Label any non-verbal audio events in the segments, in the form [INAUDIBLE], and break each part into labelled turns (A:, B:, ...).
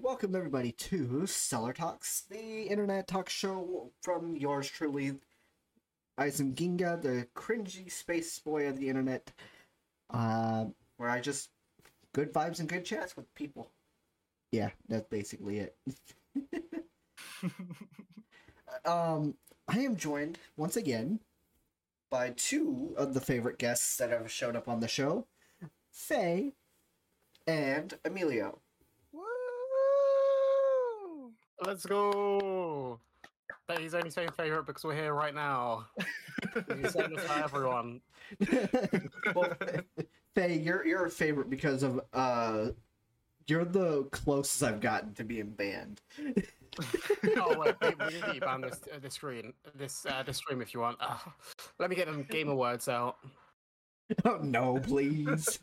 A: Welcome, everybody, to Seller Talks, the internet talk show from yours truly, Aizen Ginga, the cringy space boy of the internet, uh, where I just good vibes and good chats with people. Yeah, that's basically it. [LAUGHS] um, I am joined once again by two of the favorite guests that have shown up on the show, Faye and Emilio.
B: Woo! Let's go! But he's only saying favorite because we're here right now. He's saying this to everyone.
A: well, [LAUGHS] Faye, you're you're a favorite because of uh, you're the closest I've gotten to being banned. [LAUGHS]
B: Oh wait, we, we need to get you banned this, uh, this screen, this uh, this stream if you want. Ah, let me get them gamer words out.
A: Oh no, please.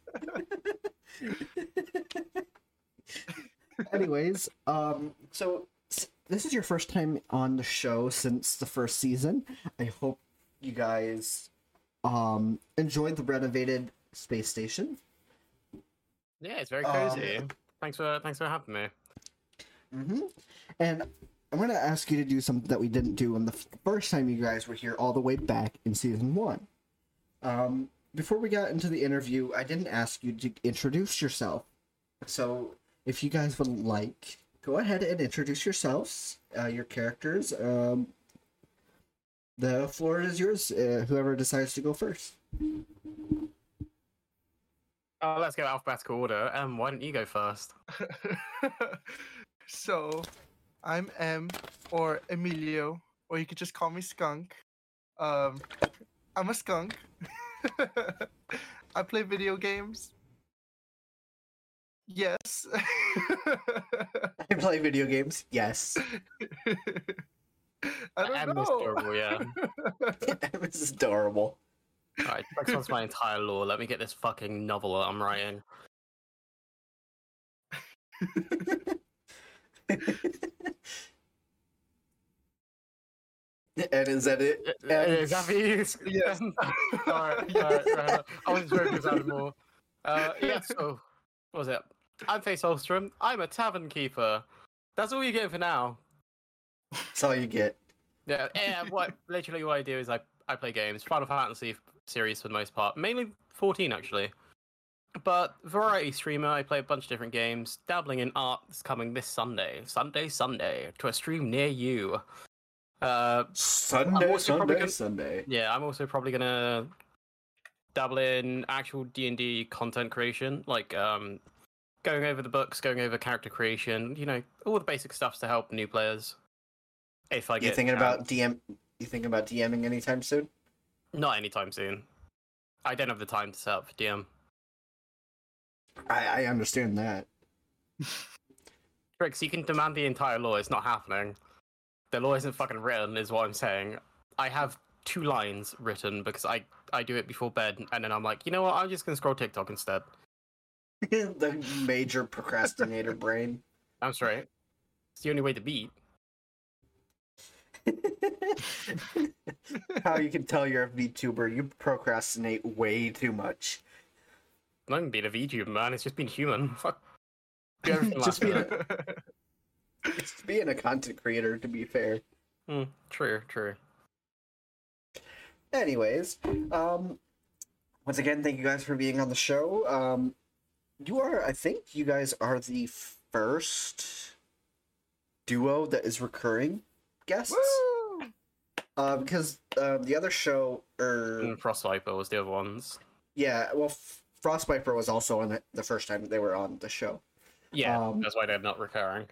A: [LAUGHS] Anyways, um, so s- this is your first time on the show since the first season. I hope you guys um enjoyed the renovated space station.
B: Yeah, it's very
A: Um,
B: cozy. thanks for thanks for having me.
A: Mm-hmm. And I'm going to ask you to do something that we didn't do on the f- first time you guys were here, all the way back in season one. Um, before we got into the interview, I didn't ask you to introduce yourself. So if you guys would like, go ahead and introduce yourselves, uh, your characters. Um, the floor is yours, uh, whoever decides to go first.
B: Oh, let's go alphabetical order. Um, why don't you go first?
C: [LAUGHS] so, I'm M or Emilio, or you could just call me Skunk. Um, I'm a skunk. [LAUGHS] I play video games. Yes. [LAUGHS]
A: I play video games. Yes. [LAUGHS]
C: I don't
B: M is
C: know.
B: adorable, yeah.
A: this is adorable.
B: Alright, next one's my entire lore. Let me get this fucking novel that I'm writing.
A: And is that it?
B: Is that for you?
C: Yes.
B: [LAUGHS]
C: [LAUGHS]
B: Alright, alright, fair enough. I was very excited more. Uh, yeah, so, what was it? I'm Face Holstrom. I'm a tavern keeper. That's all you get for now.
A: That's all you get.
B: Yeah, yeah what, literally what I do is I, I play games. Final Fantasy f- series for the most part. Mainly 14, actually. But variety streamer, I play a bunch of different games. Dabbling in art is coming this Sunday. Sunday, Sunday. To a stream near you. Uh, I'm
A: Sunday,
B: also probably
A: Sunday,
B: gonna-
A: Sunday.
B: yeah i'm also probably gonna dabble in actual d&d content creation like um going over the books going over character creation you know all the basic stuff to help new players if i get
A: You
B: the
A: thinking
B: chance.
A: about DM? You thinking about DMing anytime soon?
B: not anytime soon i don't have the time to set up for dm
A: I, I understand that. [LAUGHS]
B: tricks you can demand the entire law it's not happening the law isn't fucking written is what i'm saying i have two lines written because i i do it before bed and then i'm like you know what i'm just gonna scroll tiktok instead
A: the major procrastinator [LAUGHS] brain.
B: i'm straight it's the only way to beat
A: How you can tell you're a VTuber? You procrastinate way too much.
B: not even being a VTuber, man. It's just being human.
A: [LAUGHS]
B: [LAUGHS] Fuck. Do everything
A: Just
B: like
A: being
B: that.
A: It's being a content creator, to be fair.
B: Mm, true, true.
A: anyways um once again thank you guys for being on the show um you are i think you guys are the first duo that is recurring guests [LAUGHS]
C: Woo! [LAUGHS]
A: uh, because uh, the other show er
B: And Frostviper was the other ones.
A: yeah well F- frostbiper was also on it the first time they were on the show
B: Yeah,
A: Um,
B: that's why they're not recurring.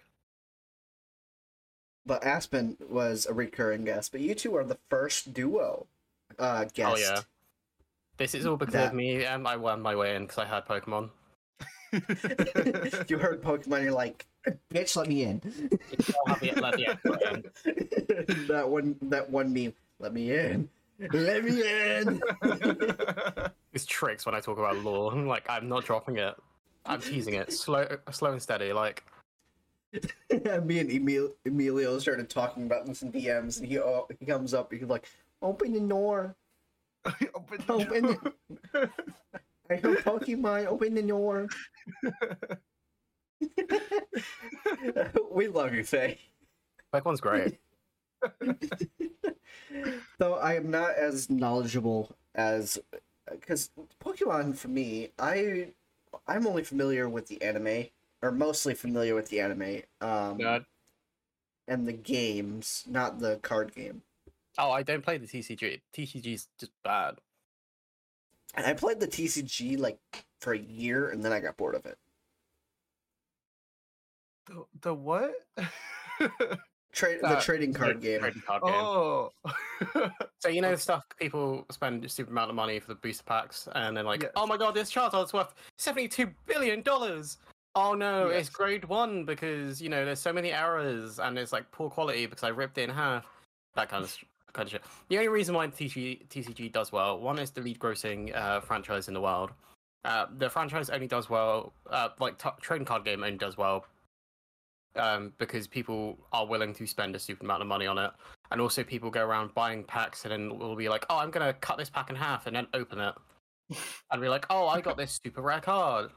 A: but aspen was a recurring guest but you two are the first duo uh guest [LAUGHS]
B: Oh, yeah. This is all because
A: that-
B: of me, and I won my way in because I had Pokemon.
A: you heard pokemon you're like bitch let me in
B: I'll have the-
A: [LAUGHS]
B: let the extra in.
A: that one that one meme. Let me in. Let me in. [LAUGHS]
B: It's tricks when I talk about lore. [LAUGHS] I'm like, I'm not dropping it. I'm teasing it. Slow, slow and steady. Like,
A: Me and Emil- Emilio started talking about this in DMs, and he oh, he comes up. He's like, "Open the door.
C: Open the
A: Open. The- I heard Pokemon. Open the door." [LAUGHS] we love you, Faye.
B: Black one's
A: [LAUGHS]
B: great.
A: Though I am not as knowledgeable as because Pokemon for me, I I'm only familiar with the anime or mostly familiar with the anime um,
B: God.
A: and the games, not the card game.
B: Oh, I don't play the TCG. TCG's just bad.
A: And I played the TCG like for a year, and then I got bored of it.
C: [LAUGHS] The, the what? [LAUGHS]
A: Trade the
B: Uh,
A: trading card
B: Yeah,
A: game.
B: trading card game.
C: oh. [LAUGHS]
B: So you know the stuff people spend a stupid amount of money for the booster packs, and they're like,
C: Yes.
B: "Oh my god, this Charizard's worth seventy-two billion dollars." Oh no,
C: Yes.
B: it's grade one because you know there's so many errors and it's like poor quality because I ripped it in half. That kind of s- kind of shit. The only reason why TCG, TCG does well, one is the lead grossing uh, franchise in the world. Uh, the franchise only does well, uh, like t- trading card game only does well um, because people are willing to spend a stupid amount of money on it. And also, people go around buying packs and then will be like, oh, I'm going to cut this pack in half and then
A: [LAUGHS]
B: open it. And be like, oh, I got this super rare card.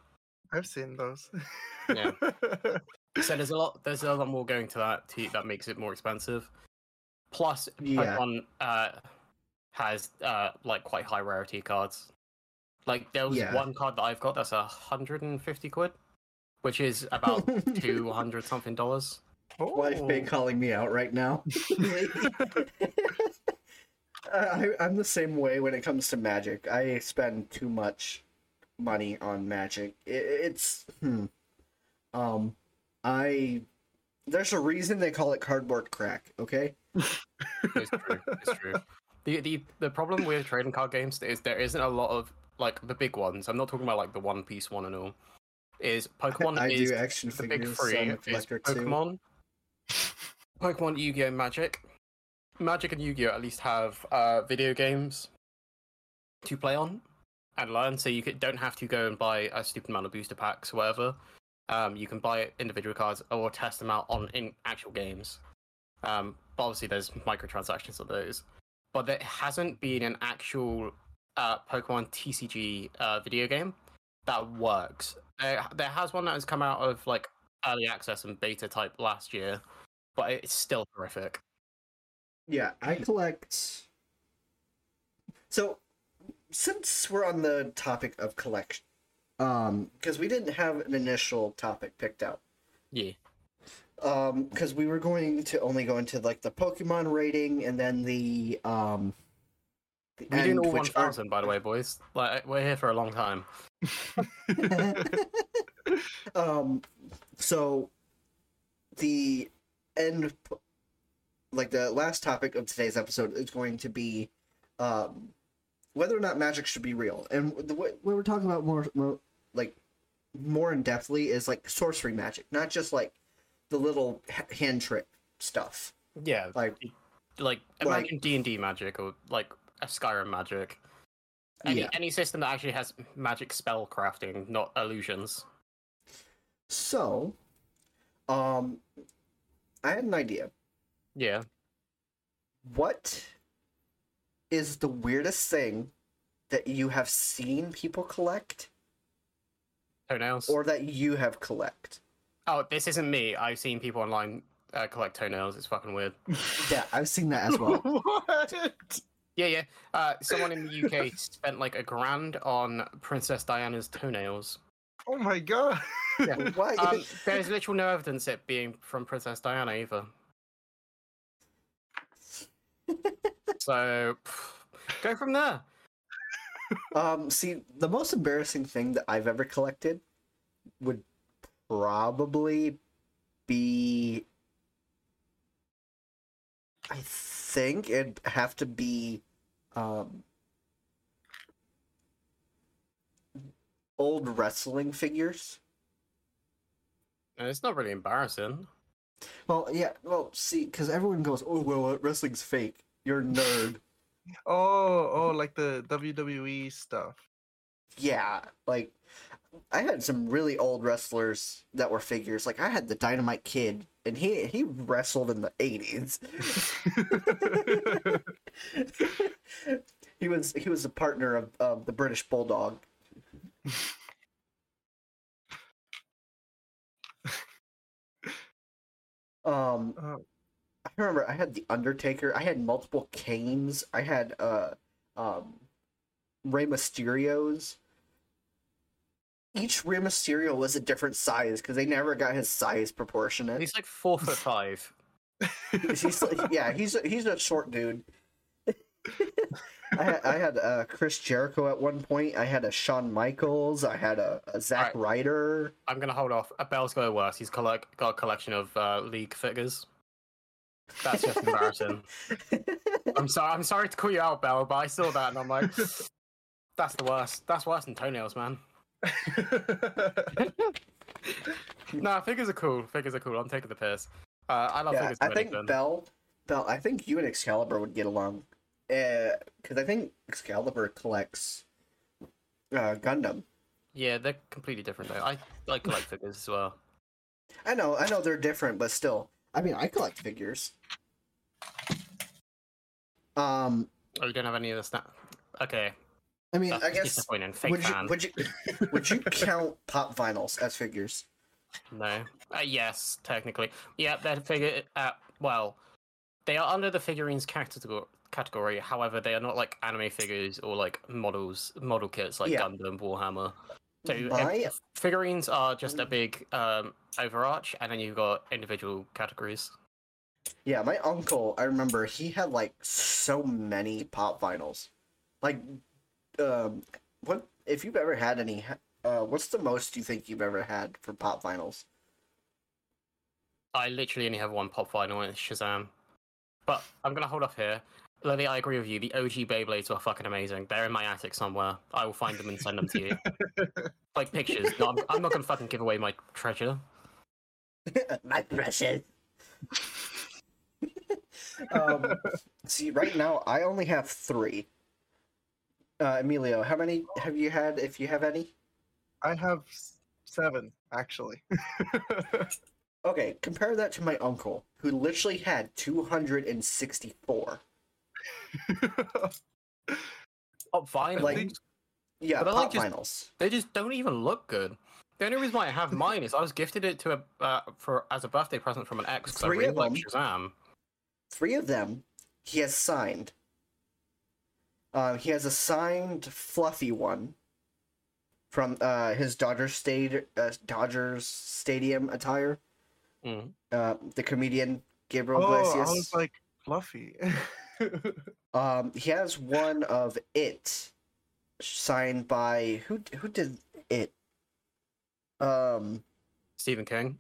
C: I've seen those. [LAUGHS]
B: Yeah. So there's a lot, there's a lot more going to that to, that makes it more expensive. Plus,
A: Yeah.
B: Pokemon uh, has uh, like quite high rarity cards. Like there was
A: Yeah.
B: one card that I've got that's a hundred and fifty quid, which is
A: [LAUGHS]
B: about two hundred something dollars.
A: Why is Faye
C: Oh.
A: calling me out right
B: [LAUGHS]
A: now? [LAUGHS] I, I'm the same way when it comes to magic. I spend too much money on magic. It, it's hmm. um, I there's a reason they call it cardboard crack. Okay,
B: It's true. It's true. The, the the problem with trading card games is there isn't a lot of like the big ones. I'm not talking about like the One Piece one and all. Is Pokemon
A: [LAUGHS] I
B: is
A: do action
B: the big
A: figures. so
B: three
A: I'm a
B: is
A: collector too.
B: Pokemon, um, [LAUGHS] Pokemon, Yu-Gi-Oh, Magic. Magic and Yu-Gi-Oh at least have uh, video games to play on and learn, so you could, don't have to go and buy a stupid amount of booster packs, or whatever. Um, you can buy individual cards or test them out on in actual games. Um, but obviously, there's microtransactions of those. But there hasn't been an actual uh, Pokemon TCG uh, video game that works. There, there has one that has come out of like early access and beta type last year, but it's still horrific.
A: Yeah, I collect. So, since we're on the topic of collection, um, because we didn't have an initial topic picked out,
B: Yeah.
A: um, because we were going to only go into like the Pokemon rating and then the um. The
B: We're doing
A: end,
B: all
A: which are-
B: 1000, by the way, boys. Like, we're here for a long time.
C: Oh.
A: [LAUGHS] um, so the end, p- like the last topic of today's episode is going to be, um, whether or not magic should be real, and the way, what we're talking about more, more like more in depthly is like sorcery magic, not just like the little h- hand trick stuff.
B: Yeah.
A: Like
B: Like,
A: Like-
B: imagine D&D magic or, like, a Skyrim magic. Any,
A: Yeah.
B: any system that actually has magic spell crafting, not illusions.
A: so, um, I had an idea.
B: Yeah.
A: what is the weirdest thing that you have seen people collect
B: Toenails.
A: or that you have collect?
B: Oh, this isn't me. I've seen people online uh, collect toenails. It's fucking weird.
A: [LAUGHS] Yeah, I've seen that as well.
C: [LAUGHS] what?
B: Yeah, yeah. Uh, someone in the
A: [LAUGHS]
B: UK spent like a grand on Princess Diana's toenails.
C: Oh my god.
B: Yeah.
A: [LAUGHS] Why? [LAUGHS]
B: Um, there's literal no evidence it being from Princess Diana either. so pff, go from there.
A: um, see, the most embarrassing thing that I've ever collected would probably be. I think it'd have to be um, old wrestling figures.
B: And it's not really embarrassing.
A: Well, yeah. Well, see, because everyone goes, "Oh, well, uh, wrestling's fake. You're a nerd."
C: Oh, oh, like the WWE stuff. [LAUGHS]
A: yeah, like I had some really old wrestlers that were figures. Like I had the Dynamite Kid, and he he wrestled in the eighties. [LAUGHS] he was he was a partner of, of the British Bulldog. Um,
C: Oh.
A: I remember I had the Undertaker. I had multiple Canes. I had uh, um, Rey Mysterio's. Each Rey Mysterio was a different size because they never got his size proportionate.
B: He's like four
A: [LAUGHS]
B: foot five.
A: he's like, yeah, he's a, he's a short dude. I had, I had uh, Chris Jericho at one point. I had a Shawn Michaels. I had a, a Zack Ryder.
B: I'm gonna hold off. Bell's got it worse. He's collect- got a collection of uh, league figures. That's just
A: [LAUGHS]
B: embarrassing. I'm sorry. I'm sorry to call you out, Bell, but I saw that and I'm like, [LAUGHS] that's the worst. That's worse than toenails, man. Nah, figures are cool. Figures are cool. I'm taking the piss. Uh, I love
A: yeah,
B: figures.
A: I
B: more than
A: think
B: anything.
A: Bell, Bell. I think you and Excalibur would get along, because I think Excalibur collects uh, Gundam.
B: Yeah, they're completely different though. I
A: [LAUGHS]
B: like collect figures as well.
A: I know, I know they're different, but still. I mean, I collect figures. Um,
B: Oh, you don't have any of the snap. Okay,
A: I mean,
B: that's
A: I guess
B: disappointing. Fake
A: would you,
B: fan.
A: would you [LAUGHS] would you count pop vinyls as figures?
B: No. Uh, yes, technically. Yeah, they're figure. Uh, well, they are under the figurines category. Category. However, they are not like anime figures or like models, model kits like
A: Yeah.
B: Gundam, Warhammer. So if-
A: My-
B: figurines are just a
A: Mm.
B: big um, overarch, and then you've got individual categories.
A: Yeah, my uncle, I remember he had like so many pop vinyls. Like um what if you've ever had any uh what's the most you think you've ever had for pop vinyls? [LAUGHS]
B: I literally only have one pop final, and it's Shazam. But I'm gonna hold off here. Lily, I agree with you. The OG Beyblades were fucking amazing. They're in my attic somewhere. I will find them and send them to you.
A: [LAUGHS]
B: like pictures. No, I'm, I'm not gonna fucking give away my treasure.
A: my precious. [LAUGHS] um see right now I only have 3. Uh Emilio, how many have you had if you have any?
C: I have s- seven actually. [LAUGHS]
A: Okay, compare that to my uncle who literally had 264.
B: Pop vinyl.
A: Like- Yeah,
B: But I like
A: pop
B: his-
A: vinyls.
B: they just don't even look good. The only reason why I have mine is I was gifted it to a uh, for as a birthday present from an ex. 'cause I
A: Three
B: really
A: of
B: like
A: them.
B: Shazam.
A: three of them he has signed. Uh, he has a signed fluffy one from uh, his Dodgers state uh, Dodgers stadium attire.
B: Mm.
A: Uh, the comedian Gabriel
C: oh, I was
A: Iglesias.
C: like fluffy. [LAUGHS]
A: Um, he has one of it signed by who? Who did it? Um,
B: Stephen King.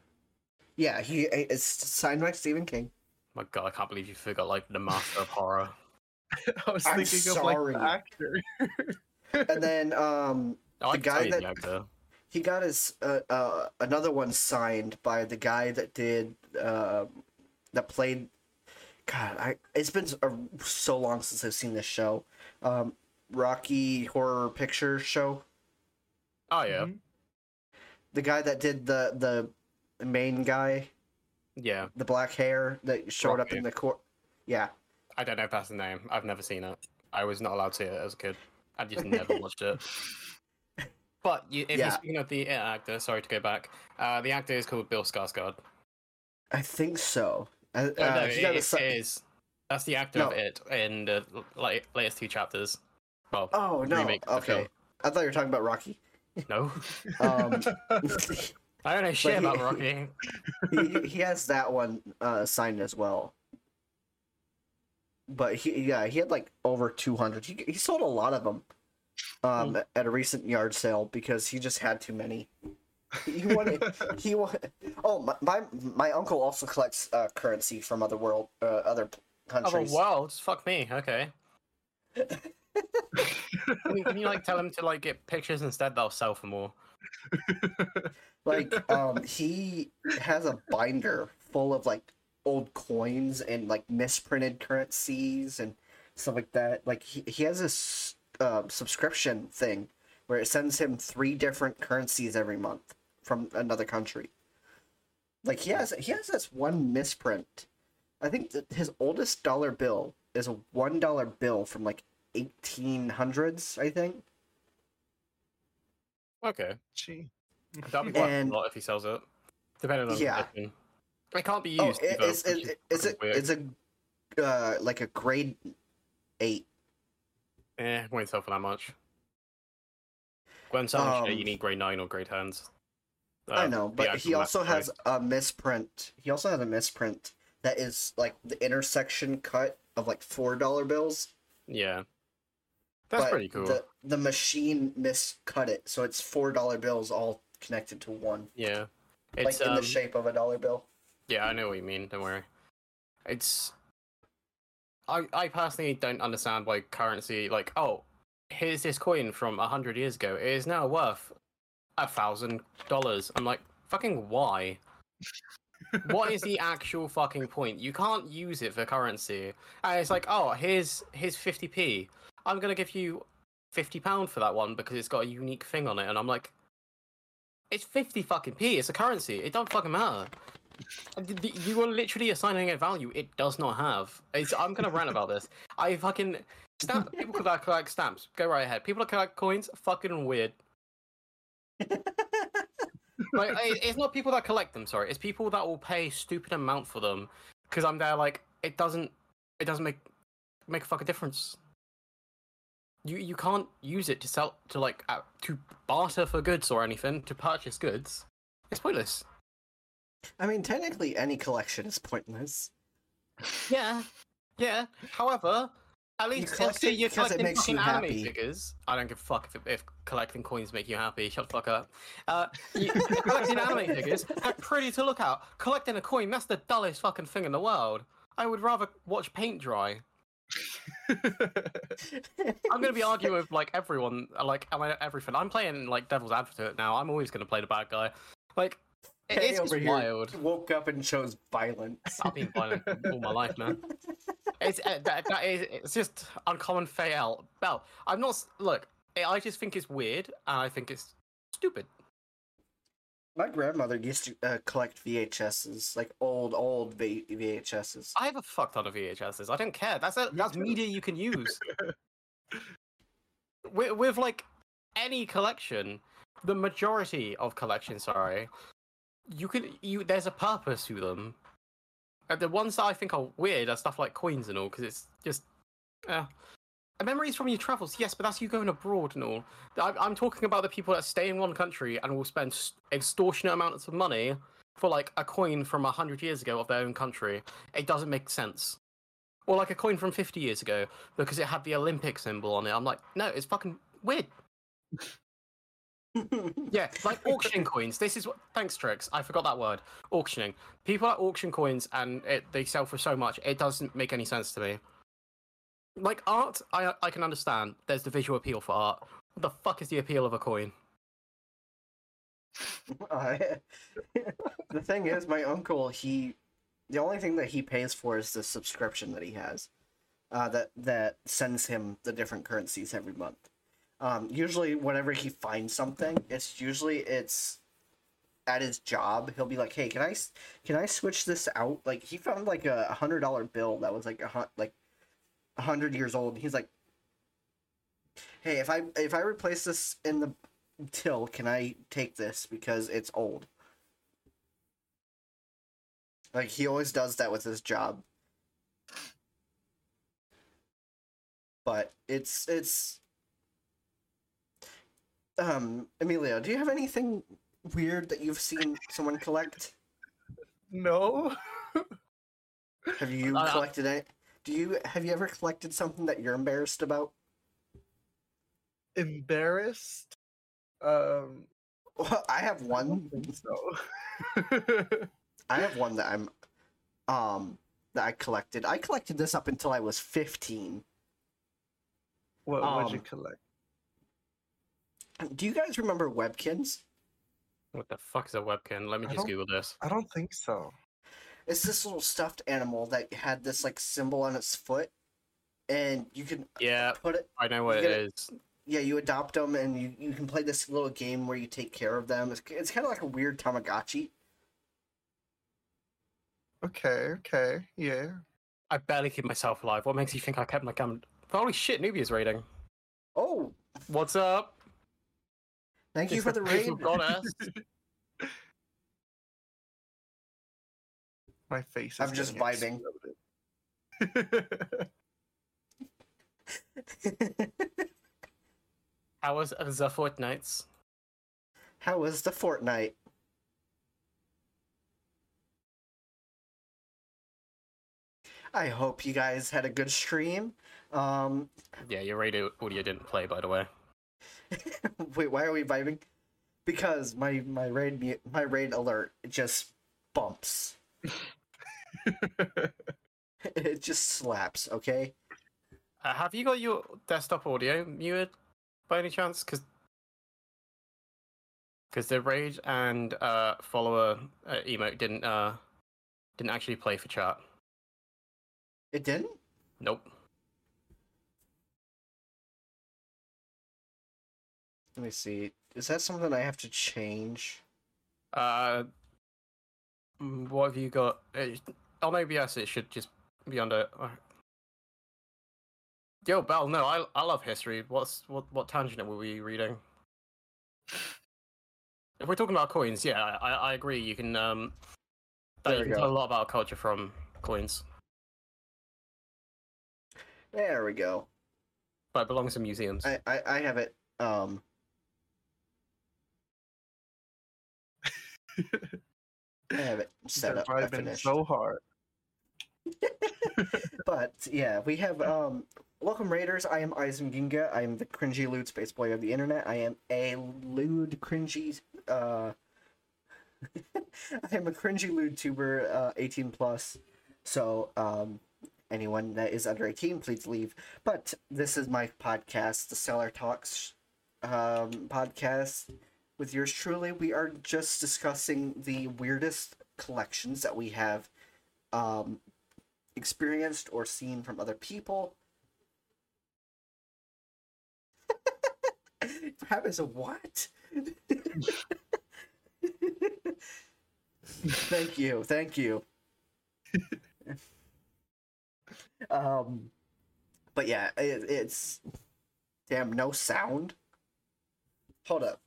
A: yeah, he it's signed by Stephen King.
B: My god, I can't believe you forgot like the master of horror.
C: I was
A: I'm
C: thinking of like
A: sorry.
C: the actor.
B: [LAUGHS]
A: And then um,
B: Oh, I
A: The
B: can tell
A: guy
B: you
A: that-
B: the actor.
A: he got his uh, uh, another one signed by the guy that did uh, that played. God, I it's been s- a- so long since I've seen this show, um, Rocky Horror Picture Show.
B: Oh yeah,
A: Mm-hmm.
C: Mhm.
A: The guy that did the the main guy,
B: yeah.
A: the black hair that showed up
B: Rocky.
A: in the court. Yeah,
B: I don't know if that's the name. I've never seen it. I was not allowed to see it as a kid. I just never
A: [LAUGHS]
B: watched it. But you, if
A: Yeah.
B: you're speaking of the it actor, sorry to go back. Uh, the actor is called Bill Skarsgård.
A: Uh, I think so. I-
B: Oh,
A: uh,
B: no,
A: he
B: it,
A: got a
B: it
A: si-
B: is. That's the actor of
A: No.
B: it in the l- la- latest two chapters. Well,
A: oh no!
B: remake of the
A: Okay, I thought you were talking about Rocky.
B: no,
A: Um,
B: I don't know shit
A: he-
B: about Rocky.
A: he, he has that one uh, signed as well. But he, yeah, he had like over 200. He, he sold a lot of them um, at a recent yard sale because he just had too many. He wanted, he wanted, oh, my, my, my uncle also collects uh, currency from other world, uh, other
B: Other
A: countries.
B: worlds, fuck me.
A: [LAUGHS]
B: Okay. can, you- can you like tell him to like get pictures instead? They'll sell for more.
A: Like, um, he has a binder full of like old coins and like misprinted currencies and stuff like that. Like he, he has this uh, subscription thing where it sends him three different currencies every month from another country. Like he has he has this one misprint. I think that his oldest dollar bill is a one dollar bill from like eighteen hundreds. I think.
B: Okay.
C: Gee.
B: That'll be worth
A: And-
B: a lot if he sells it. Depending on the
A: Yeah.
B: condition. It can't be used.
A: Oh,
B: in
A: it,
B: both,
A: it's,
B: which
A: it, it's
B: is
A: a
B: weird.
A: it's a uh, like a grade eight.
B: Eh, won't sell for that much. When selling shit,
A: Um,
B: you need grade nine or grade tens.
A: I
B: Um,
A: know,
B: the
A: but
B: actual
A: he
B: map,
A: also
B: sorry.
A: has a misprint. He also has a misprint that is like the intersection cut of like four dollar bills.
B: Yeah, that's
A: but
B: pretty cool.
A: The the machine miscut it, so it's four dollar bills all connected to one,
B: Yeah, it's
A: like in
B: um,
A: the shape of a dollar bill.
B: yeah, I know what you mean. Don't worry. It's I I personally don't understand why currency like oh here's this coin from a hundred years ago it is now worth a thousand dollars. I'm like fucking why. what is the actual fucking point? You can't use it for currency. And it's like, oh, here's here's 50p. I'm gonna give you 50 pound for that one because it's got a unique thing on it. And I'm like, it's 50 fucking p. It's a currency. It don't fucking matter. And th- th- Uh, You are literally assigning a value it does not have. It's, I'm gonna rant about this. I fucking stamp. People collect, collect stamps. Go right ahead. People that collect coins. Fucking weird. Like, I- it's not people that collect them. Sorry, it's people that will pay stupid amount for them because I'm there. Like it doesn't. It doesn't make make a fucking difference. You you can't use it to sell to like uh, to barter for goods or anything to purchase goods. It's pointless.
A: I mean, technically, any collection is pointless.
B: Yeah, yeah. However, at least
A: collect
B: obviously
A: it
B: you're
A: because it
B: collecting
A: makes you
B: fucking anime
A: happy.
B: figures. I don't give a fuck if, if collecting coins make you happy. Shut the fuck up. Uh, you, collecting
A: [LAUGHS]
B: anime figures are pretty to look at. Collecting a coin, that's the dullest fucking thing in the world. I would rather watch paint dry. I'm
A: [LAUGHS]
B: gonna be arguing with like everyone, like am I- everything. I'm playing like devil's advocate now. I'm always gonna play the bad guy. Like it
A: Hey,
B: is just
A: over here.
B: wild.
A: Woke up and chose violence.
B: I've been violent all my life, man. It's uh, that, that is it's just uncommon fate out. Well, I'm not s- look. I I just think it's weird, and I think it's stupid.
A: My grandmother used to uh, collect VHSs, like old, old v- [LAUGHS] VHSs.
B: I have a fuck ton of VHSs. I don't care. That's a,
C: Me
B: that's
C: too.
B: media you can use. with, with like any collection, the majority of collections, sorry, you can you there's a purpose to them. And the ones that I think are weird are stuff like coins and all, because it's just uh, memories from your travels. Yes, but that's you going abroad and all. I'm, I'm talking about the people that stay in one country and will spend s- extortionate amounts of money for like a coin from a hundred years ago of their own country. It doesn't make sense. Or like a coin from fifty years ago because it had the Olympic symbol on it. I'm like, no, it's fucking weird. Yeah, like auction coins. This is what. Thanks, Trix. I forgot that word. Auctioning. People at auction coins and it, they sell for so much. It doesn't make any sense to me. Like art, I I can understand. There's the visual appeal for art. What the fuck is the appeal of a coin?
A: [LAUGHS] Uh, the thing is, my uncle, he, the only thing that he pays for is the subscription that he has, uh, that that sends him the different currencies every month. Um, usually, whenever he finds something, it's usually it's at his job. He'll be like, "Hey, can I s- can I switch this out?" Like he found like a hundred dollar bill that was like a hun- like a hundred years old. and He's like, "Hey, if I if I replace this in the Till, can I take this because it's old? Like he always does that with his job. But it's it's um Emilio, do you have anything weird that you've seen someone collect?
C: [LAUGHS] no.
A: Have you
B: Uh,
A: collected it? Do you have you ever collected something that you're embarrassed about? [LAUGHS]
C: Embarrassed. Um.
A: I have
C: I don't
A: one.
C: think so.
A: I have one that I'm um that I collected. I collected this up until I was 15.
C: [LAUGHS] what would you
A: Um,
C: collect?
A: Do you guys remember Webkins?
B: What the fuck is a webcam? Let me
C: I
B: just
C: don't-
B: Google this.
C: I don't think so.
A: It's this little stuffed animal that had this like symbol on its foot, and you can
B: Yeah,
A: put it.
B: I know what
A: You
B: it
A: get
B: is.
A: Yeah, you adopt them, and you, you can play this little game where you take care of them. It's, it's kind of like a weird Tamagotchi.
C: Okay. Okay. Yeah. [LAUGHS]
B: I barely keep myself alive. What makes you think I kept my camera? Holy shit, Nubia's raiding.
A: Oh,
B: What's up?
A: thank you
B: It's
A: for the raid.
B: Goddess.
C: My face. Is
A: I'm just
C: getting
A: vibing. [LAUGHS]
C: exploded.
B: How was uh, the Fortnites?
A: How was the fortnight? I hope you guys had a good stream. Um, [LAUGHS]
B: Yeah, your radio audio didn't play, by the way.
A: wait, why are we vibing? Because my my raid mu- my raid alert it just bumps. [LAUGHS] it just slaps. Okay.
B: Uh, have you got your desktop audio muted by any chance? Because the raid and uh, follower uh, emote didn't uh, didn't actually play for chat.
A: It didn't.
B: Nope.
A: Let me see. Is that something I have to change?
B: Uh, mm, what have you got? It, on OBS, it should just be under. uh, Yo, Bell. No, I I love history. What's what what tangent were we reading? If we're talking about coins, yeah, I I I agree. You can um, that
A: There
B: you
A: we
B: can
A: go.
B: tell a lot about culture from coins,
A: There we go.
B: but it belongs in museums.
A: I I, I have it. Um. I have it set
C: They're
A: up. I
C: vibing
A: finished.
C: so hard. [LAUGHS]
A: But yeah, we have um welcome raiders. I am Isaac Ginga. I am the cringy lewd space boy of the internet. I am a lewd cringy uh [LAUGHS] I am a cringy lewd tuber uh 18 plus. So um anyone that is under 18 please leave. But this is my podcast, the Seller Talks um podcast with yours truly. We are just discussing the weirdest collections that we have um experienced or seen from other people. [LAUGHS] Happens a what? [LAUGHS] thank you, thank you. [LAUGHS] um, but yeah, it, it's damn no sound. Hold up.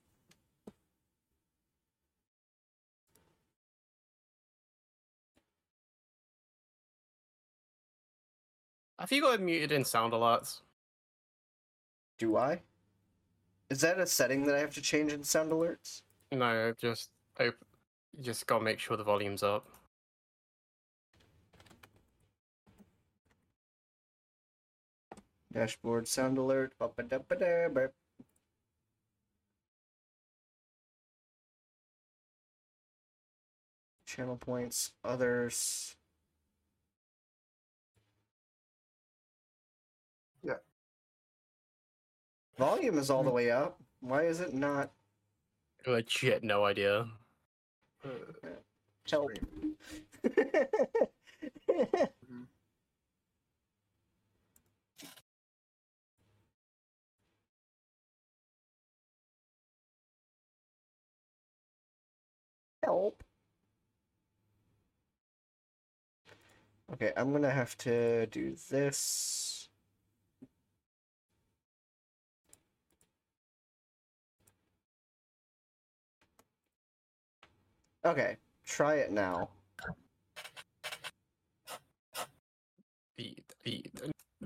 B: Have you got it muted in sound alerts?
A: Do I? Is that a setting that I have to change in sound alerts?
B: No, just op- you just gotta make sure the volume's up.
A: Dashboard sound alert. Ba-ba-da-ba-da-ba. Channel points, others.
C: Yeah.
A: Volume is all the way up. Why is it not?
B: Legit, no idea.
C: Uh,
A: Help. Help. Okay, I'm gonna have to do this. Okay, try it now.
B: the, the,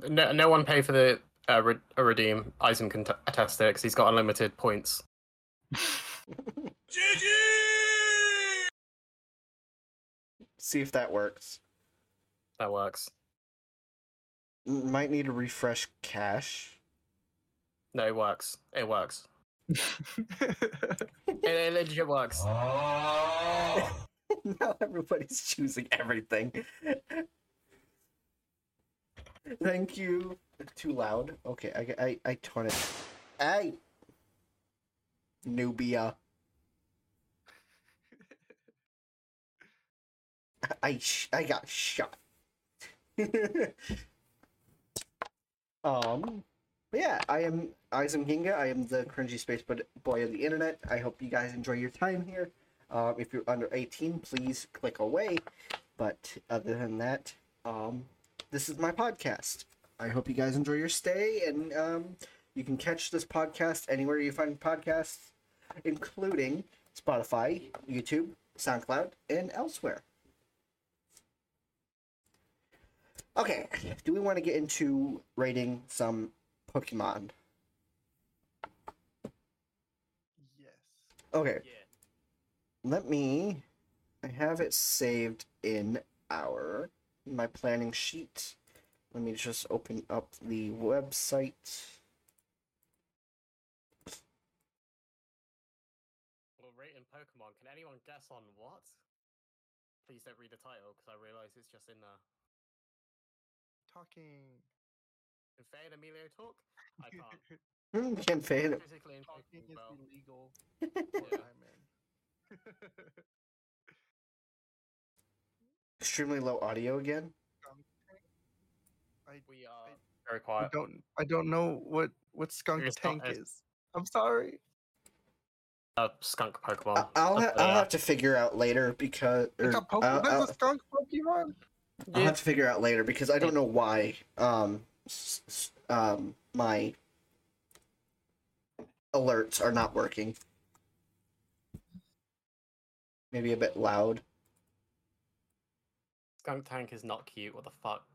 B: no, no one pay for the uh, re- uh, redeem. Eisen can t- attest to it 'cause he's got unlimited points.
A: See if that works.
B: That works.
A: M- Might need to refresh cache.
B: No, it works.
A: [LAUGHS]
B: It works. It, it legit works.
C: Oh.
A: [LAUGHS] now everybody's choosing everything. Thank you. Too loud. Okay, I g- I I turn it. Hey, Nubia. I sh- I got shot. [LAUGHS] um, but yeah, I am Isam Ginga. I am the cringy space bod- boy of the internet. I hope you guys enjoy your time here. Um, if you're under 18, please click away. But other than that, um, this is my podcast. I hope you guys enjoy your stay, and um, you can catch this podcast anywhere you find podcasts, including Spotify, YouTube, SoundCloud, and elsewhere. Okay, do we want to get into rating some Pokemon?
C: Yes.
A: Okay,
B: Yeah.
A: let me. I have it saved in our my planning sheet. Let me just open up the website.
B: Well, rate in Pokemon. Can anyone guess on what? Please don't read the title because I realise it's just in uh, there.
C: Talking.
B: Can Faye and Emilio talk?
A: [LAUGHS]
B: I
C: [LAUGHS]
B: can't.
A: Hmm, can't fail it.
B: Physically
C: Talking
B: incapable.
C: is
B: Well,
C: illegal.
B: Yeah.
C: [LAUGHS]
A: Extremely low audio again.
B: we are very quiet.
C: I don't. I don't know what what skunk
B: It's not-
C: tank
B: it's-
C: is. I'm sorry.
B: Uh, skunk Pokemon.
A: I- I'll,
B: That's
A: ha-
B: what they
A: I'll
B: are.
A: have to figure out later because or,
C: There's a, poke-
A: I'll- I'll-
C: there's a skunk Pokemon.
A: I'll have to figure out later because I don't know why um s- s- um my alerts are not working. Maybe a bit loud.
B: Skunk Tank is not cute. What the fuck?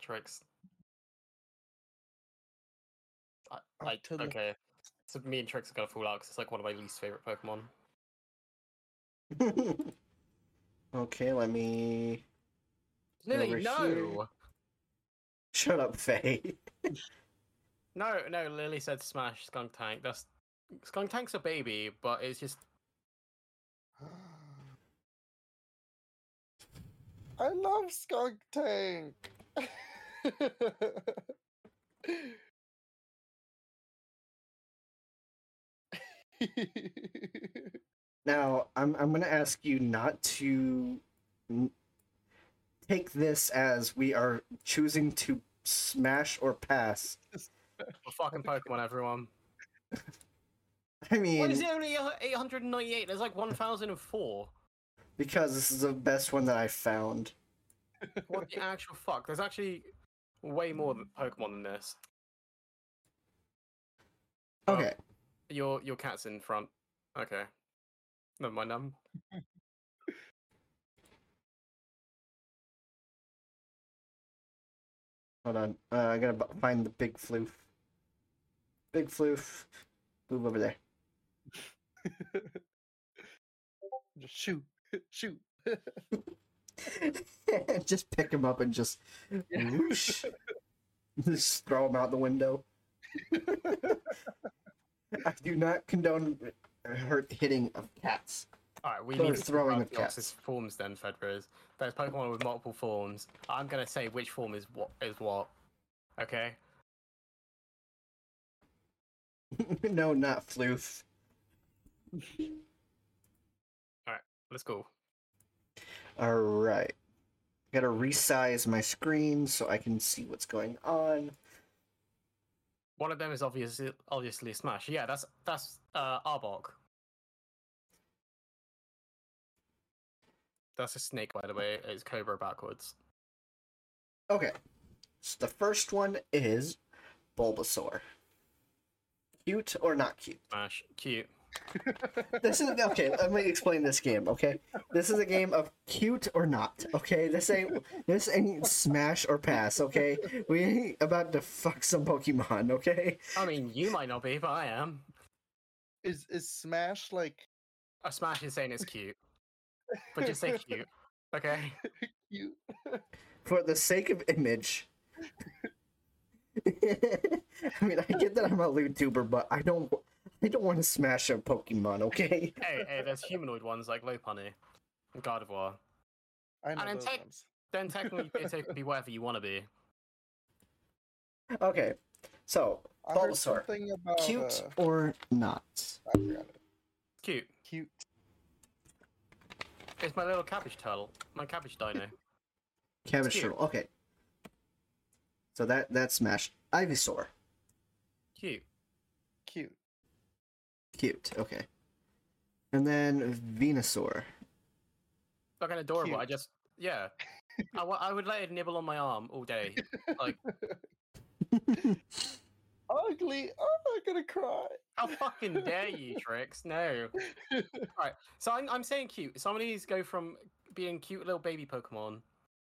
B: Tricks. I,
A: Up
B: I,
A: to the-
B: okay. So me and Tricks are gonna fall out because it's like one of my least favorite Pokemon.
A: [LAUGHS] okay, let me Over
B: Lily, no,
A: here. shut up, [LAUGHS] Faye.
B: no, no. Lily said smash Skunk Tank. That's Skunk Tank's a baby, but it's just
C: I love skunk tank. [LAUGHS]
A: Now, I'm I'm going to ask you not to n- take this as we are choosing to smash or pass.
B: a fucking Pokemon. Everyone.
A: I mean,
B: Why is it only eight hundred and ninety-eight? There's like one thousand and four.
A: because this is the best one that I found.
B: What [LAUGHS] the actual fuck? There's actually way more th- Pokemon than this. Oh.
A: Okay.
B: Your your cat's in front. Okay. Never mind. Um.
A: Hold on. Uh, I gotta bu- find the big floof. Big floof. Move over there. [LAUGHS]
C: Just shoot, shoot.
A: just pick him up and just whoosh. [LAUGHS] just throw him out the window. [LAUGHS] I do not condone hurt hitting of cats. [LAUGHS]
B: All right, we
A: They're
B: need to
A: throwing
B: throwing
A: the
B: the box's forms then, Fedros. There's Pokemon with multiple forms. I'm gonna say which form is what is what. Okay.
A: no, not floof.
B: Let's go.
A: All right. Gotta resize my screen so I can see what's going on.
B: One of them is obviously obviously Smash. Yeah, that's that's uh, Arbok. That's a snake, by the way. It's Cobra backwards.
A: Okay. So the first one is Bulbasaur. Cute or not cute?
B: Smash, cute.
A: This is okay. Let me explain this game. Okay, this is a game of cute or not. Okay, this ain't this ain't smash or pass. Okay, we ain't about to fuck some Pokemon. Okay,
B: I mean, you might not be, but I am.
C: [LAUGHS] Is is Smash like
B: A Smash is saying it's cute, but just say cute. Okay.
C: you?
A: for the sake of image. [LAUGHS] I mean, I get that I'm a YouTuber, but I don't I don't want to smash a Pokemon. Okay.
B: Hey, hey, there's humanoid ones like Lopunny, and Gardevoir.
C: I know
B: in
C: those
B: tech-
C: ones.
B: Then technically, Ditto can be wherever you want to be.
A: Okay. So
C: I heard
A: Bulbasaur.
C: something about
A: cute
C: uh,
A: or not?
C: I forgot it.
B: Cute.
C: Cute.
B: It's my little cabbage turtle. My cabbage dino.
A: Cabbage
B: Cute.
A: turtle. Okay. So that that's smash. Ivysaur.
B: Cute.
C: Cute.
A: Cute. Okay. And then Venusaur.
B: Fucking adorable. I
C: Cute.
B: just, yeah. I wa- I would let it nibble on my arm all day.
C: Ugly. Oh, I'm gonna
A: [LAUGHS]
C: cry.
B: How fucking dare you, Trix? No. Right. So I'm, I'm saying cute. Some of these go from being cute little baby Pokemon,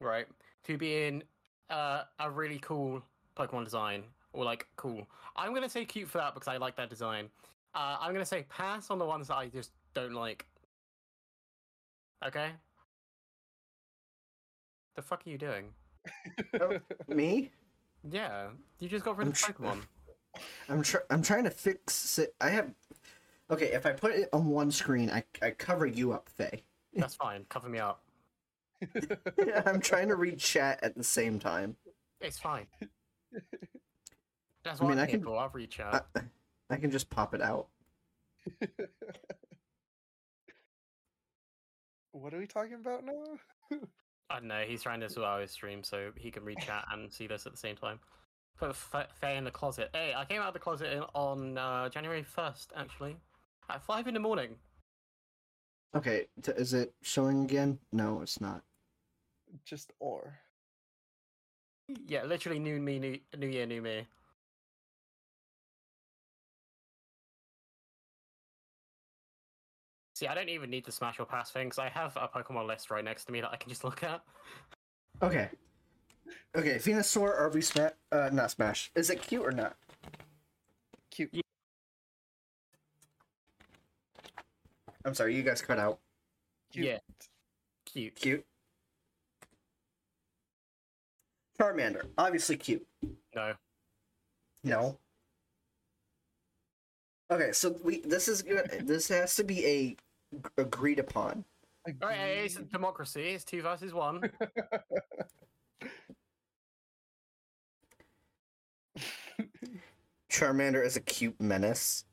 B: right, to being uh, a really cool Pokemon design, or like cool. I'm gonna say cute for that because I like that design. Uh, I'm gonna say pass on the ones that I just don't like. Okay. The fuck are you doing?
A: Me?
B: Yeah, you just got rid of
A: I'm sure-
B: Pokemon.
A: I'm tr- I'm trying to fix it. I have. Okay, if I put it on one screen, I, I cover you up, Faye.
B: That's fine. Cover me up.
A: I'm trying to read chat at the same time.
B: It's fine. That's
A: I
B: what I
A: mean,
B: mean,
A: I can-
B: I'll reach out.
A: I, I can just pop it out.
C: What are we talking about now?
B: I don't know. He's trying to sort out his stream so he can read chat and see this at the same time. Put Fa- Faye in the closet. Hey, I came out of the closet in, on uh, January 1st, actually, at 5 in the morning.
A: Okay, t- is it showing again? No, it's not.
C: Just or.
B: Yeah, literally new me, new, new year, new me. See, I don't even need the smash or pass thing because I have a Pokemon list right next to me that I can just look at.
A: Okay. Okay, Venusaur, are we sma- uh, not smash? Is it cute or not?
C: Cute.
B: Yeah.
A: I'm sorry, you guys cut out.
C: Cute.
B: Yeah. Cute.
A: Cute. Charmander, obviously cute.
B: No.
A: No. Okay, so we this is good. This has to be a agreed upon.
B: All right, hey,
C: Mm.
B: it's a democracy. It's two versus one.
A: Charmander is a cute menace.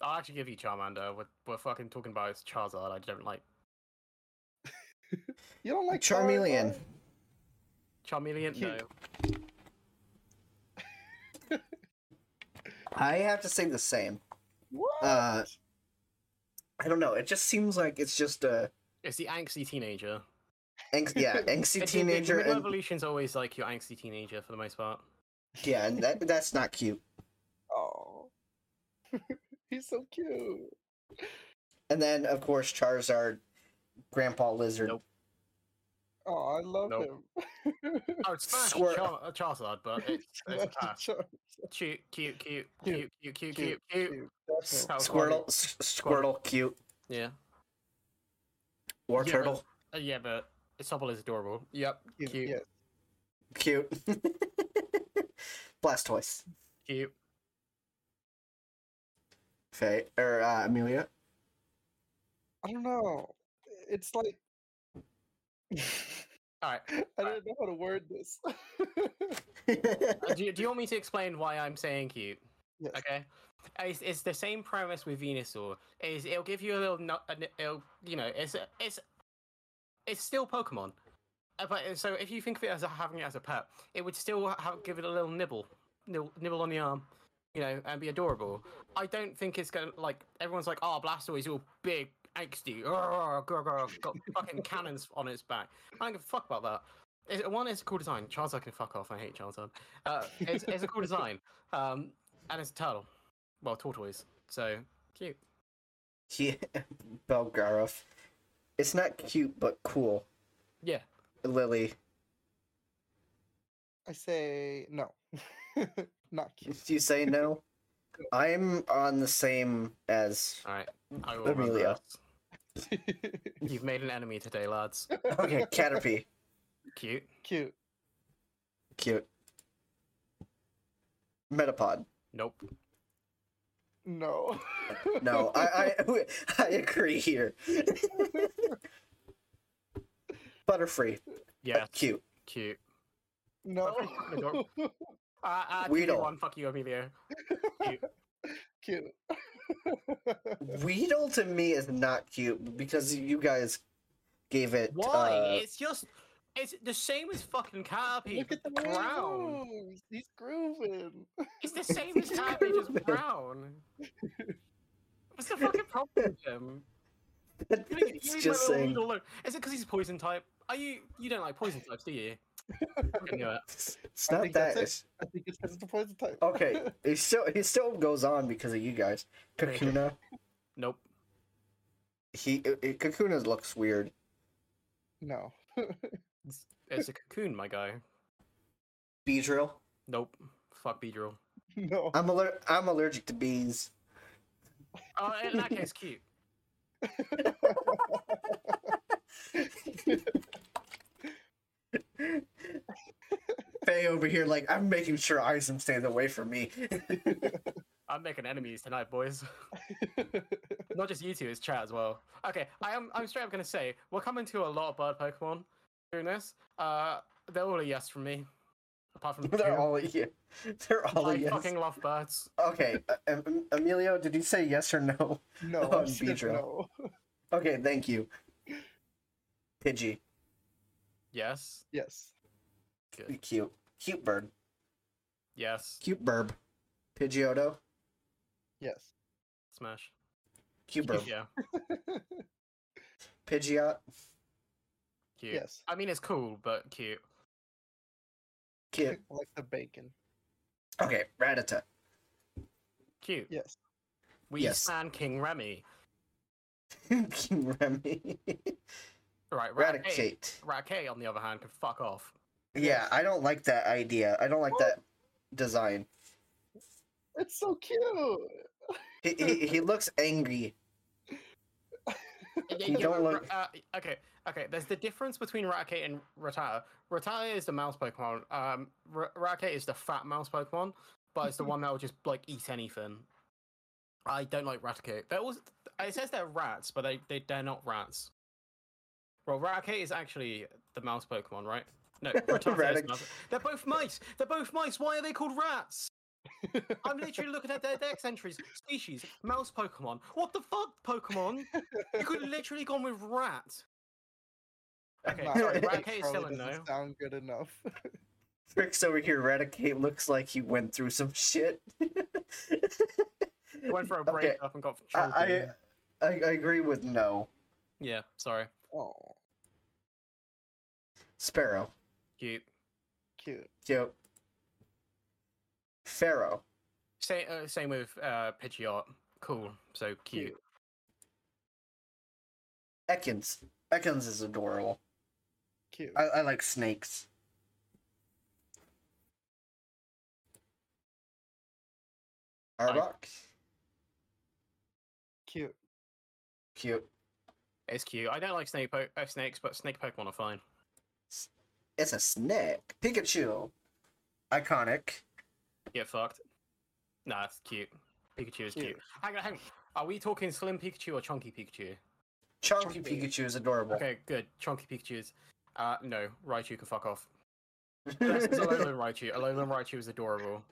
B: I'll actually give you Charmander. We're, we're fucking talking about it's Charizard. I don't like
C: You don't like
A: Charmeleon.
C: Charizard?
B: Charmeleon. No.
C: Cute.
A: I have to say the same.
C: What?
A: Uh, I don't know. It just seems like it's just a
B: It's the angsty teenager.
A: anx-
B: [LAUGHS]
A: yeah, angsty
B: It's the- the- the
A: teenager,
B: middle
A: and
B: evolution's always like your angsty teenager for the most part.
A: [LAUGHS] yeah, and that that's not cute.
C: oh. [LAUGHS] He's so cute.
A: And then of course Charizard, Grandpa Lizard.
B: Nope.
C: Oh, I love
B: Nope.
C: him.
B: Oh, it's smash
A: Swir-
B: Char- uh, Charizard, but
C: [LAUGHS]
B: it's, it's a pass. Cute, cute, cute, cute,
C: Cute,
B: cute, cute, cute,
C: cute,
B: cute.
C: Cute.
A: S-
C: Definitely.
B: How
A: Squirtle, s- Squirtle, cute.
B: Yeah.
A: War
B: Yeah,
A: Turtle,
B: Uh, yeah, but Sobble is adorable. Yep. Cute,
C: Cute, yes.
A: cute. [LAUGHS] Blastoise,
B: cute.
A: Faye or uh, Amelia. [LAUGHS]
C: I don't know. It's like
B: All right.
C: [LAUGHS] I don't know how to word this. [LAUGHS]
B: Uh, do, you- do you want me to explain why I'm saying cute?
C: Yes.
B: Okay. Uh, It's, it's the same premise with Venusaur. Is it'll give you a little, nu- a n- it'll, you know, it's a- it's it's still Pokemon. Uh, But uh, so if you think of it as a, having it as a pet, it would still have, give it a little nibble, nibble, nibble on the arm, you know, and be adorable. I don't think it's gonna like everyone's like, oh, Blastoise is all big, angsty, grr, grr, grr, got fucking cannons [LAUGHS] on its back. I don't give a fuck about that. It, one, it's a cool design. Charizard can fuck off. I hate Charizard. Uh, it's, it's a cool design. Um, and it's a turtle. Well, tortoise. So cute.
A: yeah, [LAUGHS] Belgaroth. It's not cute, but cool.
B: Yeah.
A: Lily,
C: I say no. [LAUGHS] Not cute. [LAUGHS]
A: if you say
B: [LAUGHS]
A: no, I'm on the same as.
B: All right. I will remember
A: Amelia.
B: this. You've made an enemy today, lads.
A: Okay, Caterpie,
B: Cute.
C: cute.
A: cute. Metapod.
B: Nope.
C: No.
A: No, I I, [LAUGHS] I agree here. [LAUGHS] Butterfree, uh,
B: Yeah.
A: cute.
B: Cute.
C: [LAUGHS] no.
B: Adorable.
C: [LAUGHS]
B: Uh, uh,
A: Weedle.
B: Weedle. One. Fuck you, Emilio.
C: cute.
A: Weedle to me is not cute because you guys gave it.
B: Why?
A: uh,
B: It's just. It's the same as fucking Caterpie.
C: Look at the
B: but
C: way he
B: brown.
C: moves. He's grooving.
B: It's the same as Caterpie, just
A: [LAUGHS] Grooving.
B: brown. What's the fucking problem with him? Give me-
A: [LAUGHS]
B: give
A: it's
B: me my
A: just
B: little
A: saying.
B: needle alone. Is it because he's poison type? Are you? You don't like poison types,
A: [LAUGHS]
B: do you? I knew it.
A: It's
C: I
A: not
C: think
A: that.
C: that's
A: It's,
C: it. I think [LAUGHS] it's because the poison type.
A: okay, he still he still goes on because of you guys.
B: Thank you.
A: Kakuna,
B: Nope.
A: he it, Kakuna looks weird.
C: [LAUGHS] no. [LAUGHS]
B: It's, it's a cocoon, my guy.
A: Beedrill.
B: Nope. Fuck Beedrill.
C: No.
A: I'm aller- I'm allergic to bees.
B: Oh, in that case, cute.
A: Faye over here, like I'm making sure Isom stays away from me. [LAUGHS]
B: I'm making enemies tonight, boys. [LAUGHS] Not just you two, it's chat as well. Okay, I am. I'm straight up gonna say we're coming to a lot of bird Pokemon during this. Uh, they're all a yes from me.
A: [LAUGHS]
B: Apart from
A: They're
B: two.
A: all here. They're all
B: I
A: yes.
B: fucking love birds.
A: Okay, uh, Em- Emilio, did you say yes or no?
C: [LAUGHS]
A: [LAUGHS]
C: no.
A: Oh,
C: I said
A: Beedrill.
C: no.
A: Okay, thank you. Pidgey,
B: Yes.
C: Yes.
B: Good.
A: cute, cute bird,
B: Yes.
A: cute burb. Pidgeotto,
C: Yes.
B: Smash.
A: cute burb.
B: Yeah.
A: Pidgeot,
B: Cute.
C: Yes.
B: I mean, it's cool, but cute.
A: cute.
C: [LAUGHS] Like the bacon.
A: Okay, Rattata. [LAUGHS]
B: Cute.
C: Yes.
B: We
A: Yes.
B: stand King Remy.
A: King Remy.
B: Right. Rat K.
A: Raticate.
B: Rat K, on the other hand, can fuck off.
A: Yeah, I don't like that idea. I don't like that design.
C: It's so cute.
A: He, he, he looks angry.
B: Yeah,
A: You
B: yeah,
A: don't
B: ra-
A: look-
B: uh, okay, okay. There's the difference between Raticate and Rattata. Rattata is the mouse Pokemon. Um, Ra- Raticate is the fat mouse Pokemon, but
A: Mm-hmm.
B: it's the one that will just like eat anything. I don't like Raticate. That was it says they're rats, but they, they they're not rats. Well, Raticate is actually the mouse Pokemon, right?
A: [LAUGHS]
B: No, Rattata is
A: Ratic-
B: mouse. They're both mice. They're both mice. Why are they called rats? I'm literally looking at their dex entries. Species, mouse Pokemon. What the fuck, Pokemon? You could have literally gone with rat. Okay,
C: Wow,
B: sorry,
A: [LAUGHS]
C: it
B: Raticate is
C: probably
B: still a no.
C: doesn't Sound good enough. [LAUGHS]
A: Rick's over here. Raticate looks like he went through some shit. [LAUGHS]
B: Went for a
A: Okay,
B: breakup and got
A: I,
B: choking.
A: I, I I agree with no.
B: Yeah, sorry.
C: oh,
A: Sparrow.
B: Cute.
C: cute.
A: Yep. Pharaoh.
B: Same, uh, same with uh, Pidgeot. Cool. So cute.
A: Ekans. Ekans is adorable.
C: Cute.
A: I, I like snakes. Arbok.
C: Cute.
A: [LAUGHS] Cute.
B: It's cute. I don't like snake po- uh, snakes, but snake Pokemon are fine.
A: It's a snake. Pikachu. Iconic.
B: Get fucked. Nah, it's cute. Pikachu is cute.
C: Cute.
B: Hang on, hang on. Are we talking slim Pikachu or chunky Pikachu?
A: Chunky
C: Chunky.
A: Pikachu is adorable. [LAUGHS]
B: Okay, good. Chunky Pikachu's. Uh, no, Raichu can
A: [LAUGHS]
B: fuck off. This is Alolan Raichu. Alolan Raichu is adorable.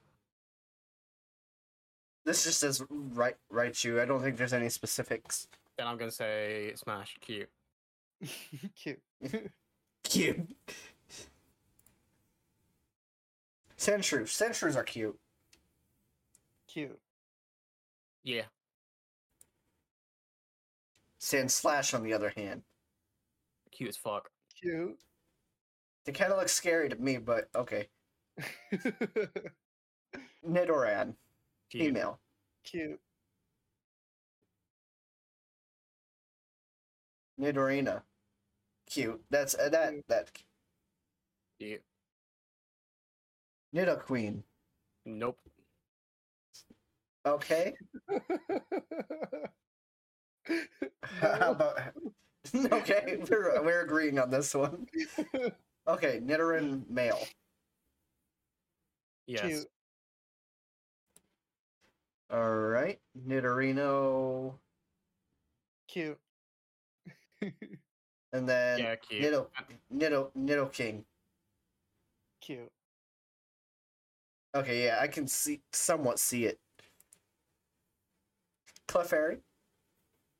A: this just says right Raichu. I don't think there's any specifics.
B: Then I'm gonna say Smash. Cute.
C: cute.
A: Cute. Sandshrew. Sandshrews are cute.
C: Cute.
B: Yeah.
A: Sand Slash, on the other hand.
B: Cute as fuck.
C: Cute.
A: They kind of look scary to me, but okay. Nidoran,
B: Cute.
A: female.
C: cute.
A: Nidorina, cute. That's uh, that that
B: Cute.
A: Nidoqueen.
B: Nope.
A: Okay. How
C: No.
A: about [LAUGHS] okay? We're we're agreeing on this
C: [LAUGHS]
A: one. Okay, Nidoran male.
B: Yes.
C: Cute.
A: All right, Nidorino,
C: Cute.
A: and then
B: Yeah, cute.
A: Nido Nido Nido King.
C: Cute.
A: Okay, yeah, I can see somewhat see it. Clefairy,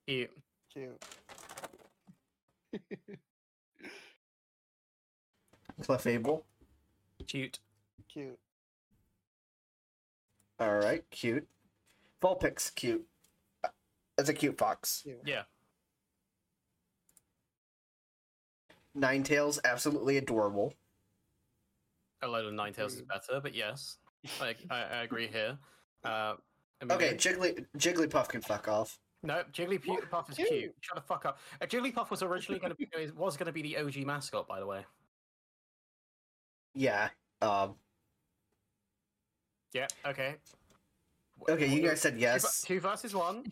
B: Cute.
C: Cute.
A: Clefable.
B: Cute.
C: [LAUGHS] Cute.
A: All right, cute. Vulpix, cute. That's a cute fox.
C: Cute.
B: Yeah.
A: Nine tails, absolutely adorable.
B: Alolan Ninetales is
C: Agreed.
B: better, but yes, I, I, I agree here. Uh, I mean,
A: Okay, Jiggly Jigglypuff can fuck off.
B: Nope, Jigglypuff is cute.
C: Cute.
A: [LAUGHS]
B: Shut the fuck up. Uh, Jigglypuff was originally going to be was going to be the OG mascot, by the way.
A: Yeah. Um,
B: Yeah. Okay.
A: okay, you guys said
B: Two,
A: yes.
B: two versus one.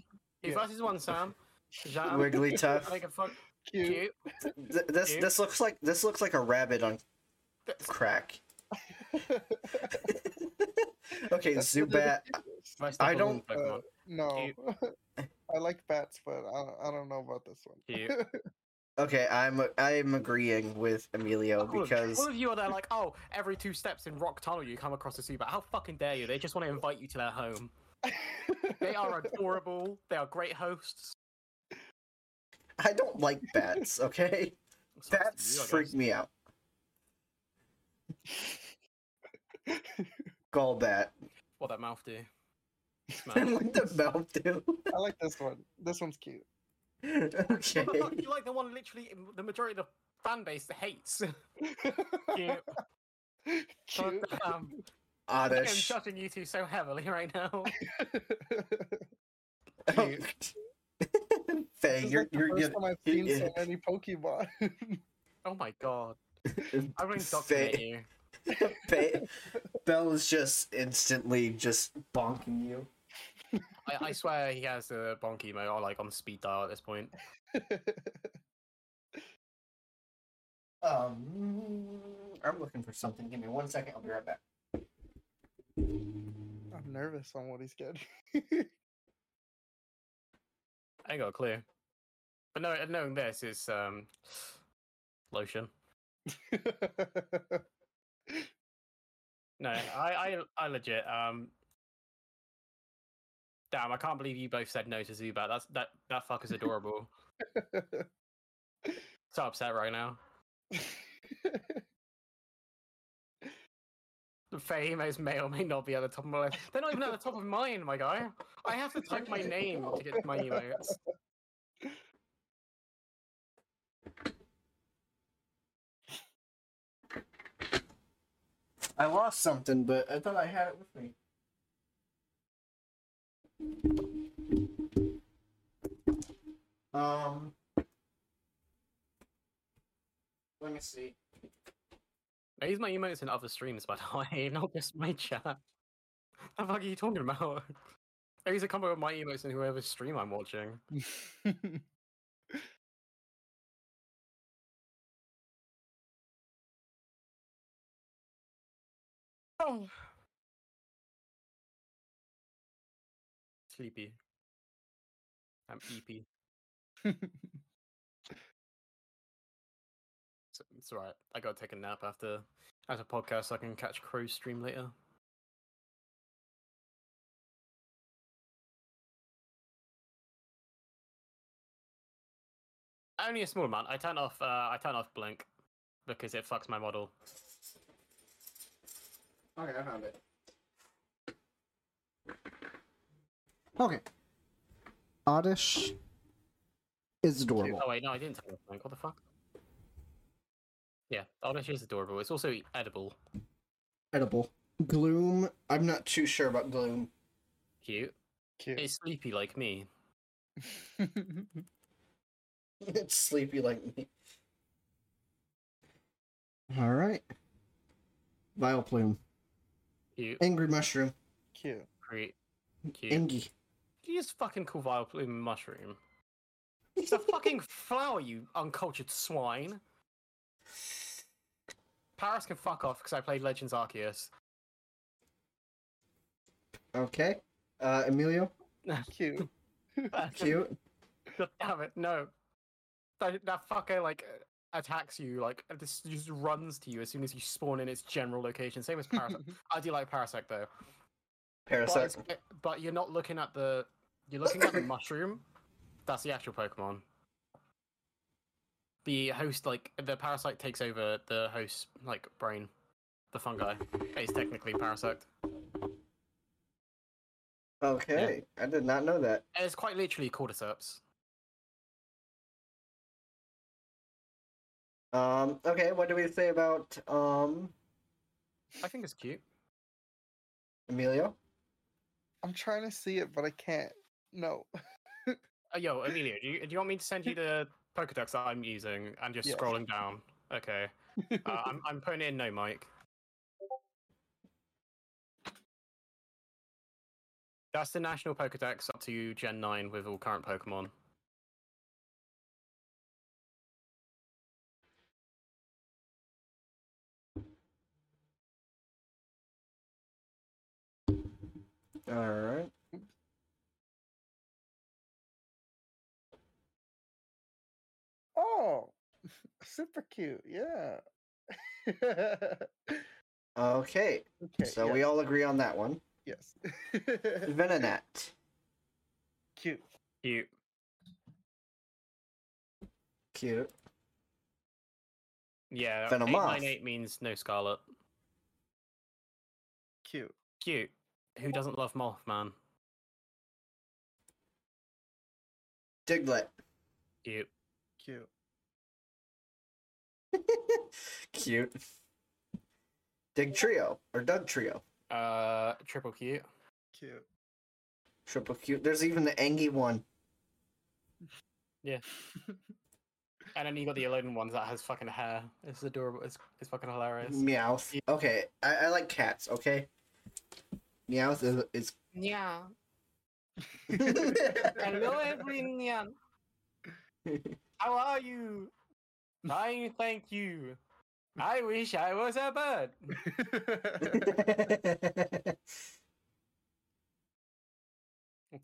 B: Two
C: Yeah.
B: versus one, Sam. Jam.
A: Wigglytuff.
B: Make a fuck
C: Cute.
B: you.
A: Th- this this looks like this looks like a rabbit on
B: That's-
A: crack. [LAUGHS]
C: [LAUGHS]
A: okay,
C: That's what they
A: Zubat.
C: did with this.
B: my stuff
A: I
B: wasn't
C: don't,
B: Pokemon.
C: uh, No. [LAUGHS] I like bats, but I don't, I don't know about this one. [LAUGHS]
A: [LAUGHS]
B: Cute.
A: Okay, I'm I'm agreeing with Emilio
B: All of- all
A: because
B: of you are there like, oh, every two steps in Rock Tunnel you come across a Zubat. How fucking dare you? They just want to invite you to their home. They are adorable. [LAUGHS] they are great hosts.
A: I don't like bats.
B: [LAUGHS]
A: Okay,
B: It's nice to
A: bats
B: you, I
A: freak
B: guess.
A: me
B: [LAUGHS]
A: out. Golbat.
B: What that mouth do?
A: [LAUGHS]
B: Mouth.
A: what the mouth do?
C: I like this one. This one's cute.
A: [LAUGHS]
B: [LAUGHS]
A: okay.
B: What the fuck? You like the one literally the majority of the fan base hates. [LAUGHS] Cute.
C: cute.
B: Um, I'm
A: Oddish.
B: judging you two so heavily right now. [LAUGHS]
C: [LAUGHS]
A: Oh.
C: This
A: [LAUGHS] Faye,
C: is
A: you're
C: like the
A: you're gonna
C: first time I've
A: you-
C: seen
A: yeah.
C: so many Pokemon. [LAUGHS]
B: Oh my god. I'm going to indoctrinate
A: Faye,
B: you.
A: [LAUGHS] Faye, Bell is just instantly just bonking you.
B: I, I swear he has a bonky mode, or like on speed dial at this point.
A: Um, I'm looking for something. Give me one second. I'll be right back.
C: I'm nervous on what he's getting.
B: I ain't got a clue. But no, knowing this is um, lotion. No, I, I, I legit. Um, damn, I can't believe you both said no to Zubat. That's that that fucker's adorable. so upset right now. Famous may or may not be at the top of my list. They're not even at the top of mine, my guy. I have to type my name to get my emotes.
A: I lost something, but I thought I had it with me. Um, let me see.
B: I use my emotes in other streams, by the [LAUGHS] way, not just my chat. the fuck are you talking about? [LAUGHS] I use a combo of my emotes in whoever's stream I'm watching. Oh. Sleepy. I'm E EP. It's, it's alright. I gotta take a nap after after podcast so I can catch Crow's stream later. Only a small amount. I turn off uh, I turn off Blink because it fucks my model.
A: Okay, I found it. Okay. Oddish is adorable.
B: Oh wait, no, I didn't turn off Blink. What the fuck? Yeah, Oddish is adorable. It's also edible.
A: Edible. Gloom. I'm not too sure about Gloom.
B: Cute.
C: [LAUGHS] cute.
B: It's sleepy like me.
A: It's sleepy like me. All right. Vileplume.
B: Cute.
A: Angry mushroom.
C: cute.
B: Great. Cute.
A: Engie.
B: You just fucking call Vileplume a mushroom.
A: [LAUGHS]
B: It's a fucking flower, you uncultured swine. Paris can fuck off because I played Legends Arceus.
A: Okay. Uh, Emilio.
C: Cute.
A: Cute.
B: God damn it, no. That, that fucker, like, attacks you, like, and just, just runs to you as soon as you spawn in its general location. Same as Parasect. I do like Parasect, though. But,
A: Parasect.
B: it's- eh, but you're not looking at the. You're looking at the mushroom. That's the actual Pokemon. The host, like the parasite, takes over the host's like brain. The fungi is technically parasite.
A: Okay. I did not know that.
B: It's quite literally cordyceps.
A: Um. Okay. What do we say about um
B: I think it's cute.
A: Emilio?
C: I'm trying to see it, but I can't. No.
B: Uh, yo, Emilio, do you, do you want me to send you the Pokedex that I'm using and just
C: Yes.
B: scrolling down? Okay, uh, I'm I'm putting it in no mic. That's the National Pokedex up to Gen 9 with all current Pokemon.
A: All right.
C: Oh, [LAUGHS] super cute. Yeah. [LAUGHS] okay.
A: Okay. so
C: yeah,
A: we all agree on that one.
C: yes.
A: Venonat.
C: cute.
B: Cute.
A: Cute.
B: Yeah.
A: Venomoth.
B: 898 means no Scarlet.
C: Cute.
B: Cute. Who doesn't love Mothman?
A: Diglett. [LAUGHS]
B: Cute.
C: Cute.
A: Cute. Dig Trio or Doug Trio.
B: Uh, triple cute.
C: Cute.
A: Triple cute. There's even the Angie one.
B: Yeah. and then you got the Alolan ones that has fucking hair. It's adorable. It's, it's fucking hilarious.
A: Meowth.
B: Yeah.
A: Okay, I, I like cats. Okay. Meowth is, is [LAUGHS]
D: Yeah.
B: Hello, everyone. How are you? Fine, thank you. I wish I was a bird.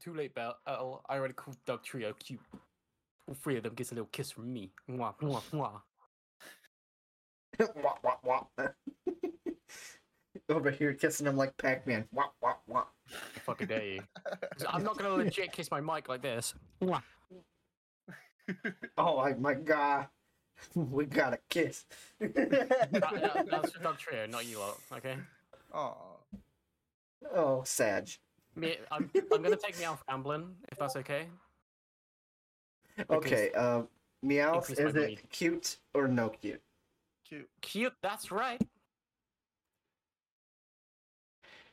B: Too late, Belle. Oh, I already called Doug Trio cute. All three of them gets a little kiss from me. Mwah, mwah, mwah.
A: Wah, wah, wah. [LAUGHS] Over here kissing him like Pac-Man. Wah, wah, wah.
B: I fucking dare you. 'Cause I'm not gonna legit kiss my mic like this. Mwah.
A: Oh I- my god. [LAUGHS] we got a kiss. [LAUGHS]
B: That, that, that's for Doug Trio, not you lot. Okay.
C: [LAUGHS] Aw.
A: oh, Sag.
B: Me, I'm, I'm gonna take me out gambling if that's okay. Because
A: Okay, uh, Meowth,
B: Increase my
A: is it
B: greed.
A: cute or no cute?
C: Cute.
B: Cute. That's right.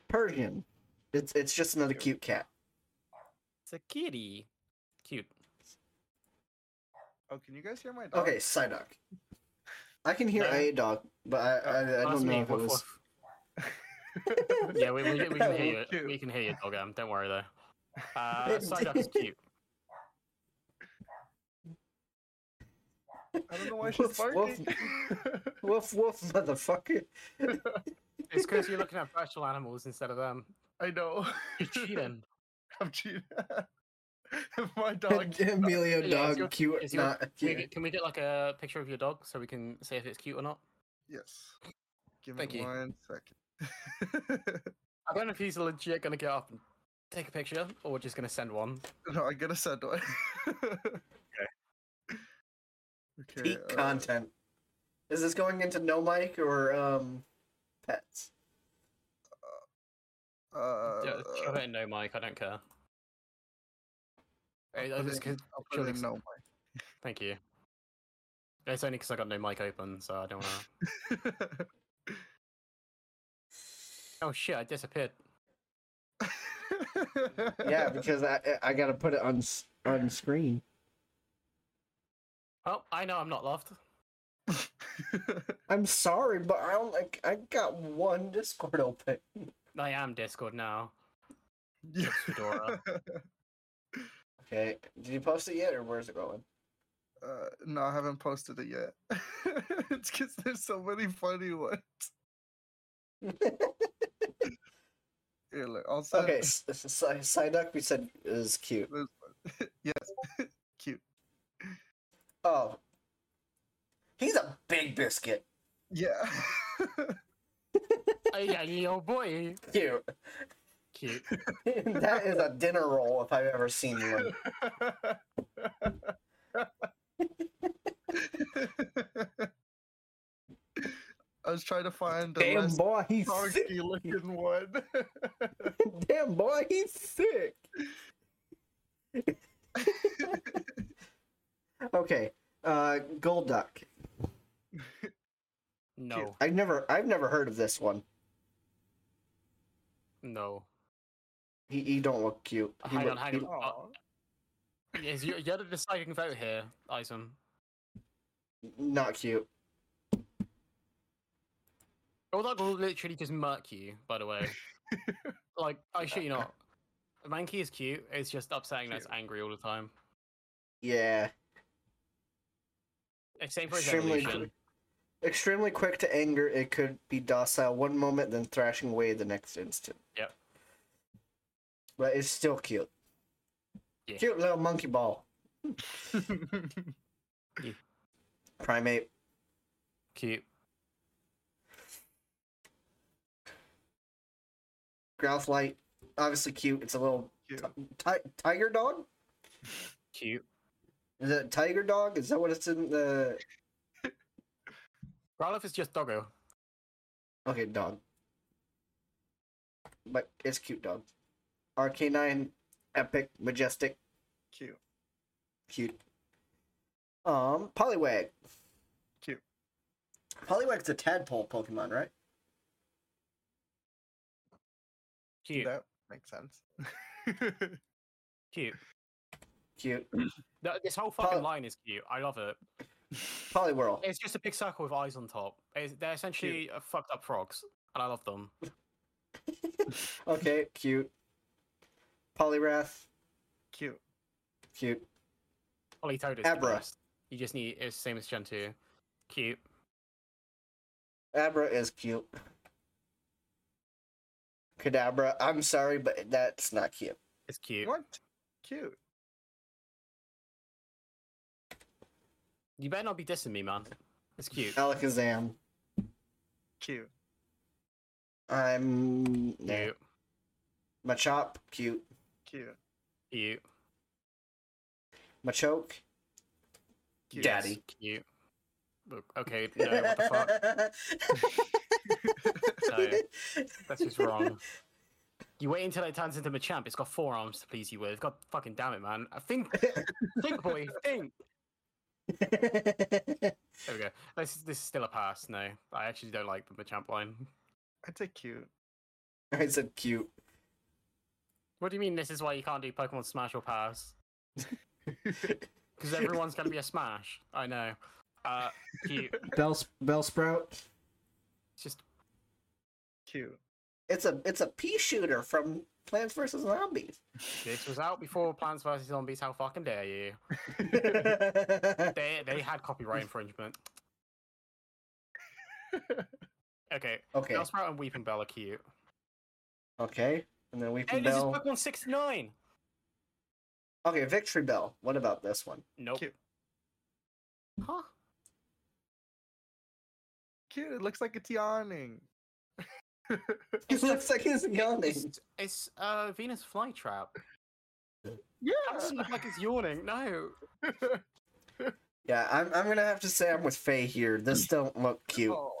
A: Persian. It's it's just another cute cat.
B: It's a kitty. Cute.
C: Oh, can you guys hear my dog?
A: Okay, Psyduck. I can hear
B: No.
A: a dog, but I I, I
B: That's
A: don't know
B: me,
A: if it
B: woof,
A: was.
B: woof. Yeah, we, we,
C: [LAUGHS]
B: we can hear
C: Cute.
B: you. We can hear you, dog. Um, don't worry though.
C: [LAUGHS]
B: Uh,
A: It
B: Psyduck's
A: did.
B: cute.
C: [LAUGHS] I don't know why she's
A: Woof, woof.
C: barking.
A: Woof woof,
B: [LAUGHS]
A: motherfucker.
B: It's because you're looking at virtual animals instead of um,
C: [LAUGHS]
B: them.
C: [LAUGHS] I know. [LAUGHS]
B: You're cheating.
C: I'm cheating. [LAUGHS]
B: [LAUGHS]
C: my dog.
A: Emilio
B: Yeah,
A: dog
B: it's Oh, your-
A: cute,
B: it's your-
A: not
B: Can we,
A: cute.
B: get, can we get like a picture of your dog so we can see if it's cute or not?
C: Yes. Give
B: Thank
C: me
B: you.
C: one second.
B: I don't know if he's legit gonna get up and take a picture or we're just gonna send one.
C: [LAUGHS] no, I gotta send [LAUGHS] one. okay.
A: Peak
C: uh,
A: content. Is this going into no mic or um pets?
C: Uh,
B: Yeah, shove it in no mic. I don't care. Hey,
C: I'll
B: I
C: put
B: just
C: it in-
B: could-
C: I'll put it in
B: surely-
C: no mic.
B: Thank you. It's only because I got no mic open, so I don't
C: [LAUGHS]
B: wanna. oh shit! I disappeared.
A: [LAUGHS] Yeah, because I I- I gotta put it on s- on screen.
B: Oh, I know I'm not loved.
A: I'm sorry, but I don't like. I got one Discord open.
B: I am Discord now.
C: [LAUGHS] Yeah.
B: Fedora.
C: Uh,
A: Okay, did you post it yet, or where's it going?
C: Uh, no, I haven't posted it yet. [LAUGHS] it's because there's so many funny ones. Here, look. I'll send
A: Okay, S- S- Psy- Psyduck we said is cute.
C: There's one. yes. Cute.
A: Oh, he's a big biscuit.
C: Yeah.
B: Ay, ay, oh boy,
A: Cute. [LAUGHS]
B: cute.
A: that is a dinner roll if I've ever seen one.
C: I was trying to find the
A: Damn
C: less
A: boy, he's sick.
C: funky looking one.
A: [LAUGHS] Damn boy, he's sick. [LAUGHS] okay, uh, Golduck.
B: No,
A: I've never, I've never heard of this one.
B: no. he-
A: He, he don't look cute. He
B: Hang
A: look-
B: on, hang
A: he
B: on.
A: [LAUGHS]
C: Aw.
B: Is you, you're the deciding vote here, Ison.
A: Not cute. [LAUGHS]
B: All that will literally just murk you, by the way. like, I shit you not. Mankey is cute. It's just upsetting that's angry all the time.
A: Yeah.
B: Except for his
A: Extremely,
B: evolution.
A: quick- extremely quick to anger. It could be docile one moment, then thrashing away the next instant.
B: Yep.
A: But it's still cute.
B: Yeah.
A: Cute little monkey ball. Primate.
B: Cute.
A: Growth light. Obviously cute. It's a little
C: Cute.
A: ti- tiger dog.
B: Cute.
A: Is it a tiger dog? Is that what it's in the?
B: Growlithe is just doggo.
A: Okay, dog. But it's cute dog. RK9, epic, majestic,
C: Cute.
A: cute. Um, Poliwag.
C: Cute.
A: Poliwag's a tadpole Pokemon, right?
B: Cute.
C: That makes sense. [LAUGHS]
B: Cute.
A: Cute.
B: Th- This whole fucking
A: Poly-
B: line is cute. I love it.
A: Poliwhirl.
B: It's just a big circle with eyes on top. It's, they're essentially uh fucked up frogs, and I love them.
A: Okay, cute. Poliwrath,
C: Cute.
A: cute.
B: Polytoad is the
A: Abra.
B: best. You just need it's the same as Gen two. Cute.
A: Abra is cute. Kadabra, I'm sorry, but that's not cute.
B: It's cute.
C: What? Cute.
B: You better not be dissing me, man. It's cute.
A: Alakazam.
C: Cute.
A: I'm no.
B: Cute.
A: Machop, cute.
C: Cute.
B: Cute.
A: Machoke,
C: Cute.
A: Daddy.
B: Cute. Look, Okay. No, what the
A: [LAUGHS]
B: fuck? No, that's just wrong. You wait until it turns into Machamp. It's got four arms to please you with. God fucking damn it, man. I think, think, boy, think.
A: [LAUGHS]
B: There we go. This is, this is still a pass. No, I actually don't like the Machamp line.
C: I'd say cute.
A: I said cute.
B: What do you mean? This is why you can't do Pokemon Smash or pass? Because everyone's gonna be a Smash. I know. Uh, cute.
A: [LAUGHS] Bell Bellsprout.
B: It's just
C: Cute.
A: It's a it's a pea shooter from Plants vs [LAUGHS] Zombies.
B: this was out before Plants vs Zombies. How fucking dare you? They they had copyright infringement. Okay,
A: okay,
B: Bellsprout and Weeping Bell are cute.
A: okay, and then Weeping
B: Hey, this is
A: Bell.
B: Pokemon 69!
A: Okay, Victory Bell. What about this one?
B: Nope.
C: Cute.
B: Huh?
C: Cute. It looks like it's yawning.
A: It looks like he's yawning.
B: It's, it's uh, Venus Flytrap.
C: Yeah.
B: That doesn't [LAUGHS] look
A: [LAUGHS]
B: like it's yawning. No.
A: Yeah, I'm I'm gonna have to say I'm with Faye here. This don't look cute.
B: [LAUGHS]
C: Aw.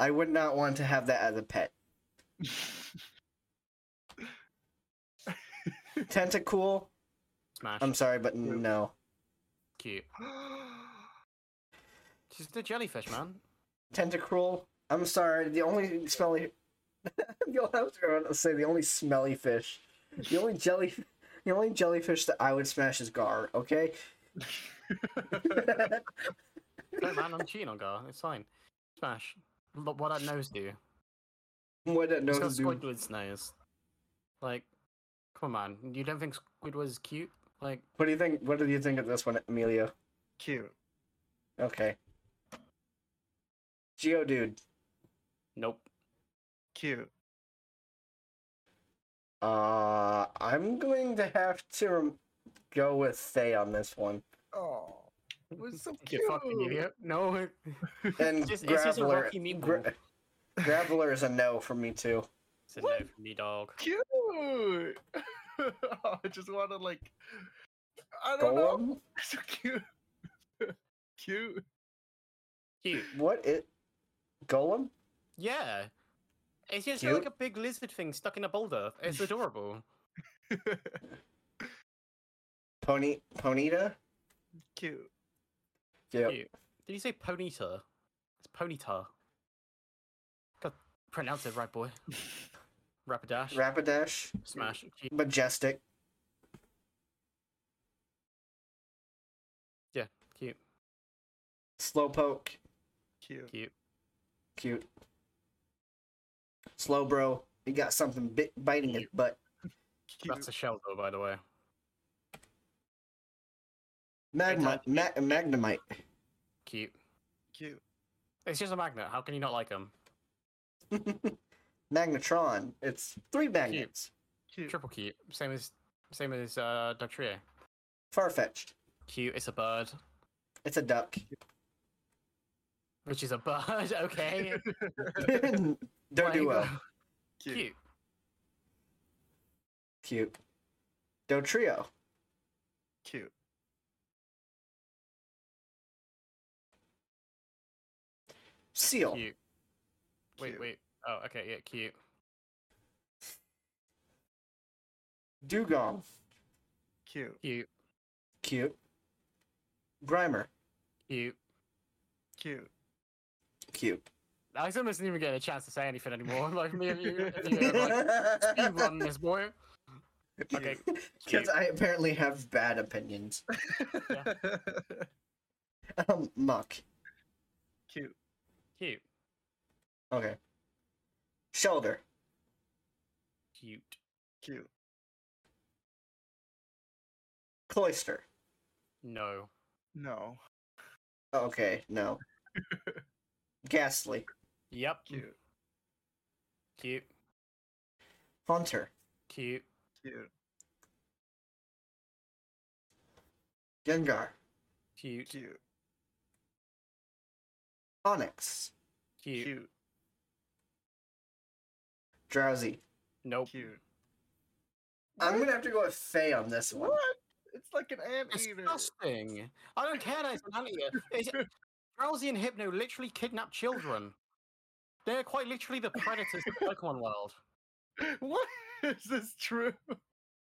A: I would not want to have that as a pet. Tentacool.
B: Smash.
A: I'm sorry, but
C: Nope.
A: no.
B: Cute. She's the jellyfish, man.
A: Tentacruel. I'm sorry. The only smelly. [LAUGHS] the only, I was going to say the only smelly fish. The only jelly. The only jellyfish that I would smash is Gar. Okay. [LAUGHS] [LAUGHS]
B: No, man, I'm cheating on Gar. It's fine. Smash. Look what that nose do.
A: what uh, that
B: It's got
A: nose do?
B: Squidward's nose. Like, come on, man. You don't think Squidward's cute? Like,
A: What do you think? What do you think of this one, Emilio?
C: [LAUGHS] Cute.
A: Okay. Geodude.
B: nope.
C: Cute.
A: Uh, I'm going to have to rem- go with Thay on this one.
C: Oh. It was so
B: You
C: cute.
B: fucking idiot. No.
A: And
B: It's just- it's just a
A: Graveler.
B: rocky
A: Gra-
B: meatball.
A: Graveler is a no for me too.
B: It's a no for me, dog.
C: Cute. [LAUGHS] I just want to like. I don't know.
A: Golem.
C: [LAUGHS] So cute. cute.
B: Cute.
A: What it? Golem?
B: Yeah. It's just
A: Cute.
B: like a big lizard thing stuck in a boulder. It's adorable.
A: Pony? Ponita?
C: Cute.
A: Yep.
B: Cute. Did you say ponyta? It's ponyta. Got pronounce it right, boy. Rapidash.
A: Rapidash?
B: Smash. Cute.
A: Majestic?
B: Yeah. Cute.
A: Slowpoke?
C: Cute.
B: Cute.
A: Cute. Slowbro? He got something bit biting his butt.
C: Cute.
B: That's a shell door, by the way.
A: Magma,
B: Exactly.
A: ma- magnemite.
B: Cute.
C: cute.
B: It's just a magnet. How can you not like them?
A: Magnetron. It's three magnets.
C: Cute.
B: Triple cute. Same as same as uh, Doctria.
A: Far fetched.
B: Cute. It's a bird,
A: It's a duck. [LAUGHS]
B: which is a [LAUGHS] bird. okay.
A: Don't do
B: Like,
A: well.
B: Cute.
A: Cute. Dotrio.
C: Cute.
A: Seal.
B: Cute. Wait,
C: Cute.
B: wait. Oh, okay. Yeah, cute.
A: Dugong.
C: Cute.
B: Cute.
A: Cute. Grimer.
B: Cute.
C: Cute.
A: Cute.
B: Alex almost didn't even get a chance to say anything anymore. [LAUGHS] Like me and you, you know,
A: [LAUGHS]
B: like, speed run this boy. Okay. Cute.
A: Because I apparently have bad opinions. [LAUGHS] Um, muck.
C: cute.
B: Cute.
A: Okay. Shoulder.
B: Cute.
C: Cute.
A: Cloister.
B: No.
C: No.
B: Mm.
A: Oh, Okay, no. Ghastly.
B: Yep.
C: Cute.
B: Cute.
A: Haunter.
B: Cute.
C: Cute.
A: Gengar.
B: Cute. Cute.
C: Cute.
A: Onyx.
C: Cute.
A: Drowsy.
B: Nope.
C: Cute.
A: I'm gonna have to go with Faye on this one.
C: What? It's like an anteater.
B: Disgusting. I don't care that it's an alien. It's, Drowsy and Hypno literally kidnap children. They're quite literally the predators of the Pokemon world.
C: [LAUGHS] What? Is this true?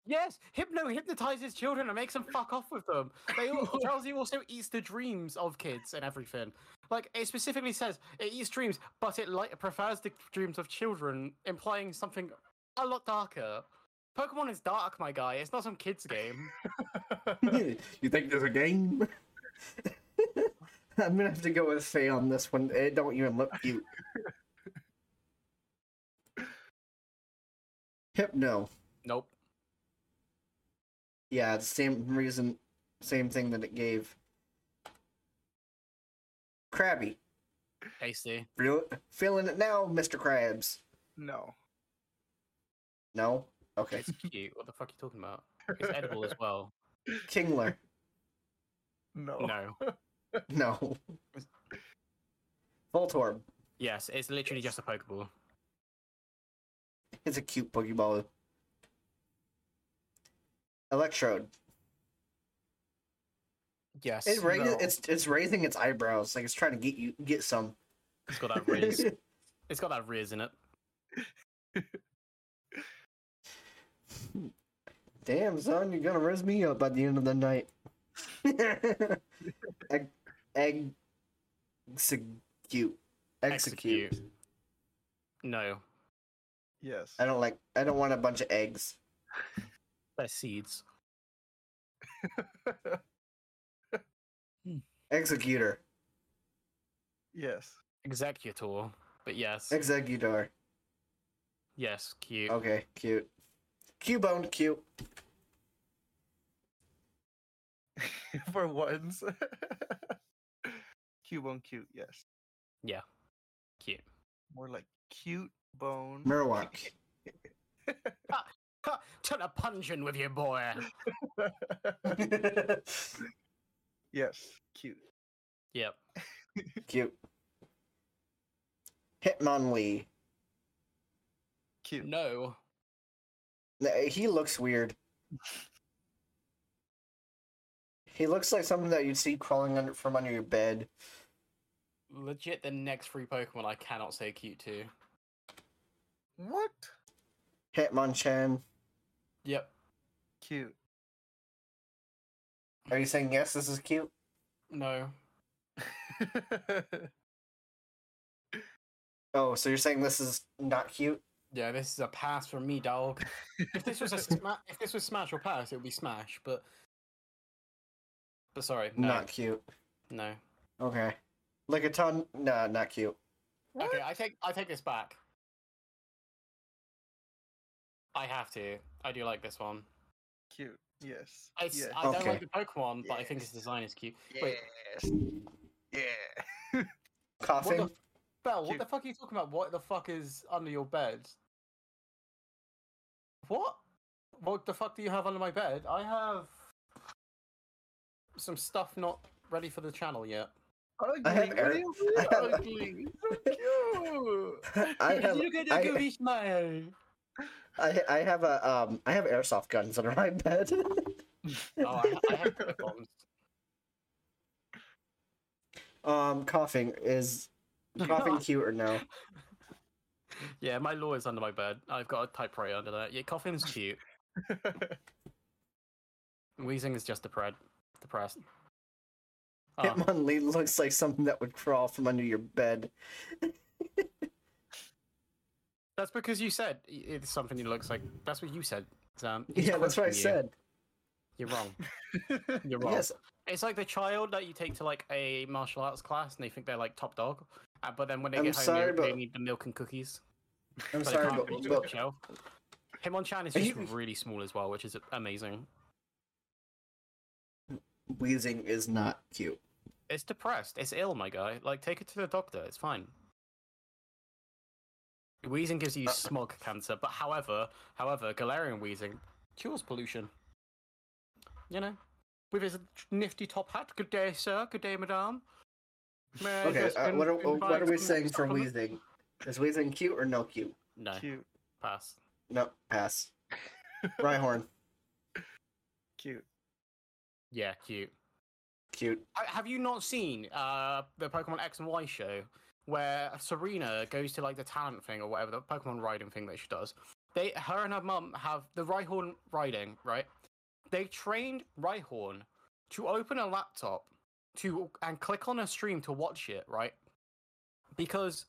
B: Yes, Hypno hypnotizes children and makes them fuck off with them.
A: [LAUGHS]
B: They all, Drowsy also eats the dreams of kids and everything. Like it specifically says it eats dreams, but it like prefers the dreams of children, implying something a lot darker. Pokemon is dark, my guy. It's not some
A: [LAUGHS]
B: kids game.
A: [LAUGHS] you think there's a game? I'm gonna have to go with Faye on this one. It don't even look cute. Hypno.
B: Nope.
A: Yeah, it's the same reason, same thing that it gave. Krabby.
B: Tasty.
A: Real, feeling it now, Mr. Krabs.
C: no.
A: No? Okay.
B: It's cute. What the fuck are you talking about? It's edible as well.
A: Kingler.
C: No.
B: No.
A: No. Voltorb.
B: Yes, it's literally just a Pokeball.
A: It's a cute Pokeball. Electrode.
B: Yes.
A: It ra-
C: No.
A: It's it's raising its eyebrows, like it's trying to get you get some.
B: It's got that riz.
A: [LAUGHS]
B: it's got that riz in it.
A: Damn son, you're gonna raise me up at the end of the night. egg, egg, execute, execute.
B: Execute. No.
C: Yes.
A: I don't like. I don't want a bunch of eggs.
B: They're seeds.
A: Executor,
C: [LAUGHS] yes. [LAUGHS]
B: Executor. But yes.
A: executor.
B: yes, cute.
A: Okay, cute. Cubone, cute.
C: For once. [LAUGHS] cute bone cute, yes.
B: Cute.
C: More like cute bone.
A: Marowak.
B: Ha, Turn a pungeon with you, boy.
C: [LAUGHS] yes. Cute.
B: Yep.
A: cute. Hitmonlee.
C: Cute.
B: No.
A: Nah, He looks weird. He looks like something that you'd see crawling under from under your bed.
B: Legit, the next three Pokemon I cannot say cute to.
C: What?
A: Hitmonchan.
B: Yep.
C: Cute.
B: [LAUGHS]
A: Are you saying yes? This is cute.
B: No.
A: Oh, so you're saying this is not cute?
B: Yeah, this is a pass from me, dog. if this was a sma- if this was Smash or Pass, it would be Smash. But but sorry, no,
A: Not cute.
B: no.
A: Okay. Lickitung. Nah, not cute.
B: Okay, I take I take this back. I have to. I do like this one.
C: Cute. Yes.
B: It's,
C: yes.
B: I don't
A: Okay.
B: like the Pokemon, but I think
C: Yes.
B: its design is cute.
C: yes.
B: Wait,
C: Yeah.
A: Coughing. [LAUGHS]
B: What the, Bell, what
C: Cute.
B: the fuck are you talking about? What the fuck is under your bed? What? What the fuck do you have under my bed? I have some stuff not ready for the channel yet.
C: Ugly.
A: I have
C: what
A: air-
C: do you mean
A: I have-
C: ugly? [LAUGHS] So
A: I have
B: Look at
A: I-
B: the goofy smile.
A: I, I have a um I have airsoft guns under my bed. [LAUGHS]
B: Oh, I, I have clip bombs.
A: um, coughing
B: [LAUGHS]
A: is coughing cute or no?
B: Yeah, my law is under my bed. I've got a typewriter under that. Yeah, coughing's cute.
C: cute.
B: Wheezing is just depressed. Depressed. Ah,
A: Hitmonlee looks like something that would crawl from under your bed.
B: that's because you said i- it's something that looks like. That's what you said, Sam. He's
A: Yeah, that's what I
B: quoting you.
A: said.
B: You're wrong.
A: [LAUGHS]
B: You're wrong.
A: Yes,
B: It's like the child that you take to like a martial arts class and they think they're like top dog, uh, but then when they
A: I'm
B: get home,
A: sorry,
B: they, they
A: but-
B: need the milk and cookies.
A: I'm
B: but they
A: sorry,
B: can't
A: but,
B: reach the
A: but
B: shelf. Hitmonchan is
A: Are
B: just
A: you-
B: really small as well, which is amazing.
A: wheezing is not cute.
B: It's depressed. It's ill, my guy. Like, take it to the doctor. It's fine. Wheezing gives you
A: Uh.
B: smog cancer, but however, however, Galarian wheezing cures pollution. You know, with his nifty top hat. Good day, sir. Good day, madam. May I
A: Okay,
B: just
A: uh,
B: in-
A: what are,
B: invite
A: what are we
B: some
A: saying for
B: supplement?
A: wheezing? Is wheezing cute or no cute?
B: No,
C: cute.
B: pass.
A: No,
B: [LAUGHS]
A: pass. Rhyhorn,
C: Cute.
B: Yeah, cute.
A: cute.
B: I, have you not seen uh, the Pokemon X and Y show where Serena goes to like the talent thing or whatever the Pokemon riding thing that she does? They, her and her mum have the Rhyhorn riding right. They trained Rhyhorn to open a laptop to and click on a stream to watch it right because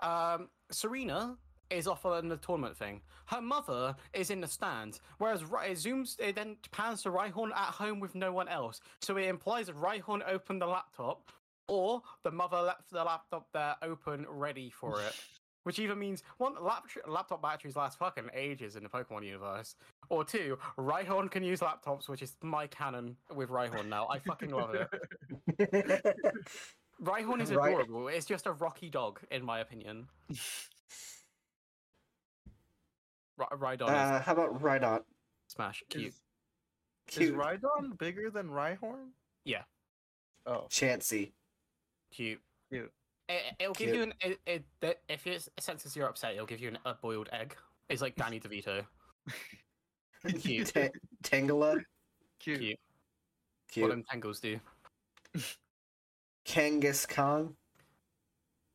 B: um, Serena is off on the tournament thing. Her mother is in the stands, whereas Ry- it zooms it then pans to Rhyhorn at home with no one else. So it implies Rhyhorn opened the laptop, or the mother left the laptop there open, ready
A: [LAUGHS]
B: for it. Which either means one, lap- laptop batteries last fucking ages in the Pokemon universe, or two, Rhyhorn can use laptops, which is my canon with Rhyhorn now. I fucking love
A: [LAUGHS]
B: it. Rhyhorn is
A: Right.
B: adorable. It's just a rocky dog, in
A: [LAUGHS]
B: my opinion. R- Rhydon is
A: uh, how about Rhydon?
B: smash cute.
C: Is, is
A: Cute.
C: Rhydon bigger than Rhyhorn?
B: Yeah.
C: Oh.
A: Chansey.
B: cute.
C: Cute.
B: It, will give
A: Cute.
B: you an it, it, that- if it senses you're upset, it'll give you an, a boiled egg. It's like [LAUGHS] Danny DeVito. [LAUGHS]
C: [LAUGHS]
B: Cute.
A: Ta- Tangela.
C: Cute.
B: Cute. What
A: Cute.
B: them tangles do.
A: Kangaskhan.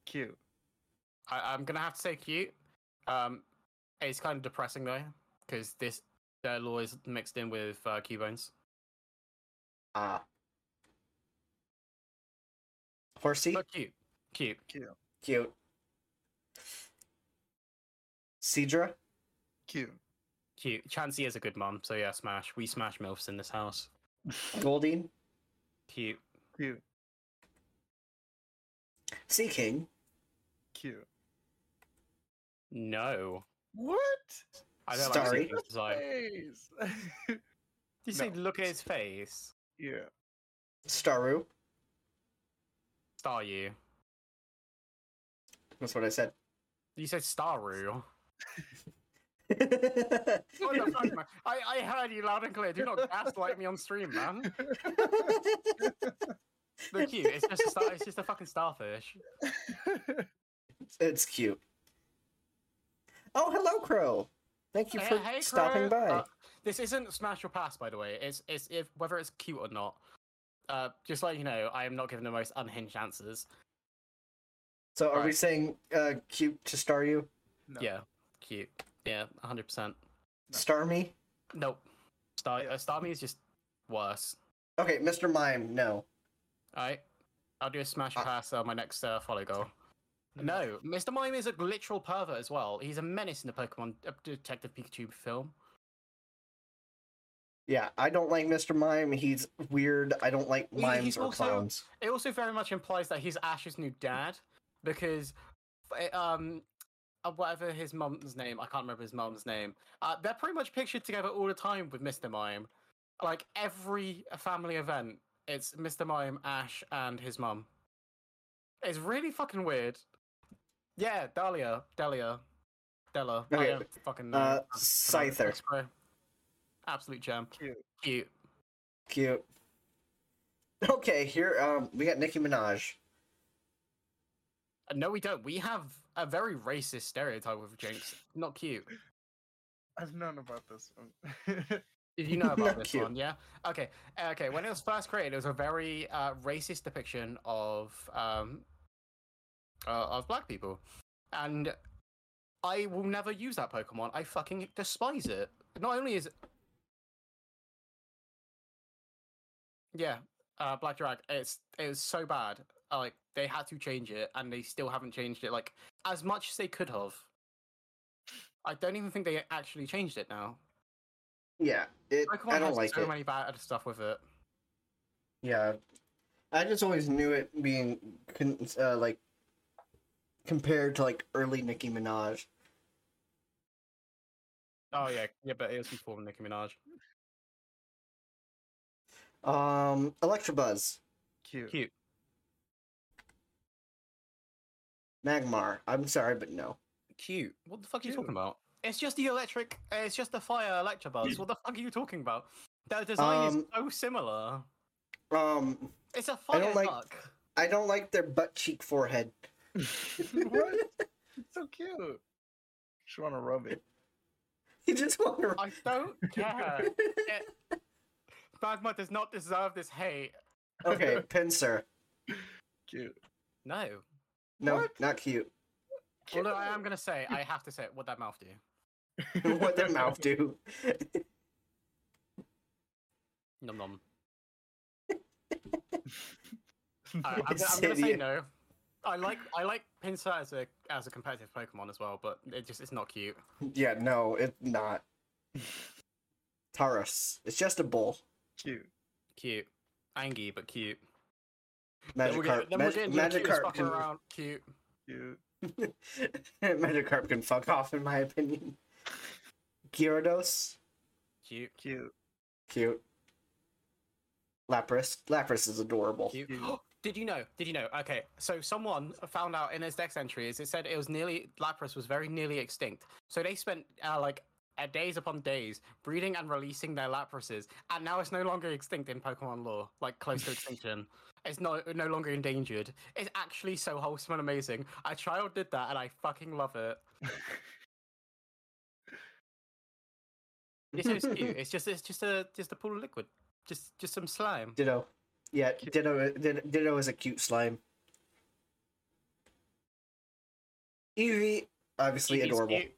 C: Cute.
B: I, I'm gonna have to say cute. Um, it's kind of depressing though, because this their lore is mixed in with uh, Cubones.
A: Ah. Horsey.
B: But cute, cute.
A: Cute. Cedra.
C: Cute.
B: Cute. Chansey is a good mom, so yeah, smash. We smash MILFs in this house.
A: Goldine.
B: Cute.
C: Cute.
A: Sea King.
C: Cute.
B: No.
C: What?
B: I don't
A: Starry.
B: like Sea King's design. Did
C: Face.
B: you say
C: No.
B: look at his face?
C: [LAUGHS] yeah. [LAUGHS]
A: Staru.
B: Star you.
A: That's what I said.
B: You said Staru.
A: I
B: What the fuck, Oh, man? I, I heard you loud and clear. Do not gaslight me on stream, man. They're cute. It's just a star, it's just a fucking starfish.
A: It's cute. Oh, hello, Crow. Thank you
B: Hey-
A: for
B: hey,
A: stopping
B: Crow.
A: by.
B: Uh, this isn't smash or pass, by the way. It's it's if whether it's cute or not. Uh, just like you know, I am not giving the most unhinged answers.
A: so, are we
B: right.
A: saying uh, cute to star you?
C: No.
B: Yeah, cute. Yeah, hundred percent.
C: No.
A: Star me?
B: Nope. Star
C: Yeah.
B: uh, Starmie is just worse.
A: Okay, Mr. Mime, no.
B: Alright. I'll do a smash
C: Ah.
A: Uh,
B: pass on my next uh, follow goal.
C: Mm.
B: No, Mr. Mime is a literal pervert as well. He's a menace in the Pokemon uh, Detective Pikachu film.
A: Yeah, I don't like Mr. Mime. He's weird. I don't like
B: He-
A: mimes
B: he's
A: or
B: also-
A: clowns.
B: It also very much implies that he's Ash's new dad because uh, eh, um, uh, whatever his mum's name, I can't remember his mum's name. Uh, they're pretty much pictured together all the time with Mr. Mime. Like every family event, it's Mr. Mime, Ash, and his mum. It's really fucking weird. Yeah, Dahlia, Delia, Della. I
A: Okay.
B: don't fucking know.
A: Uh,
B: how to pronounce it, I
A: Scyther.
B: swear. Absolute gem.
C: Cute.
B: Cute.
A: Cute. Okay, here um we got Nicki Minaj.
B: Uh, No, we don't. We have a very racist stereotype with Jinx. Not cute.
C: I've known about this one. [LAUGHS]
B: Did you know about
A: Not
B: this
A: cute.
B: one? Yeah. Okay. uh, Okay. When it was first created, it was a very uh, racist depiction of um, uh, of black people, and I will never use that Pokemon. I fucking despise it. Not only is yeah, uh, Black Drag. It's it was so bad. uh, Like they had to change it, and they still haven't changed it. Like as much as they could have. I don't even think they actually changed it now.
A: Yeah, it,
B: Pokemon
A: I don't
B: has
A: like
B: so
A: it.
B: many bad stuff with it.
A: Yeah, I just always knew it being con- uh, like compared to like early Nicki Minaj.
B: Oh yeah, yeah, but it was before Nicki Minaj.
A: Um, Electrobuzz,
C: Cute.
B: Cute.
A: Magmar. I'm sorry, but no.
B: Cute. What the fuck are you
C: Cute.
B: talking about? It's just the electric. uh, It's just the fire Electabuzz. what the fuck are you talking about? Their design is
A: Um,
B: so similar.
A: Um,
B: It's a
A: I
B: fire
A: don't like-
B: duck.
A: I don't like their butt cheek forehead.
C: [LAUGHS]
A: [LAUGHS]
B: [LAUGHS]
C: what? It's so cute. Just want to rub it.
A: You just want to.
B: I
A: [LAUGHS]
B: don't care. it... Magma does not deserve this hate.
A: [LAUGHS] Okay, pincer.
C: Cute.
B: No.
A: No,
C: What?
A: not cute. [LAUGHS]
B: Although I am gonna say, I have to say, it, what that mouth do? [LAUGHS]
A: what their
C: [LAUGHS]
A: mouth do?
B: Nom nom. Alright, I'm, [LAUGHS] gonna- I'm gonna say
A: Obsidian.
B: no. I like I like Pinsir as a as a competitive Pokemon as well, but it just it's not cute.
A: Yeah, no, it's not. Taurus. It's just a bull.
C: Cute.
B: Cute. Angie, but cute. Then we'll
A: Magikarp.
B: get, then we'll get into the
A: Magic,
B: cutest
A: Magikarp
B: fucker
A: can,
B: around. Cute.
C: Cute.
A: [LAUGHS] Magikarp can fuck off, in my opinion. Gyarados.
B: Cute.
C: Cute.
A: Cute. Lapras. Lapras is adorable.
B: Cute.
C: Cute.
B: [GASPS] Did you know? Did you know? Okay, so someone found out in his Dex entries, it said it was nearly Lapras was very nearly extinct. So they spent uh, like uh, days upon days breeding and releasing their Laprases, and now it's no longer extinct in Pokemon lore, like close to extinction. It's no no longer endangered. It's actually so wholesome and amazing. A child did that, and I fucking love it. It's just cute. It's just it's just a just a pool of liquid, just just some slime.
A: Ditto. Yeah, Ditto, Ditto. Ditto is a cute slime. Eevee, obviously
B: He's
A: adorable.
B: cute.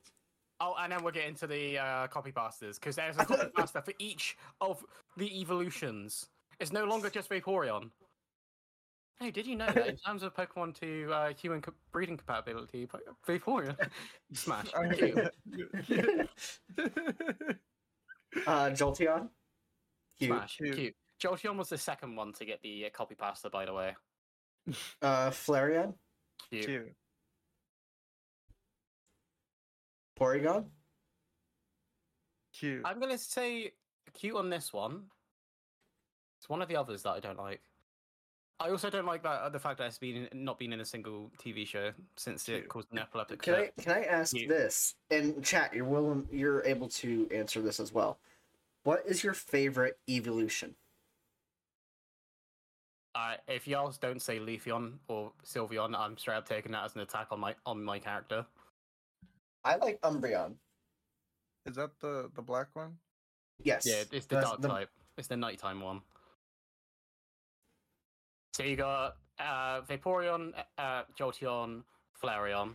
B: Oh, and then we'll get into the uh, copy pastas because there's
A: [LAUGHS]
B: a copy pasta for each of the evolutions. It's no longer just Vaporeon. Hey,
A: [LAUGHS]
B: did you know that in terms of Pokemon to uh, human co- breeding compatibility, Po- Vaporeon [LAUGHS] smash?
A: [LAUGHS]
B: Cute. [LAUGHS]
A: Uh, Jolteon. Cute.
B: smash,
C: cute.
B: cute. Jolteon was the second one to get the uh, copy pasta, by the way.
A: Uh, Flareon.
B: Cute.
C: [LAUGHS] Cute.
A: Porygon.
C: Cute.
B: I'm gonna say cute on this one. It's one of the others that I don't like. I also don't like that uh, the fact that it's been not been in a single TV show since it
C: Cute.
B: caused an epileptic.
A: Can I
B: fit.
A: can I ask
B: Cute.
A: this? And chat, you're willing, you're able to answer this as well. What is your favorite evolution?
B: Uh, if y'all don't say Leafeon or Sylveon, I'm straight up taking that as an attack on my on my character.
A: I like Umbreon.
C: Is that the the black one?
A: Yes.
B: Yeah, it's the
A: that's
B: dark type. It's the nighttime one. So you got uh, Vaporeon, uh, Jolteon, Flareon,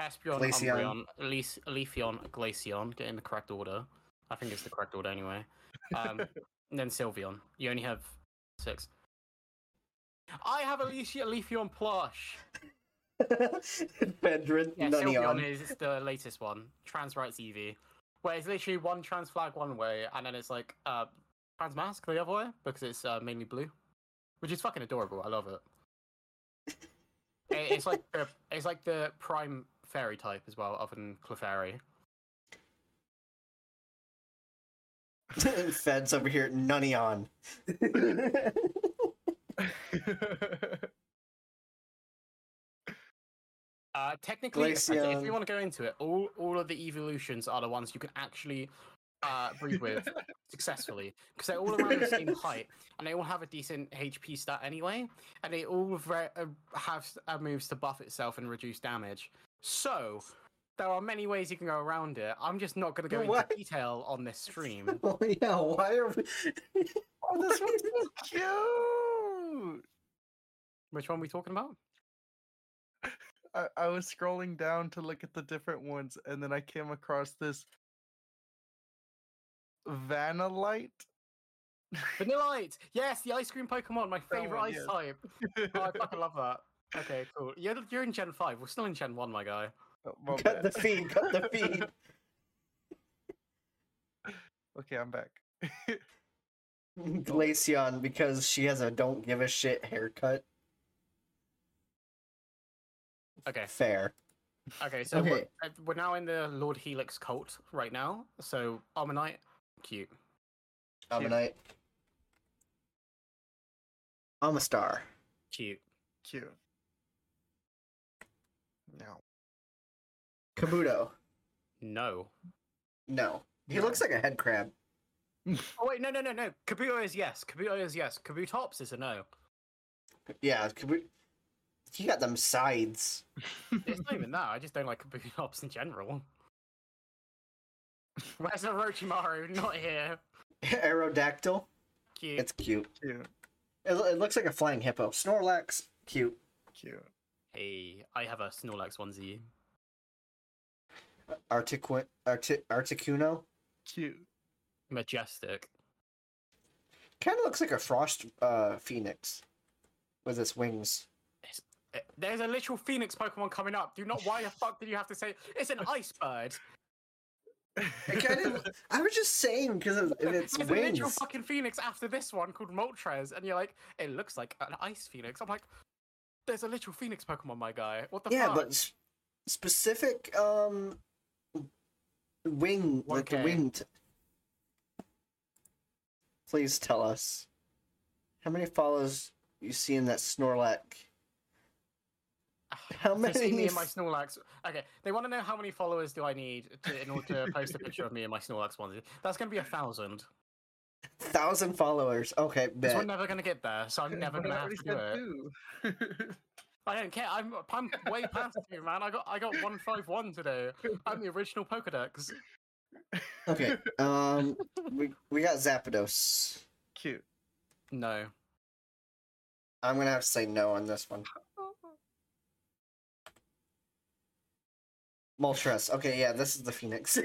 B: Espeon,
A: Glaceon.
B: Umbreon, Leaf- Leafeon, Glaceon. Get in the correct order. I think it's the correct order anyway.
A: [LAUGHS]
B: Um, and then Sylveon. You only have six. I have a Leaf- Leafeon plush.
A: [LAUGHS] Fedrin,
B: Yeah,
A: Nunneon.
B: Sylveon is the latest one. Trans rights EV, where it's literally one trans flag one way, and then it's like uh, trans mask the other way because it's uh, mainly blue, which is fucking adorable. I love it. It- it's like the, it's like the prime fairy type as well, other than Clefairy.
A: [LAUGHS] Feds over here, [LAUGHS] Nunnion.
B: Uh, technically, if- okay, if
A: Glaceon.
B: you want to go into it, all, all of the evolutions are the ones you can actually uh, breed with successfully because they're all around the same height and they all have a decent HP stat anyway, and they all re- uh, have s- uh, moves to buff itself and reduce damage. So there are many ways you can go around it. I'm just not going to go
A: What?
B: into detail on this stream.
A: oh yeah, why are we? [LAUGHS]
C: Oh, this one's cute.
B: Which one are we talking about?
C: I, I was scrolling down to look at the different ones, and then I came across this Vanillite.
B: Vanillite. Yes, the ice cream Pokemon, my favorite
C: one,
B: ice
C: yes.
B: type. Oh, I fucking love that. Okay, cool. You're, you're in Gen 5. We're still in Gen 1, my guy.
C: [LAUGHS] Oh, my
A: cut
C: bad.
A: the feed. Cut the
C: [LAUGHS]
A: feed. [LAUGHS]
C: Okay, I'm back.
A: Glaceon because she has a don't give a shit haircut.
B: Okay,
A: Fair.
B: okay, so We're,
A: Okay.
B: uh, we're now in the Lord Helix cult right now. So, Armonite, cute.
A: Dominite. I'm a star.
B: Cute.
C: Cute. No.
A: Kabuto.
B: No.
A: No. He
C: No.
A: looks like a head crab.
B: Oh, wait, no, no, no, no. Kabuto is yes. Kabuto is yes. Kabutops is a no.
A: Yeah, Kabuto. He got them sides. [LAUGHS]
B: It's not even that. I just don't like Kabutops in general. [LAUGHS] Where's Orochimaru? Not here.
A: Aerodactyl.
B: Cute.
A: It's cute.
C: [LAUGHS] Cute.
A: It, lo- it looks like a flying hippo. Snorlax. Cute.
C: Cute.
B: Hey, I have a Snorlax onesie.
A: Articu- Arti- Articuno.
C: Cute.
B: Majestic.
A: Kind of looks like a frost uh, phoenix with its wings.
B: Uh, There's a literal phoenix Pokemon coming up. Do not. Why the fuck did you have to say it's [LAUGHS] an ice bird?
A: It kind of. I was just saying because of its
B: There's a literal
A: wings.
B: fucking phoenix after this one called Moltres, and you're like, it looks like an ice phoenix. I'm like, there's a literal phoenix Pokemon, my guy. What the
A: yeah,
B: fuck?
A: but s- specific um wing like
B: Okay.
A: winged. Please tell us how many follows you see in that Snorlack. How
B: They see me
A: many? [LAUGHS]
B: and my Snorlax. Okay, they want to know how many followers do I need to, in order to post a picture of me and my Snorlax onesie. That's going to be a thousand.
A: Thousand followers. Okay,
B: Because we're
A: bet.
B: never going to get there, so I'm never
A: [LAUGHS]
C: But
B: going to
C: I
B: have
C: already
B: to do
C: said
B: it.
C: [LAUGHS] two.
B: I don't care. I'm, I'm way past you, man. I got I got one five one today. I'm the original Pokedex.
A: Okay. Um, we we got Zapdos.
C: Cute.
A: [LAUGHS]
B: No.
A: I'm gonna have to say no on this one. Moltres. Okay, yeah, this is the Phoenix.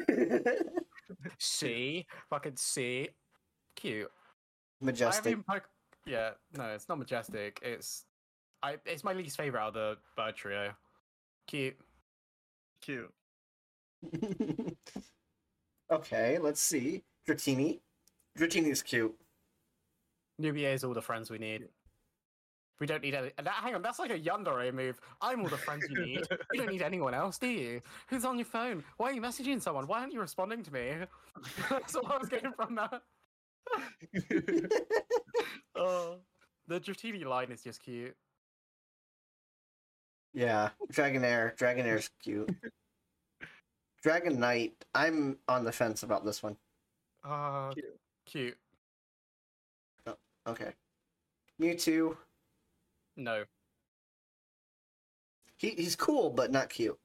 A: [LAUGHS]
B: See, fucking see, cute. I haven't
A: Majestic.
B: even poke- yeah, no, it's not majestic. It's I. It's my least favorite out of the bird trio. Cute.
C: [LAUGHS] Cute.
A: [LAUGHS] okay, let's see. Dratini. Dratini's cute.
B: Nubia is all the friends we need. We don't need any. That, hang on, that's like a yandere move. I'm all the friends you need. You don't need anyone else, do you? Who's on your phone? Why are you messaging someone? Why aren't you responding to me? [LAUGHS] that's what I was getting from that. Oh, the Dratini line is just cute.
A: Yeah. Dragonair. Dragonair's cute. Dragon Knight. I'm on the fence about this one.
C: uh,
B: Ah, Cute.
A: Okay. Mewtwo.
B: No.
A: He, he's cool, but not cute.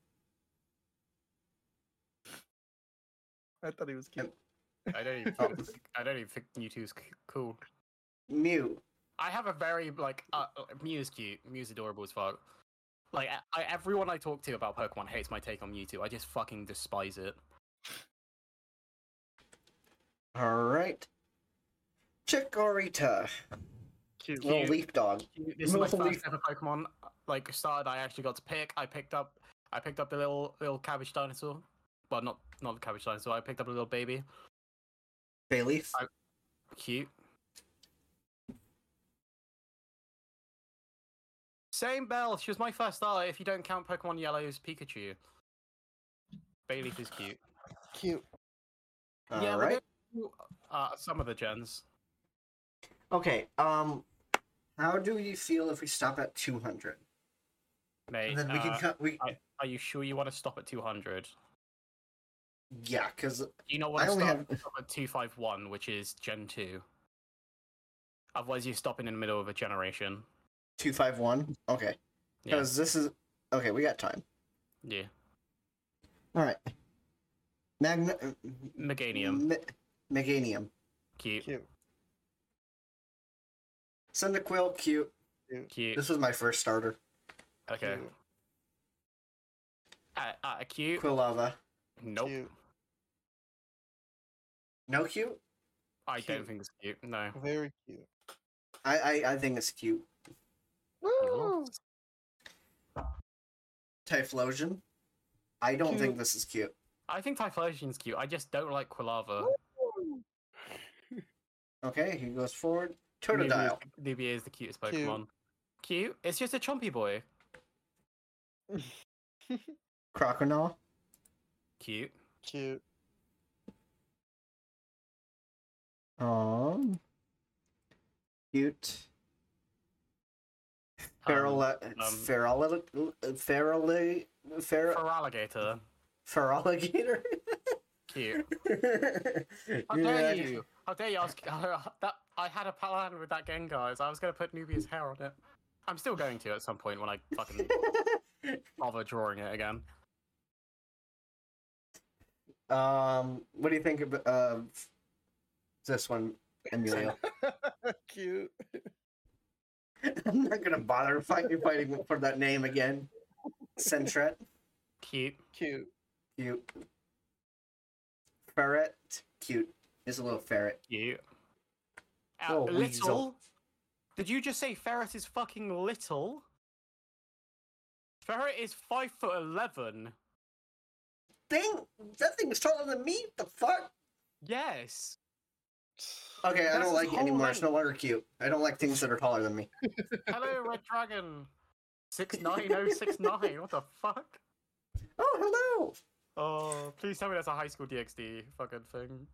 C: I thought he was cute.
B: I don't even.
A: Oh.
B: Think, I don't even think Mewtwo's c- cool.
A: Mew.
B: I have a very like uh, uh, Mew's cute. Mew's adorable as fuck. Like e, I, I, everyone I talk to about Pokemon hates my take on Mewtwo. I just fucking despise it.
A: All right. Chikorita.
C: Cute.
A: Little
B: Cute.
A: leaf dog.
B: This is my
A: Little
B: first
A: leaf-
B: ever Pokemon. uh, Like started, I actually got to pick. I picked up. I picked up the little little cabbage dinosaur. Well, not not the cabbage dinosaur. I picked up a little baby.
A: Bay leaf.
B: I- Cute. Same Bell. She was my first starter. If you don't count Pokemon Yellow's Pikachu, Bayleaf is cute.
C: Cute.
B: yeah,
A: All
B: we're
A: right.
B: going to, uh, some of the gens.
A: Okay. Um, how do you feel if we stop at two hundred?
B: Mate,
A: And then we can
B: uh,
A: cut. We
B: are you sure you want to stop at 200?
A: yeah, because
B: Do you not want
A: I
B: to
A: only
B: stop,
A: have-
B: stop at 251, which is Gen 2? Otherwise, you're stopping in the middle of a generation.
A: two five one. Okay.
B: Yeah.
A: Because this is okay. We got time.
B: Yeah.
A: All right. Magna.
B: Meganium.
A: Ma- Meganium.
B: Cute.
C: Cute.
A: Send a quill. Cute.
B: Cute.
A: This was my first starter.
B: Okay.
C: Cute.
B: Uh, uh, cute?
A: Quillava.
B: Nope.
C: Cute.
A: No cute.
B: I don't
C: Cute.
B: think it's cute. No.
C: Very cute.
A: I I, I think it's cute.
C: Woo!
A: Typhlosion. I don't think
C: Cute.
A: this is cute.
B: I think Typhlosion's cute. I just don't like Quilava.
A: Okay, he goes forward.
B: Nubia is
A: Totodile.
B: the- Nubia is the cutest
C: Cute.
B: Pokemon. Cute. It's just a chompy boy.
A: Croconaw.
B: Cute.
C: Cute.
A: Um. Cute.
B: Um,
A: Feral.
B: um,
A: Feral. Feral. Feral.
B: Feraligator.
A: Feraligator.
B: Cute. [LAUGHS] How
A: Yeah.
B: dare you? How dare you ask? [LAUGHS] that I had a plan with that Gengar. So I was going to put Nubia's hair on it. I'm still going to at some point when I
A: [LAUGHS]
B: fucking bother drawing it again.
A: um. What do you think of uh, this one,
B: [LAUGHS]
A: Emilio?
C: Cute.
A: I'm not gonna bother fighting fighting for that name again. Centret.
B: Cute.
C: Cute.
A: Cute. Ferret. Cute. It's a little ferret.
B: Cute. Uh,
A: Oh,
B: little.
A: weasel.
B: Did you just say ferret is fucking little? Ferret is five foot eleven.
A: Thing. That thing's taller than me. The fuck.
B: Yes.
A: Okay, I
B: That's
A: don't
B: his
A: like it
B: whole
A: anymore. It's
B: length.
A: no longer cute. I don't like things that are taller than me. [LAUGHS]
B: Hello, Red Dragon. Six nine oh six nine. What the fuck?
A: Oh, hello.
B: Oh, please tell me that's a high school DxD fucking thing.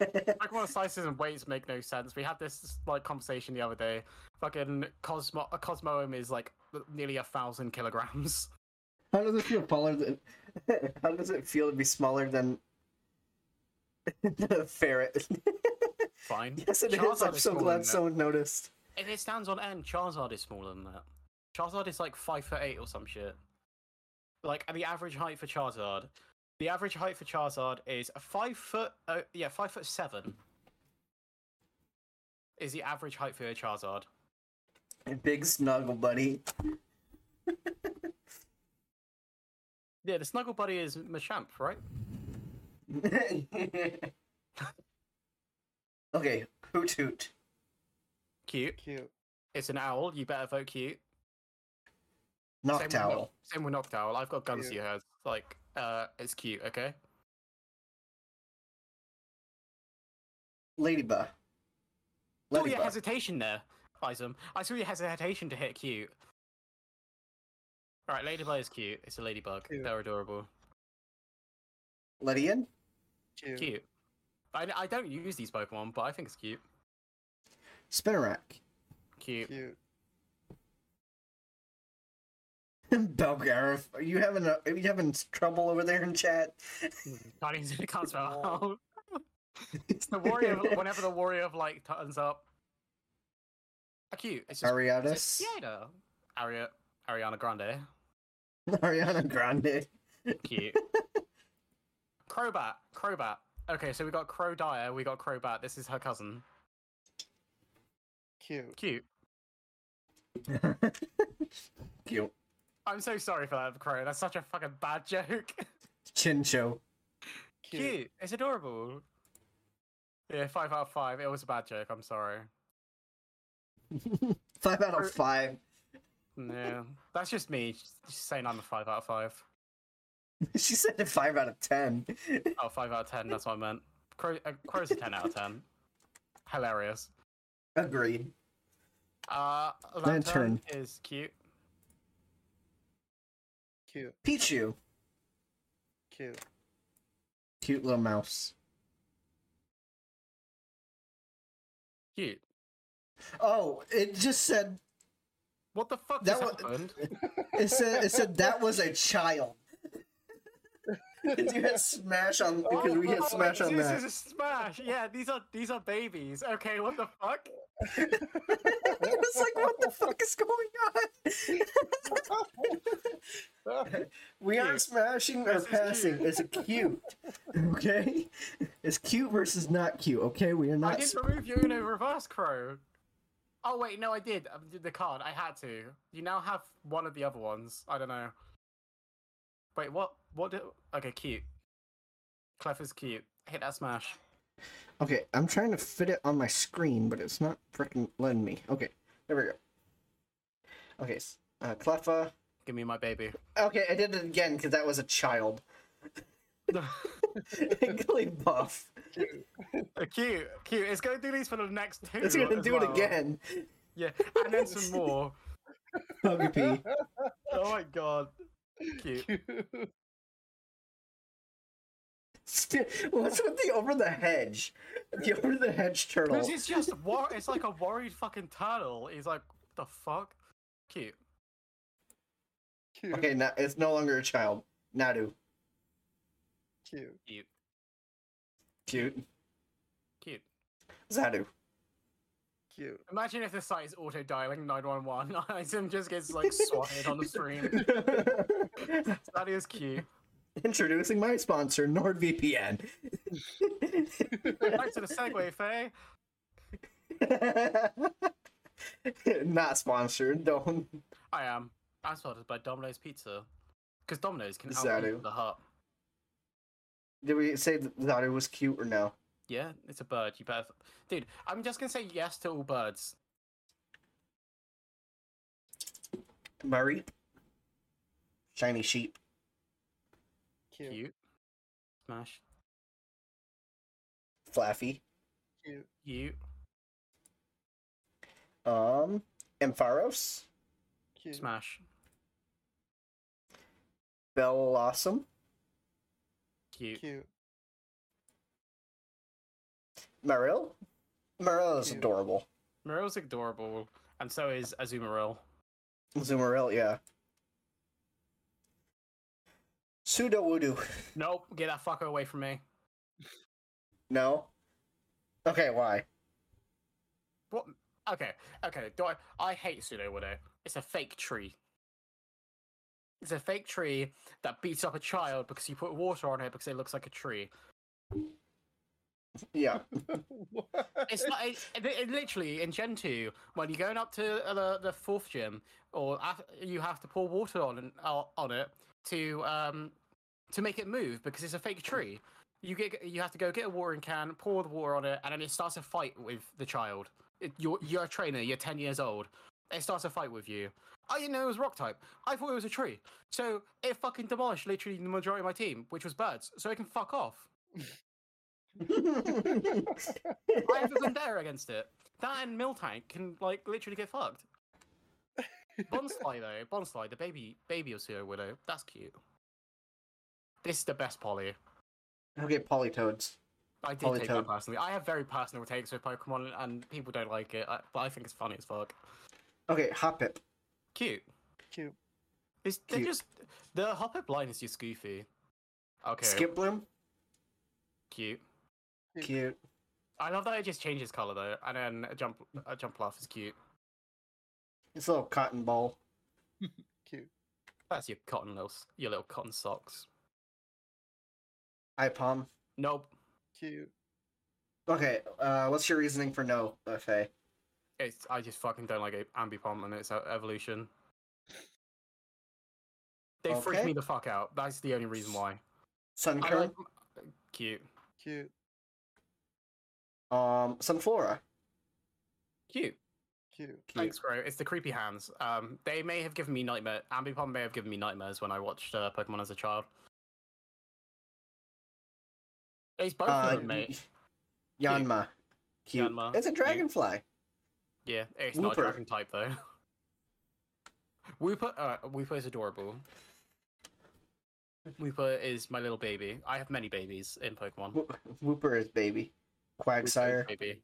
B: Pokemon slices and weights make no sense. We had this like conversation the other day. Fucking Cosmo, a Cosmoem is like nearly a thousand kilograms.
A: [LAUGHS]
B: [LAUGHS]
A: How does it feel taller than? [LAUGHS] How does it feel to be smaller than [LAUGHS] the ferret? [LAUGHS]
B: Fine.
A: yes, it is.
B: Charizard
A: I'm so
B: smaller than
A: glad
B: that.
A: someone noticed.
B: If it stands on end, Charizard is smaller than that. Charizard is like five foot eight or some shit. Like and the average height for Charizard, the average height for Charizard is a five foot. Uh, yeah, five foot seven. Is the average height for a Charizard?
A: Big snuggle buddy. [LAUGHS]
B: Yeah, the Snuggle Buddy is Machamp, right?
A: okay, hoot hoot.
B: Cute.
C: [LAUGHS] Cute.
B: It's an owl. You better vote cute.
A: Knocked
B: Same with,
A: owl.
B: Noct- same with Noctowl. I've got guns
C: Cute.
B: to your head. Like, uh, it's cute, okay?
A: Ladybug.
B: I saw your
A: Ladybug.
B: hesitation there, Isom. I saw your hesitation to hit cute. Alright, Ladybug is cute. It's a ladybug.
C: Cute.
B: They're adorable.
A: Lydian.
C: Cute.
B: Cute. I, I don't use these Pokemon, but I think it's cute.
A: Spinnerack. [LAUGHS]
B: Cute.
C: Cute.
A: Belgarif. Are you having a, are you having trouble over there in chat?
B: Can't even I can't spell owl. It's [LAUGHS] the warrior.
A: [LAUGHS]
B: of- whenever the warrior of light turns up. Uh, Cute. It's just.
A: Ariadus.
B: Yeah, I know. Ari- Ariana Grande.
A: Ariana Grande.
B: [LAUGHS] Cute. Crobat. Crobat. Okay, so we got Crowdire, we got Crobat. This is her cousin.
C: Cute.
B: Cute.
A: Cute.
B: I'm so sorry for that, Crow. That's such a fucking bad joke. [LAUGHS]
A: Chincho.
B: Cute. It's adorable. Yeah, five out of five. It was a bad joke. I'm sorry.
A: Five out
B: Or-
A: of five. [LAUGHS]
B: [LAUGHS] Yeah, that's just me just just saying I'm a five out of five.
A: she said a five out of ten.
B: Oh, five out of ten. That's what I meant. Crow, uh, Crow's a ten out of ten. Hilarious.
A: Agreed.
B: Uh,
A: Lantern.
B: Lantern is cute.
C: Cute.
A: Pichu.
C: [LAUGHS] Cute.
A: Cute little mouse.
B: Cute.
A: Oh, it just said
B: What the fuck
A: That
B: just
A: wa-
B: happened?
A: it said it said that was a child. [LAUGHS] 'Cause you hit smash on because we hit
B: Oh,
A: smash on
B: this
A: that.
B: is a smash. Yeah, these are these are babies. Okay, what the fuck?
A: [LAUGHS] it was like, what the fuck is going on? [LAUGHS] we aren't
B: Cute.
A: smashing or
B: Versus cute.
A: passing. It's a cute. Okay? It's cute versus not cute, okay? We are
B: I
A: not.
B: did
A: s-
B: remove you in a reverse crow. Oh wait, no, I did. I did the card. I had to. You now have one of the other ones. I don't know. Wait, what? What? Did... Okay, cute. Clef is cute. Hit that smash.
A: Okay, I'm trying to fit it on my screen, but it's not freaking letting me. Okay, there we go. Okay, s- uh, Cleffa.
B: Give me my baby. [LAUGHS]
A: Okay, I did it again because that was a child. [LAUGHS] Glade buff.
B: cute, cute. It's gonna do these for the next two.
A: It's gonna
B: as
A: do it
B: well.
A: again.
B: Yeah, and
A: [LAUGHS]
B: then some more.
A: Puggy
B: Oh my god. Cute.
A: [LAUGHS] What's with the over the hedge? The over the hedge turtle.
B: Because it's just war. It's like a worried fucking turtle. He's like, what the fuck? Cute.
C: Cute.
A: Okay, now it's no longer a child. Nadu.
C: Cute.
B: Cute.
A: Cute.
B: Cute.
A: Zadu. [LAUGHS]
C: Cute.
B: Imagine if the site is auto dialing 911. [LAUGHS] Item just gets like swatted on the [LAUGHS] stream. That is cute.
A: Introducing my sponsor, NordVPN. [LAUGHS]
B: Back to the segue, Faye.
A: Not sponsored, don't.
B: I am. I'm sponsored by Domino's Pizza. Because Domino's can
A: Exactly.
B: outdo the hut.
A: Did we say that Zadu was cute or no?
B: Yeah, it's a bird. You better. Dude, I'm just going to say yes to all birds.
A: Murray. Shiny sheep.
C: Cute. Cute.
B: Cute. Smash.
A: Flaffy.
B: Cute.
A: Um, Ampharos,
C: Cute.
B: Smash.
A: Bellossom,
B: Cute.
C: [LAUGHS] Cute.
A: Marill. Marill is
C: Cute.
A: adorable.
B: Muril's adorable. And so is Azumarill.
A: Zumarill, yeah. Pseudo Wudu.
B: Nope, get that fucker away from me.
A: No. Okay, why?
B: What? Okay, okay. Do I, I hate pseudo widow. It's a fake tree. It's a fake tree that beats up a child because you put water on it because it looks like a tree. [LAUGHS]
A: Yeah.
C: What?
B: It's like it, it- it literally in Gen two when you're going up to uh, the, the fourth gym, or af- you have to pour water on and- uh, on it to um to make it move because it's a fake tree. You get you have to go get a watering can, pour the water on it, and then it starts a fight with the child. It, you're you're a trainer. You're ten years old. It starts a fight with you. I didn't know it was rock type. I thought it was a tree. So it fucking demolished literally the majority of my team, which was birds. So it can fuck off. I have a vendetta against it. That and Miltank can like literally
A: [LAUGHS]
B: get fucked. Bonsly though, Bonsly, the baby baby of Pseudo Widow, that's cute. This is the best poly.
A: okay, Polytoads.
B: I did take that
A: Polytoad.
B: personally. I have very personal takes with Pokemon, and people don't like it, I- but I think it's funny as fuck.
A: Okay, Hoppip.
B: Cute.
C: Cute.
B: It's, they're
A: Cute.
B: just the Hoppip line is just goofy. Okay.
A: Skip Skiploom.
B: Cute.
A: Cute.
B: I love that it just changes color though, and then a jump a jump laugh is cute.
A: It's a little cotton ball.
C: Cute.
B: That's your cotton little s- your little cotton socks.
A: Ipom.
B: Nope.
C: Cute.
A: Okay, uh, what's your reasoning for no, uh, Faye?
B: It's I just fucking don't like it- Ambipom and its e- evolution. They freak
A: Okay.
B: me the fuck out. That's the only reason why. I
A: Sunkern.
B: like, cute,
C: Cute.
A: Um, Sunflora.
B: cute.
C: Cute.
A: Cute.
B: Thanks, bro. It's the creepy hands. Um, they may have given me nightmare. Ambipom may have given me nightmares when I watched uh, Pokemon as a child. It's both
A: Uh,
B: of them, mate.
A: Yanma. Cute.
B: Yanma,
A: It's a
B: cute.
A: dragonfly.
B: Yeah, it's not a
A: Wooper.
B: dragon type though. [LAUGHS] Wooper, uh, Wooper is adorable. Wooper is my little baby. I have many babies in Pokemon.
D: Whoop- Whooper is baby.
B: Wooper
D: Quagsire.
B: is Baby.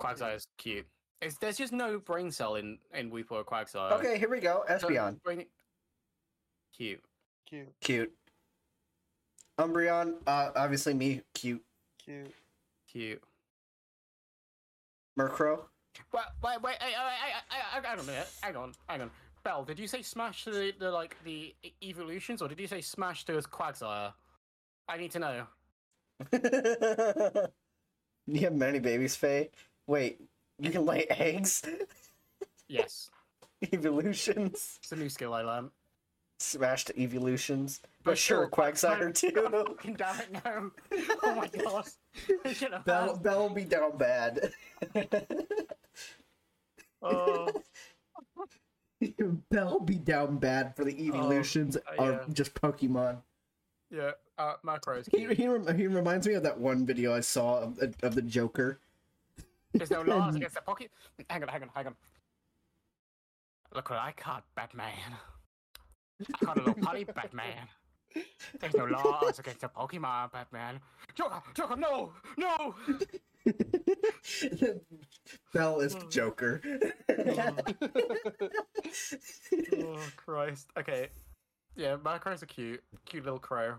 B: Quagsire is cute. It's, there's just no brain cell in in Weeper or Quagsire.
D: Okay, here we go.
B: So,
D: Espeon.
B: brain- Cute.
C: Cute,
D: Cute. Umbreon, uh, obviously me, cute.
C: cute.
B: Cute.
D: Murkrow. [LAUGHS]
B: Wait, wait, wait, hey, I, I, I, I, hang on a minute. Hang on, hang on. Bell, did you say smash to the, the like the e- evolutions, or did you say smash to his Quagsire? I need to know.
D: you have many babies, Faye. Wait, you can lay eggs? [LAUGHS]
B: Yes,
D: evolutions?
B: it's a new skill I learned.
D: Smashed evolutions. But,
B: But
D: sure,
B: sure,
D: Quagsire
B: Quagsire- [LAUGHS]
D: too.
B: Fucking damn it, no! Oh [LAUGHS] my god! I should have
D: Bell, Bell will be down bad.
B: Oh,
A: [LAUGHS] Bell be down bad for the evolutions
B: uh, yeah.
A: of just Pokemon.
B: yeah. Uh,
A: [LAUGHS]
B: macro is
A: He,
B: cute.
A: he, rem- he reminds me of that one video I saw of, of the Joker.
B: There's no laws against the pocket. Hang on, hang on, hang on. Look what I caught, Batman. I caught a little [LAUGHS] putty, Batman. There's no laws against the Pokemon, Batman. Joker, Joker, no, no.
A: [LAUGHS] Bell is the Joker.
B: [LAUGHS]
A: [LAUGHS]
B: Oh Christ. Okay. Yeah, Macrows are cute. Cute little crow.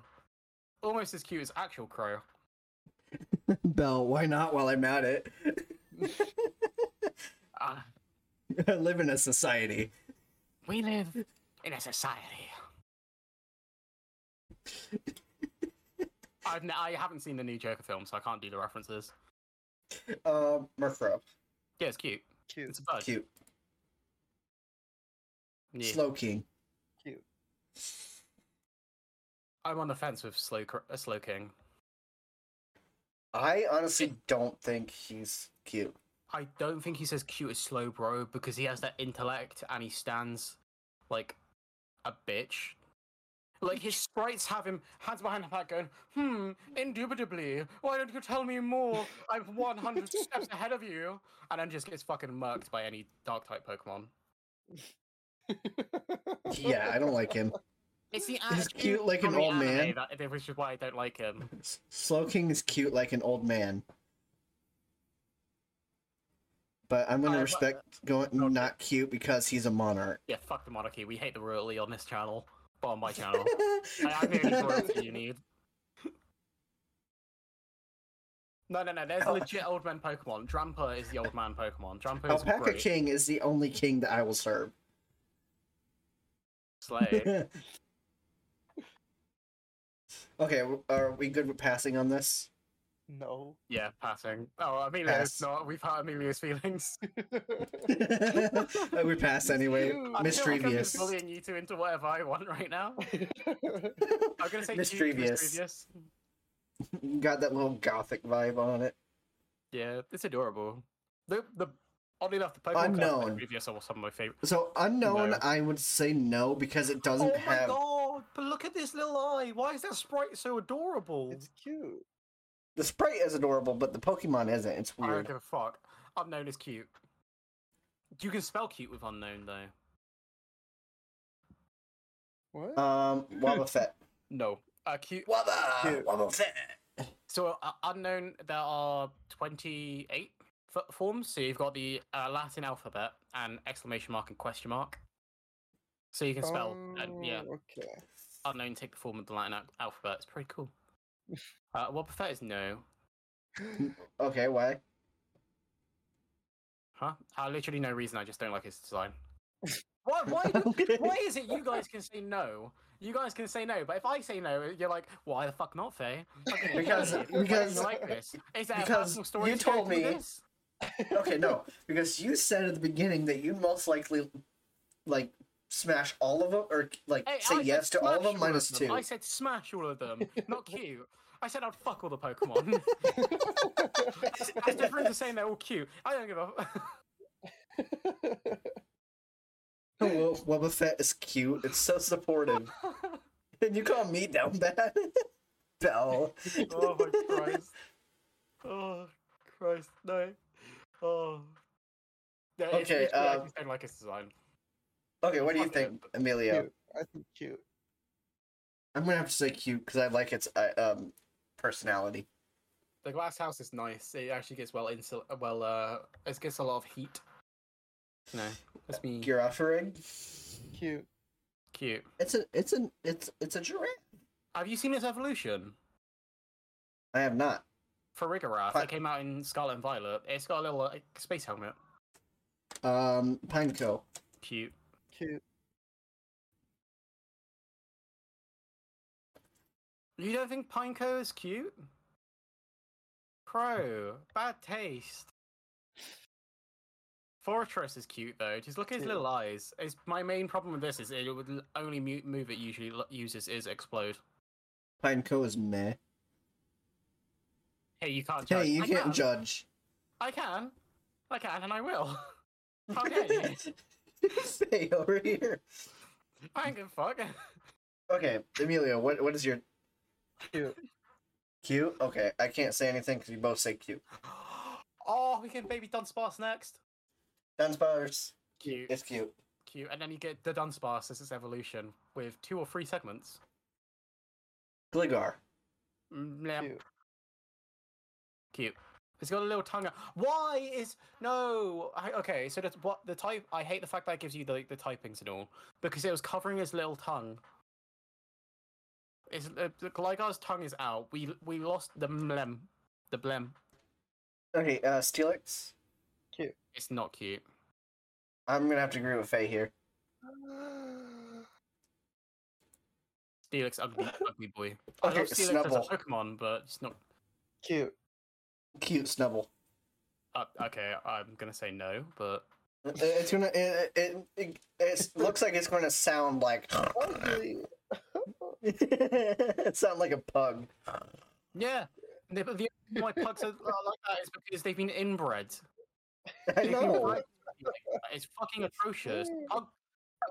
B: Almost as cute as actual crow.
A: Bell, why not while I'm at it? [LAUGHS]
B: Ah,
A: I live in a society.
B: we live in a society. I've n- I haven't seen the new Joker film, so I can't do the references.
D: uh,
A: Um,
D: Murkrow,
B: Yeah, it's cute.
C: Cute.
B: It's a bug.
D: cute.
B: Yeah.
A: Slow King.
B: I'm on the fence with slow Cr- uh, slow king.
D: I honestly don't think he's cute.
B: I don't think he's as cute as slow bro because he has that intellect and he stands like a bitch. Like his sprites have him hands behind the back going, hmm, indubitably. Why don't you tell me more? I'm
A: [LAUGHS]
B: 100 steps ahead of you, and then just gets fucking murked by any dark type Pokemon.
A: Yeah,
C: [LAUGHS]
A: I don't like him.
B: It's the
A: He's cute like an
B: from the
A: old man.
B: anime That, which is why I don't like him.
A: S- Slow King is cute like an old man. But I'm gonna
B: I-
A: respect going not cute because he's a monarch.
B: Yeah, fuck the monarchy. We hate the royalty on this channel, but on my channel. I have the
A: [LAUGHS]
B: only royalty you need. No, no, no.
A: Oh.
B: There's
D: Al-
B: legit old man Pokemon. Drampa is the old man Pokemon. Drampa is
A: Alpaca
B: great.
A: King is the only king that I will serve. [LAUGHS]
B: Slay.
A: okay, w- are we good with passing on this? [LAUGHS]
C: No.
B: Yeah, passing. Oh, Emilio's
A: Pass.
B: not. We've hurt Emilio's feelings. [LAUGHS]
A: we pass anyway.
C: Cute.
B: I
A: Miss
B: feel like I'm just
A: Trevious.
B: bullying you two into whatever I want right now. I'm gonna say
A: Miss
B: you, Miss
A: Trevious.
B: Trevious.
A: [LAUGHS] Got that little gothic vibe on it.
B: Yeah, it's adorable. The the oddly enough, the Pokemon cards in
A: Unknown.
B: Trevious are some of my favorite.
A: So unknown,
B: No.
A: I would say no because it doesn't
B: oh
A: have.
B: my god! But look at this little eye. Why is that sprite so adorable?
C: [LAUGHS] It's cute.
A: The sprite is adorable, but the Pokemon isn't. It's
B: I don't
A: weird.
B: give a fuck. Unknown is cute. You can spell cute with unknown though.
C: What?
A: Um, Wobbuffet.
B: No. Uh, cute.
D: Wubba!
C: Cute.
D: Wubba
B: So uh, unknown. There are twenty-eight f- forms. So you've got the uh, Latin alphabet and exclamation mark and question mark. So you can spell. and, yeah.
C: Oh, Okay.
B: Unknown take the form of the Latin al- alphabet. It's pretty [LAUGHS] cool. Uh, Wobbuffet is no.
A: Okay, why?
B: Huh? Uh, literally no reason. I just don't like his design. [LAUGHS] why? Why? Do,
A: [LAUGHS]
B: why is it you guys can say no? You guys can say no, but if I say no, you're like, why the fuck not, Faye? I'm gonna
A: Because-
B: kill you. Why do
A: [LAUGHS]
B: you
A: because-
B: like this. Is that
A: because
B: a personal story?
A: you
B: to go
A: told
B: through
A: me-
B: this?
A: okay, no, because you said at the beginning that you most likely like smash all of them or like
B: Hey,
A: say
B: I said
A: yes to all of
B: smash
A: them minus two.
B: I said smash all of them, not cute. I said I'd fuck all the
A: [LAUGHS]
B: Pokemon.
C: [LAUGHS]
B: that's, that's different to saying they're all cute. I don't give a.
A: Oh, Well, Wubba Fett is cute. It's so
B: [LAUGHS]
A: supportive. and you call me down [LAUGHS] bad? Bell.
B: [LAUGHS] oh my Christ! Oh Christ! No. Oh. Yeah, it's-
A: Okay,
B: it's weird, I
A: um,
B: just don't like his design.
A: Okay, what do you
B: Fuck it.
A: think, Emilio?
C: Cute. I think cute.
A: I'm gonna have to say cute because I like its uh, um personality.
B: The glass house is nice. It actually gets well insul- well uh it gets a lot of heat. No, that's me.
A: You're offering.
C: Cute.
B: Cute.
A: It's a it's a it's it's a giraffe.
B: Have you seen its evolution
A: I have not.
B: for
A: What?
B: Rigorath? That came out in Scarlet and Violet. It's got a little like, space helmet.
A: Um, Pineco.
B: Cute.
C: Cute.
B: You don't think Pineco is cute? Pro, bad taste. Fortress is cute though. Just look at his
C: Cute.
B: little eyes. It's, my main problem with this is it would l- only mu- move it usually l- uses is explode.
A: Pineco is meh.
B: Hey, you can't. Judge.
A: Hey, you
B: I
A: can't
B: can.
A: judge.
B: I can. I can, and I [LAUGHS] will. How dare you?
A: [LAUGHS] Stay over here.
B: I don't give a fuck.
A: Okay, Emilio, what what is your
C: Cute.
A: cute? Okay, I can't say anything because you both say cute.
B: [GASPS] oh, we can baby Dunsparce next.
A: Dunsparce.
B: Cute,
A: It's cute.
B: cute, and then you get the Dunsparce as its evolution with two or three segments.
A: Gligar.
B: Mm, yeah.
C: Cute.
B: Cute. It's got a little tongue. out. Why is no? I, okay, so that's what the type. I hate the fact that it gives you the the typings and all because it was covering his little tongue. It's, uh, the Gligar's tongue is out. We we lost the blem, the blem.
A: Okay, uh, Steelix.
B: It's not cute.
A: I'm gonna have to agree with Faye here.
B: Steelix,
A: [LAUGHS]
B: ugly, ugly boy. I
A: Okay,
B: love Steelix
A: Snubble.
B: as a Pokemon, but it's not.
C: Cute.
A: Cute Snubble.
B: Uh, okay, I'm gonna say no, but
A: It- It's gonna. It it, it, it's, looks like it's gonna sound like. [LAUGHS]
C: Ugly.
A: sound like a pug. [LAUGHS]
B: yeah. The, the my pugs are, are like that is because they've been inbred.
A: I
B: They've been
A: know.
B: bred to be like that. It's fucking atrocious. Pug,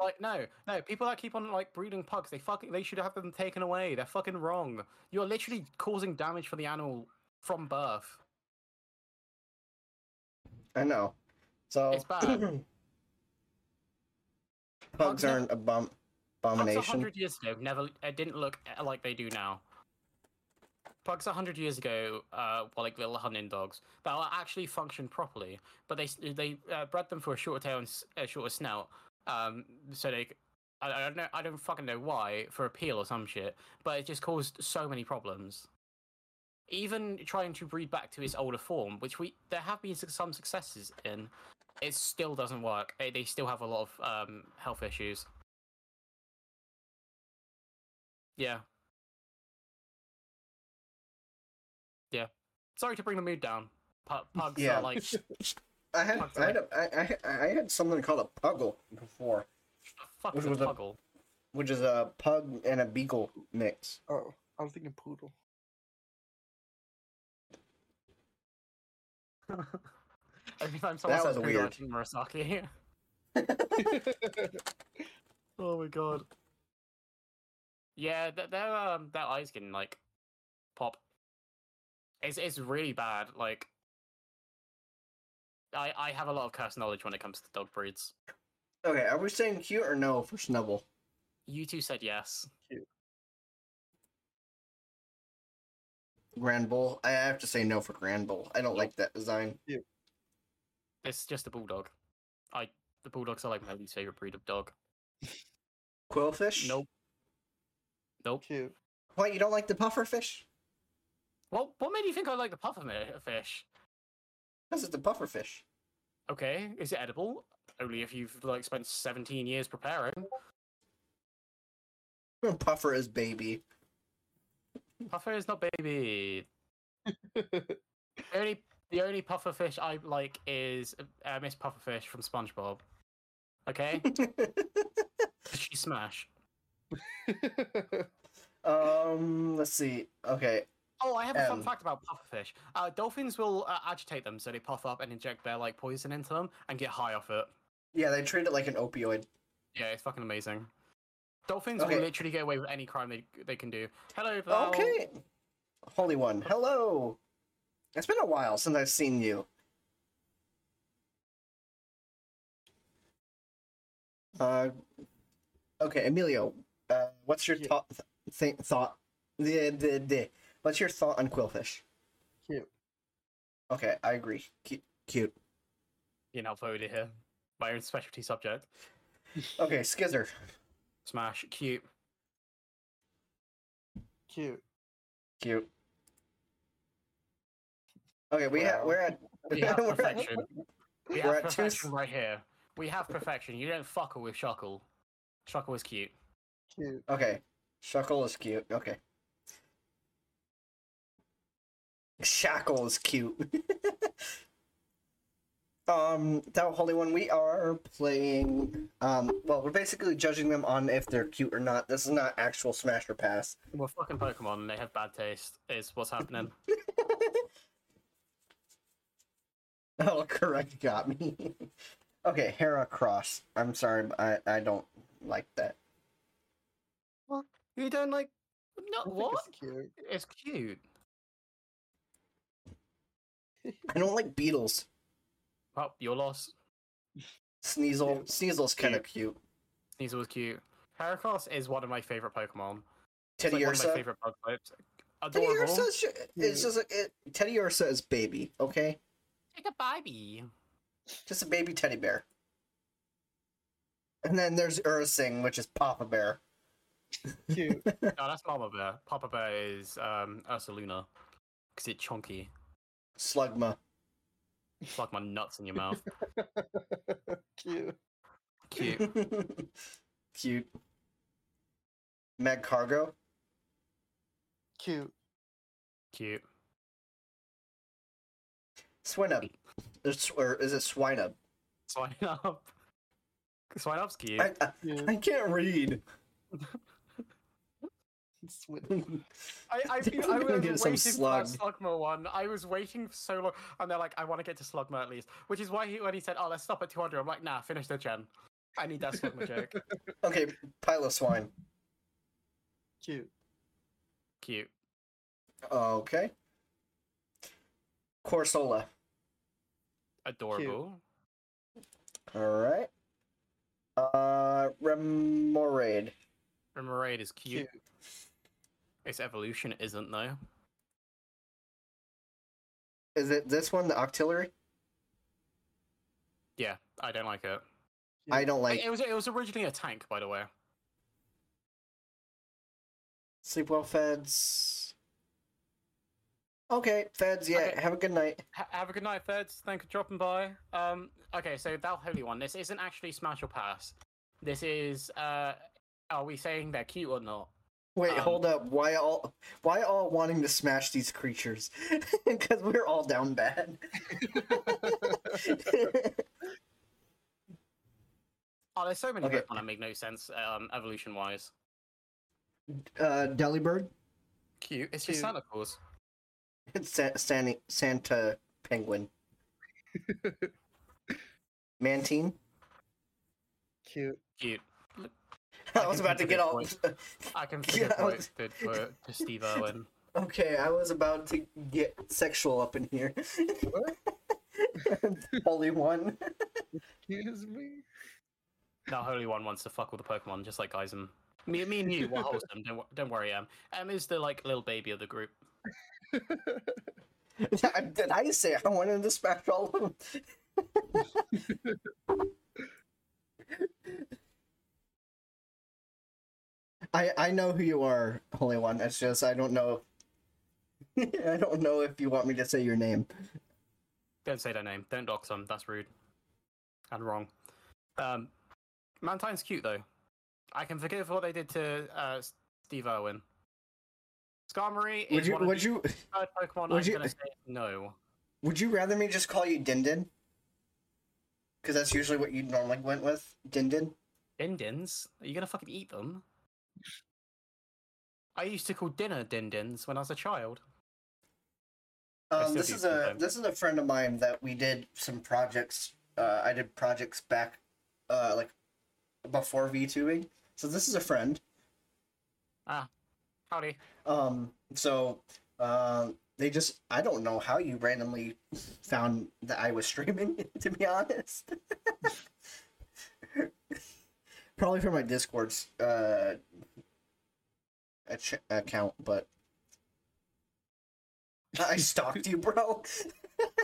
B: like no, no. People that keep on like breeding pugs, they fucking they should have them taken away. They're fucking wrong. You're literally causing damage for the animal from birth.
A: I know. So [CLEARS THROAT]
B: It's bad.
A: pugs
B: Pugs are-
A: aren't a bum
B: Pugs a
A: abomination.
B: hundred years ago never it didn't look uh, like they do now. Pugs a hundred years ago uh, were like little hunting dogs that were actually functioned properly, but they s- they uh, bred them for a shorter tail and s- a shorter snout, um, so they. c- I, I don't know. I don't fucking know why for appeal or some shit, but it just caused so many problems. Even trying to breed back to its older form, which we there have been su- some successes in, it still doesn't work. They they still have a lot of um, health issues. Yeah. Yeah. Sorry to bring the mood down. Pu- pugs
A: Yeah.
B: are like
A: I had
B: Pugs
A: I had, a, I, I, I had something called a puggle before,
B: fuck
A: Which
B: the
A: was a-
B: puggle.
A: which is a pug and a beagle mix.
C: Oh, I'm thinking poodle.
B: Every time someone
A: That
B: says
A: was
B: poodle, I
A: weird.
B: think [LAUGHS] Murasaki. oh my god. Yeah, th- their um, their eyes can like pop. It's it's really bad. Like, I I have a lot of curse knowledge when it comes to dog breeds.
A: Okay, are we saying cute or no for Snubble?
B: You two said yes.
A: Grand Bull. I have to say no for Grand Bull. I don't like that design.
B: It's just a bulldog. I the bulldogs are like my least favorite breed of dog.
A: Quillfish.
B: Nope. Nope.
C: Cute.
A: What? You don't like the pufferfish?
B: Well, what made you think I like the pufferfish?
A: Because it's a pufferfish.
B: Okay, is it edible? Only if you've like spent seventeen years preparing.
A: [LAUGHS] Puffer is baby. [LAUGHS]
B: Puffer is not baby. The only the only pufferfish I like is uh, Miss Pufferfish from SpongeBob. Okay, [LAUGHS] she smash.
A: um, let's see. Okay,
B: Oh, I have a fun
A: Um.
B: fact about pufferfish. Uh, dolphins will uh, agitate them, so they puff up and inject their like poison into them and get high off it.
A: yeah, they treat it like an opioid.
B: Yeah, it's fucking amazing. Dolphins
A: Okay.
B: will literally get away with any crime they they can do. Hello, Val.
A: Okay, holy one. Hello. It's been a while since I've seen you. Uh, okay, Emilio. Uh, what's your
C: Yeah.
A: top th- thought? The, the, the. What's your thought on Quillfish?
E: Cute.
A: Okay, I agree. Cute. Cute.
B: You know, voted here. My own specialty subject.
A: Okay, Skizzer.
B: Smash,
A: [LAUGHS]
B: cute.
C: Cute.
A: Cute. Okay, we ha-
B: Wow.
A: we're at
B: We
A: [LAUGHS]
B: have
A: We're at-
B: perfection. We
A: we're
B: have
A: at two s-
B: perfection right here. We have perfection. You don't fuckle with Shuckle. Shuckle is cute.
C: Cute.
A: okay. Shuckle is cute. Okay. Shackle is cute. [LAUGHS] um, that holy one. We are playing. Um, well, we're basically judging them on if they're cute or not. This is not actual smash or pass. [LAUGHS]
B: Well, fucking Pokemon, and they have bad taste. Is what's happening.
A: Oh, correct. Got me. [LAUGHS] okay, Hera Cross. I'm sorry, but I I don't like that.
B: [LAUGHS] You don't like? No,
C: I think
B: what?
C: It's cute.
B: It's cute.
A: I don't like beetles.
B: Well, your loss.
A: Sneasel. Sneasel's kind of
B: Cute.
A: cute.
B: Sneasel was cute. Heracross is one of my favorite Pokemon. It's
A: Teddy
B: like one of
A: Ursa.
B: my favorite bug types.
A: Teddy
B: Adorable.
A: Ursa is ju- it's
E: Yeah.
A: just like it, Teddy Ursa is baby, okay?
B: like a baby.
A: Just a baby teddy bear. And then there's Ursing, which is Papa Bear.
C: Cute.
B: No, that's Mama Bear. Papa Bear is um Ursaluna. Because it's chunky.
A: Slugma.
B: It's like my nuts in your mouth. [LAUGHS]
C: Cute.
B: Cute.
A: [LAUGHS] Cute. Meg Cargo.
C: Cute.
B: Cute.
A: Swinub. It's- Or is it Swinub?
B: Swine up. Swine up's cute.
A: I, I,
C: Cute.
A: I can't read. [LAUGHS]
C: Sweet.
B: I, I, feel,
A: [LAUGHS] We're
B: I
A: gonna
B: was waiting
A: get some
B: for that Slugma one. I was waiting for so long, and they're like, "I want to get to Slugma at least," which is why he, when he said, "Oh, let's stop at 200," I'm like, "Nah, finish the gen. I need
A: [LAUGHS]
B: that Slugma joke."
A: Okay, Piloswine.
C: Cute.
B: Cute.
A: Okay. Corsola.
B: Adorable.
A: Alright. Uh, Remoraid.
B: Remoraid is cute.
C: Cute.
B: Its evolution isn't though.
A: Is it this one, the Octillery?
B: Yeah, I don't like it.
A: I don't
B: Like,
A: like
B: it was it was originally a tank, by the way.
A: Sleep well, feds. Okay, feds. Yeah,
B: Okay.
A: have a good night.
B: Ha- have a good night, Feds. Thank you for dropping by. Um, okay, so that holy one. This isn't actually smash or pass. This is uh, are we saying they're cute or not?
A: Wait,
B: Um,
A: hold up. Why all? Why all wanting to smash these creatures? [LAUGHS] Because we're all down
B: [LAUGHS]
A: bad.
B: Oh, there's so many
A: Okay.
B: Pokemon that make no sense um, evolution wise.
A: uh, Delibird.
B: Cute. It's just
C: Cute.
B: Santa Claus.
A: It's Sa- San- Santa Penguin.
B: [LAUGHS]
A: Mantine.
C: Cute.
B: Cute.
A: I was about to get all. [LAUGHS]
B: I can forgive
A: Yeah, I
B: what
A: was-
B: it did for,
A: [LAUGHS]
B: to Steve Irwin.
A: Okay, I was about to get sexual up in here. [LAUGHS] Holy one.
C: Excuse me.
B: Now Holy One wants to fuck all the Pokemon, just like Geisen. Me, me and you were wholesome. Don't, wo- don't worry, Em. Em is the like little baby of the group.
A: [LAUGHS] Did I say I wanted to smash all of them? [LAUGHS] I I know who you are, Holy One. It's just I don't know. [LAUGHS] I don't know if you want me to say your name.
B: Don't say their name. Don't dox them. That's rude and wrong. Um, Mantine's cute though. I can forgive what they did to uh, Steve Irwin. Skarmory
A: Would
B: is
A: you
B: one
A: would
B: of the
A: you
B: third Pokemon
A: would
B: I'm
A: you-
B: gonna say no.
A: would you rather me just call you Dindin? Because that's usually what you normally went with, Dindin.
B: Dindins? Are you gonna fucking eat them? I used to call dinner dindins when I was a child. I
A: Um,
B: still
A: this
B: do
A: is a
B: sometimes.
A: this is a friend of mine that we did some projects. Uh, I did projects back, uh, like before VTubing. So this is a friend.
B: Howdy.
A: Um, so um, they just I don't know how you randomly found that I was [LAUGHS] streaming. To be honest, [LAUGHS] probably from my Discord's uh, ach- account, but I stalked you, bro.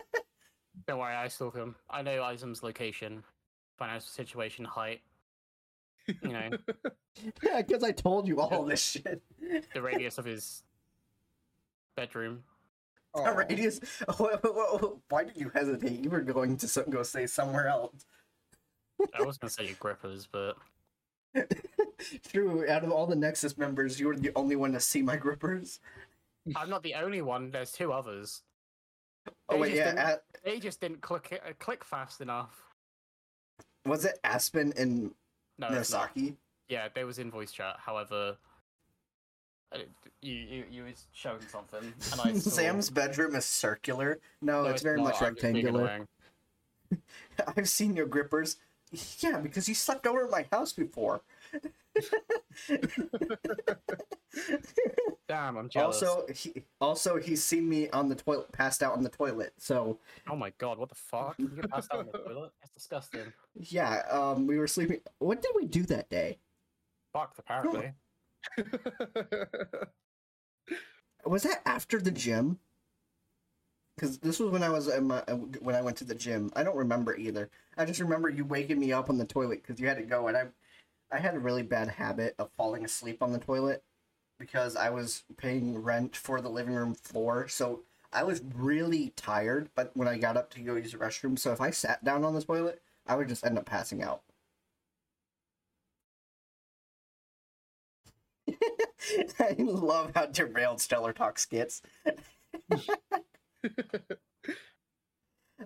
A: [LAUGHS]
B: Don't worry, I stalk him. I know Isom's location, financial situation, height. You know,
A: [LAUGHS]
F: Yeah, because I told you all
A: All
F: this.
A: this shit. [LAUGHS]
B: the radius of his bedroom. Oh.
A: A radius. [LAUGHS] Why did you hesitate? You were going to so- go say somewhere else. [LAUGHS]
B: I was gonna say Agrippa's, but
A: True. Out of all the Nexus members, you were the only one to see my grippers.
B: I'm not the only one. There's two others.
A: Oh
B: They
A: wait,
B: just
A: yeah.
B: didn't-
A: At,
B: They just didn't click it- uh, click fast enough.
A: was it Aspen and
B: No, it's not.
A: Narasaki?
B: yeah, there was in voice chat. However, I don't- you you you was showing something, and
A: [LAUGHS]
B: I saw-
A: Sam's bedroom is circular. No,
B: No,
A: Oh, it's, very much
B: not, I'm just being
A: rectangular.
B: annoying.
A: [LAUGHS] I've seen your grippers. Yeah, because you slept over at my house before.
B: Damn, I'm jealous.
A: Also, he, also he's seen me on the toilet, passed out on the toilet. So
B: oh my god, what the fuck? You get passed out in the toilet? That's disgusting.
A: yeah, um, we were sleeping. What did we do that day? [LAUGHS]
B: Fucked, apparently.
A: Was that after the gym? Because this was when I was in my, uh, when I went to the gym. I don't remember either. I just remember you waking me up on the toilet because you had to go, and I, I had a really bad habit of falling asleep on the toilet because I was paying rent for the living room floor. So I was really tired. But when I got up to go use the restroom, so if I sat down on the toilet, I would just end up passing out. I love how derailed Stellar Talks [LAUGHS] gets.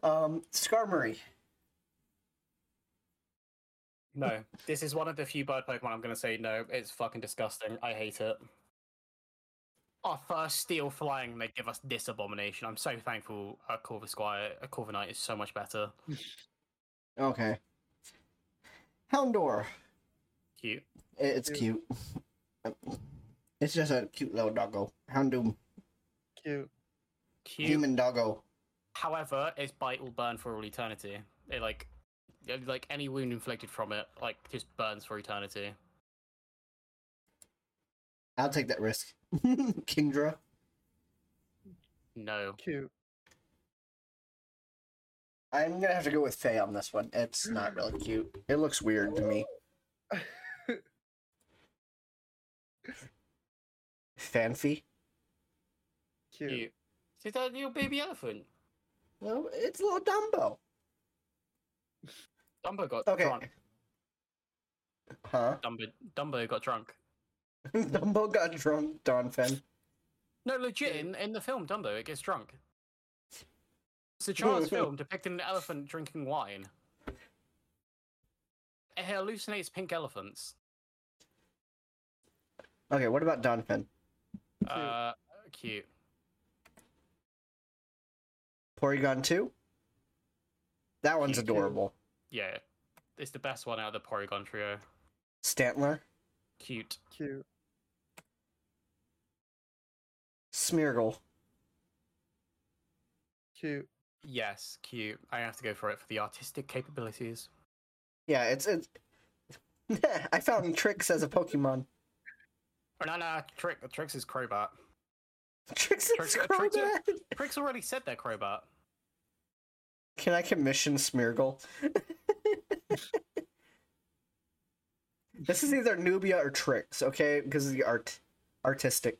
A: um, Skarmory.
B: No, this is one of the few bird Pokemon I'm gonna say no. It's fucking disgusting. I hate it. Our first steel flying, they give us this abomination. I'm so thankful uh, a Corvisquire, a Corviknight is so much better.
A: Okay. Houndor.
B: Cute.
A: I- It's
C: Cute.
A: cute. It's just a cute little doggo. Houndoom.
C: [LAUGHS] Cute.
B: Cute.
A: Human doggo.
B: However, its bite will burn for all eternity. It like, it- like any wound inflicted from it, like just burns for eternity.
A: I'll take that risk. [LAUGHS] Kingdra.
B: No,
C: Cute.
A: I'm gonna have to go with Faye on this one. It's not really cute. It looks weird to me. Fanfi.
C: Cute.
B: cute. Is that your baby elephant?
A: No, it's a little Dumbo.
B: Dumbo got
A: Okay.
B: drunk.
A: Huh? [LAUGHS]
B: Dumbo, Dumbo got drunk.
A: Dumbo got drunk, Donphin.
B: No, legit in, in the film Dumbo, it gets drunk. It's a child's film depicting an elephant drinking wine. It hallucinates pink elephants.
A: Okay, what about Donphin?
B: Cute. Uh, cute.
A: Porygon 2? That one's
B: Cute.
A: adorable.
B: Yeah, it's the best one out of the Porygon trio.
A: Stantler?
B: Cute.
C: Cute.
A: Smeargle.
C: Cute.
B: Yes, cute. I have to go for it for the artistic capabilities.
A: Yeah, it's. it's... [LAUGHS] I found Trix as a Pokemon. [LAUGHS]
B: Oh, no, no, Trick, Trix is Crobat.
A: Trix
B: Trix- uh,
A: is
B: Trix-
A: Crobat!
B: Trick's already said that Crobat.
A: Can I commission Smeargle? [LAUGHS] this is either Nubia or Trix, okay? Because of the art. Artistic.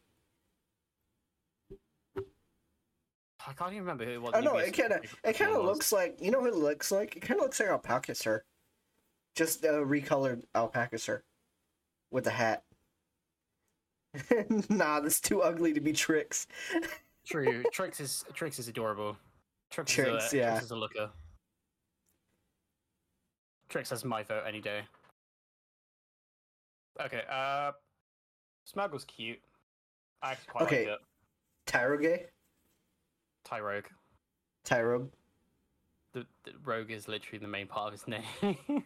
B: I can't even remember who it was.
A: Oh no,
B: Nubius
A: it kind of it kind of
B: was.
A: looks like you know what it looks like. It kind of looks like alpaca sir, just a recolored alpaca sir, with a hat. [LAUGHS] nah, that's too ugly to be tricks.
B: true. Trix is Trix is adorable. Trix,
A: Trix,
B: is a,
A: yeah.
B: Trix is a looker. Trix has my vote any day. Okay, uh, Smuggle's cute. I actually quite
A: Okay.
B: like it.
A: Tyroge,
B: Tyrogue.
A: Tyrogue.
B: The, the rogue is literally the main part of his [LAUGHS] name.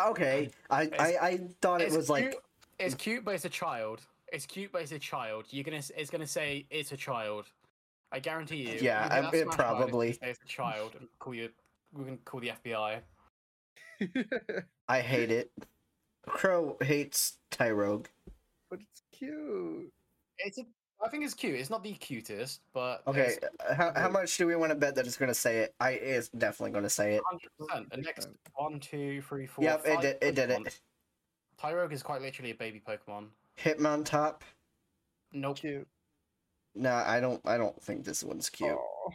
A: Okay, I, I I thought it
B: It's
A: was like
B: cute- it's cute, but it's a child. It's cute, but it's a child. You're gonna, s- it's gonna say it's a child. I guarantee you.
A: Yeah,
B: you do
A: I-
B: that
A: it
B: Smash Bros. and
A: probably-
B: say It's a child, and call you. We can call the FBI.
C: [LAUGHS] but
A: I hate it. Crow hates Tyrogue.
C: it's cute.
B: It's a, I think it's cute. It's not the cutest, but
A: Okay,
B: it's
A: uh, how, how much do we want to bet that it's going to say it? I is definitely going to say it.
B: 100%. The next one, two, three, four.
A: Yep, it
B: five
A: did, it did
B: Pokemon.
A: it.
B: Tyrogue is quite literally a baby Pokemon.
A: Hitmon top.
B: Nope.
C: Cute.
A: Nah, I don't. I don't think this one's cute.
B: Oh.
C: Aw.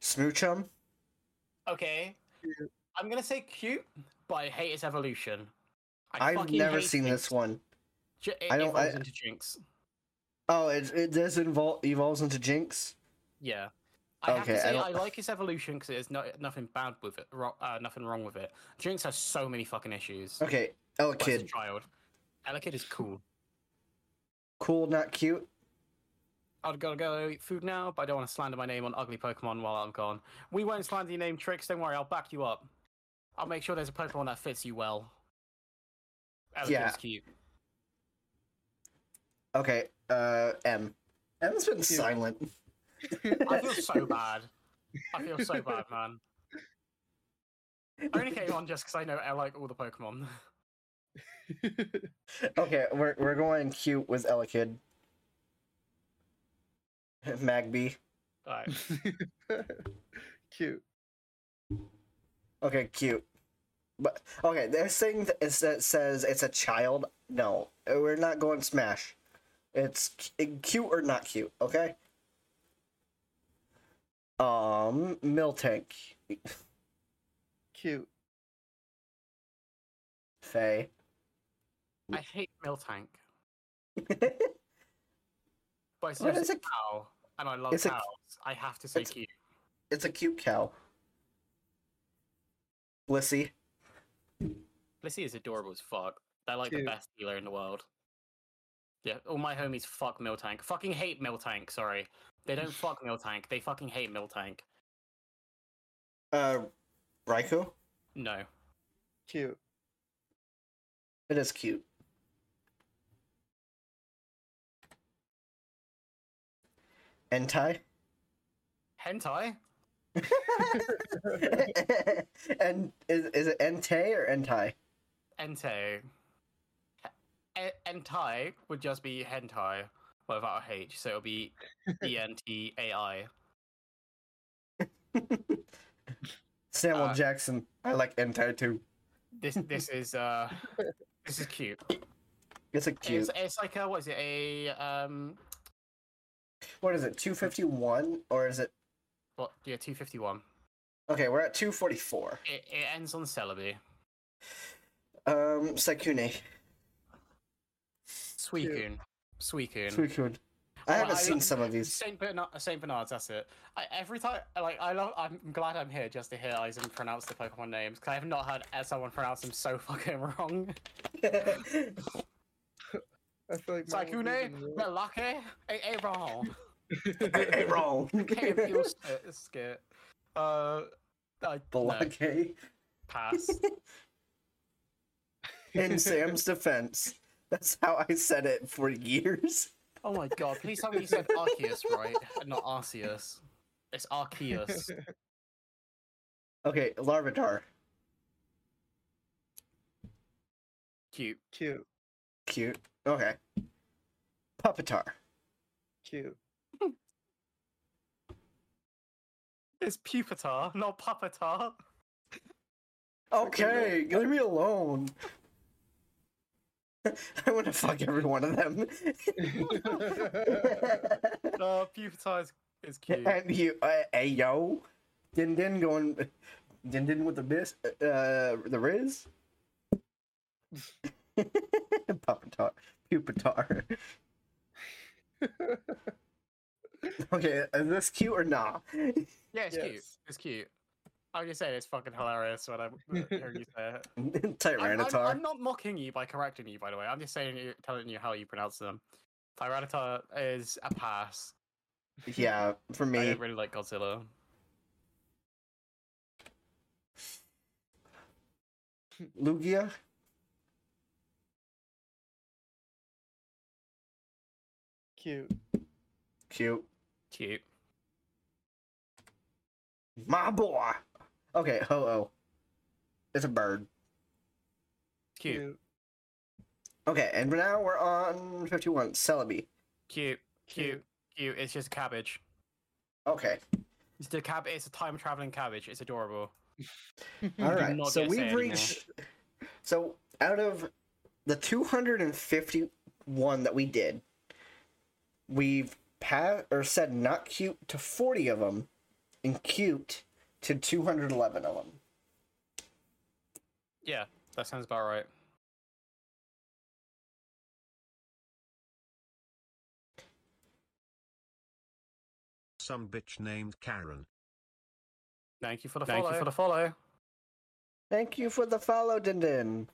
A: Smoochum.
B: Okay.
C: Cute.
B: I'm gonna say cute, but I hate its evolution. I
A: I've
B: fucking
A: never
B: hate
A: seen
B: Jinx.
A: this one.
B: J- it
A: I don't- I-
B: evolves into Jinx.
A: Oh, it it this invol- evolves into Jinx.
B: Yeah. I have to
A: Okay, I
B: say
A: don't-
B: I, like its evolution because there's no, nothing bad with it, ro- uh, nothing wrong with it. Jinx has so many fucking issues.
A: Okay, L
B: but as a
A: kid.
B: child, Elekid is cool.
A: Cool, not cute.
B: I've got to go eat food now, but I don't want to slander my name on ugly Pokemon while I'm gone. We won't slander your name, Tricks. Don't worry, I'll back you up. I'll make sure there's a Pokemon that fits you well. Elekid
A: Yeah.
B: is cute.
A: Okay, uh, M. M's been
B: [LAUGHS]
C: Cute.
A: silent.
B: I
A: [LAUGHS]
B: feel so bad. I feel so bad, man. I only came on just because I know I like all the Pokemon. [LAUGHS]
A: Okay, we're we're going cute with Elekid. Magby.
B: Alright.
C: [LAUGHS] Cute.
A: Okay, cute. But okay, they're saying that, it's, that says it's a child. No, we're not going smash. It's c- cute or not cute. Okay. Um, Miltank,
C: Cute.
A: Faye.
B: I hate Miltank.
A: it's
B: But it's
A: What
B: just
A: is
B: a
A: it?
B: cow, and I love
A: It's a-
B: cows. I have to
A: [LAUGHS]
B: say
A: it's-
B: cute.
A: a cute cow. Blissey.
B: Blissey is adorable as fuck. They're like
C: Cute.
B: the best healer in the world. Yeah, all my homies fuck Miltank. Fucking hate Miltank, sorry. They
A: [LAUGHS]
B: don't fuck Miltank, they fucking hate Miltank.
A: Uh, Raikou.
B: No.
C: Cute.
A: It is cute. Entai. [LAUGHS]
B: Hentai?
A: and is, is it Entei or Entai? [LAUGHS]
B: Ente. E- Entai would just be hentai without a H, so it'll be E N T A I.
A: Samuel
B: Uh,
A: Jackson. I like Entai too.
B: This this is uh
A: [LAUGHS]
B: this is cute.
A: It's a cute.
B: It's, it's like a what is it a um
A: what is it? Two fifty one or is it?
B: what yeah two fifty one.
A: Okay, we're at two forty four.
B: It, it ends on celebi.
A: Um, Saikune.
B: Suicune. Suicune.
A: Suicune. I
B: Well,
A: haven't
B: I-
A: seen some of
B: [LAUGHS]
A: these.
B: Saint Bernard, Saint Bernard's. That's it. I, every time, like, I love. I'm glad I'm here just to hear Aizen pronounce the Pokemon names because I have not heard someone pronounce them so [LAUGHS] fucking wrong.
C: I feel like mine would be
B: Saikune,
C: even worse.
B: Melake, A- Abraham.
C: [LAUGHS]
A: [LAUGHS] Wrong.
B: Can't feel skit. skit. Uh, I, no,
A: Balake.
B: pass.
A: In Sam's defense, that's how I said it for years.
B: Oh my god! Please tell me you said Arceus right, and not Arceus. It's Arceus.
A: Okay, Larvitar.
B: Cute.
C: Cute.
A: Cute. Okay. Puppetar.
C: Cute. [LAUGHS]
B: It's Pupitar, not Pupitar.
A: Okay, leave me alone. [LAUGHS] I want to fuck every one of them.
B: [LAUGHS] No, Pupitar is, is cute.
A: and you, uh, hey yo, Din Din going, Din Din with the bis, uh, the Riz, [LAUGHS] Pupitar, Pupitar.
B: [LAUGHS]
A: okay, is this cute or nah? [LAUGHS]
B: Yeah, it's cute.
C: Yes.
B: It's cute. I'm just saying it's fucking hilarious when I'm hearing you
G: [LAUGHS]
B: say it. I'm, I'm,
A: Tyranitar.
B: I'm not mocking you by correcting you, by the way. I'm just saying, you- telling you how you pronounce them. Tyranitar is a pass.
A: Yeah, for
B: I
A: me.
B: don't really like Godzilla.
A: Lugia.
C: Cute.
A: Cute.
B: Cute.
A: My boy. Okay, ho oh. It's a bird.
B: Cute.
A: Okay, and now we're on 51. Celebi.
B: Cute, cute, cute. It's just a cabbage.
A: Okay.
B: It's the cab. It's a time traveling cabbage. It's adorable.
A: All right.
B: not
A: So
B: gonna say
A: we've
B: anymore.
A: reached. So out of the 251 that we did, we've passed or said not cute to 40 of them, and cute to 211 of them.
B: Yeah, that sounds about right.
H: Some bitch named Karen.
B: Thank you for the
G: Thank you
B: follow.
G: for the
B: follow.
A: Thank you for the follow, Dindin.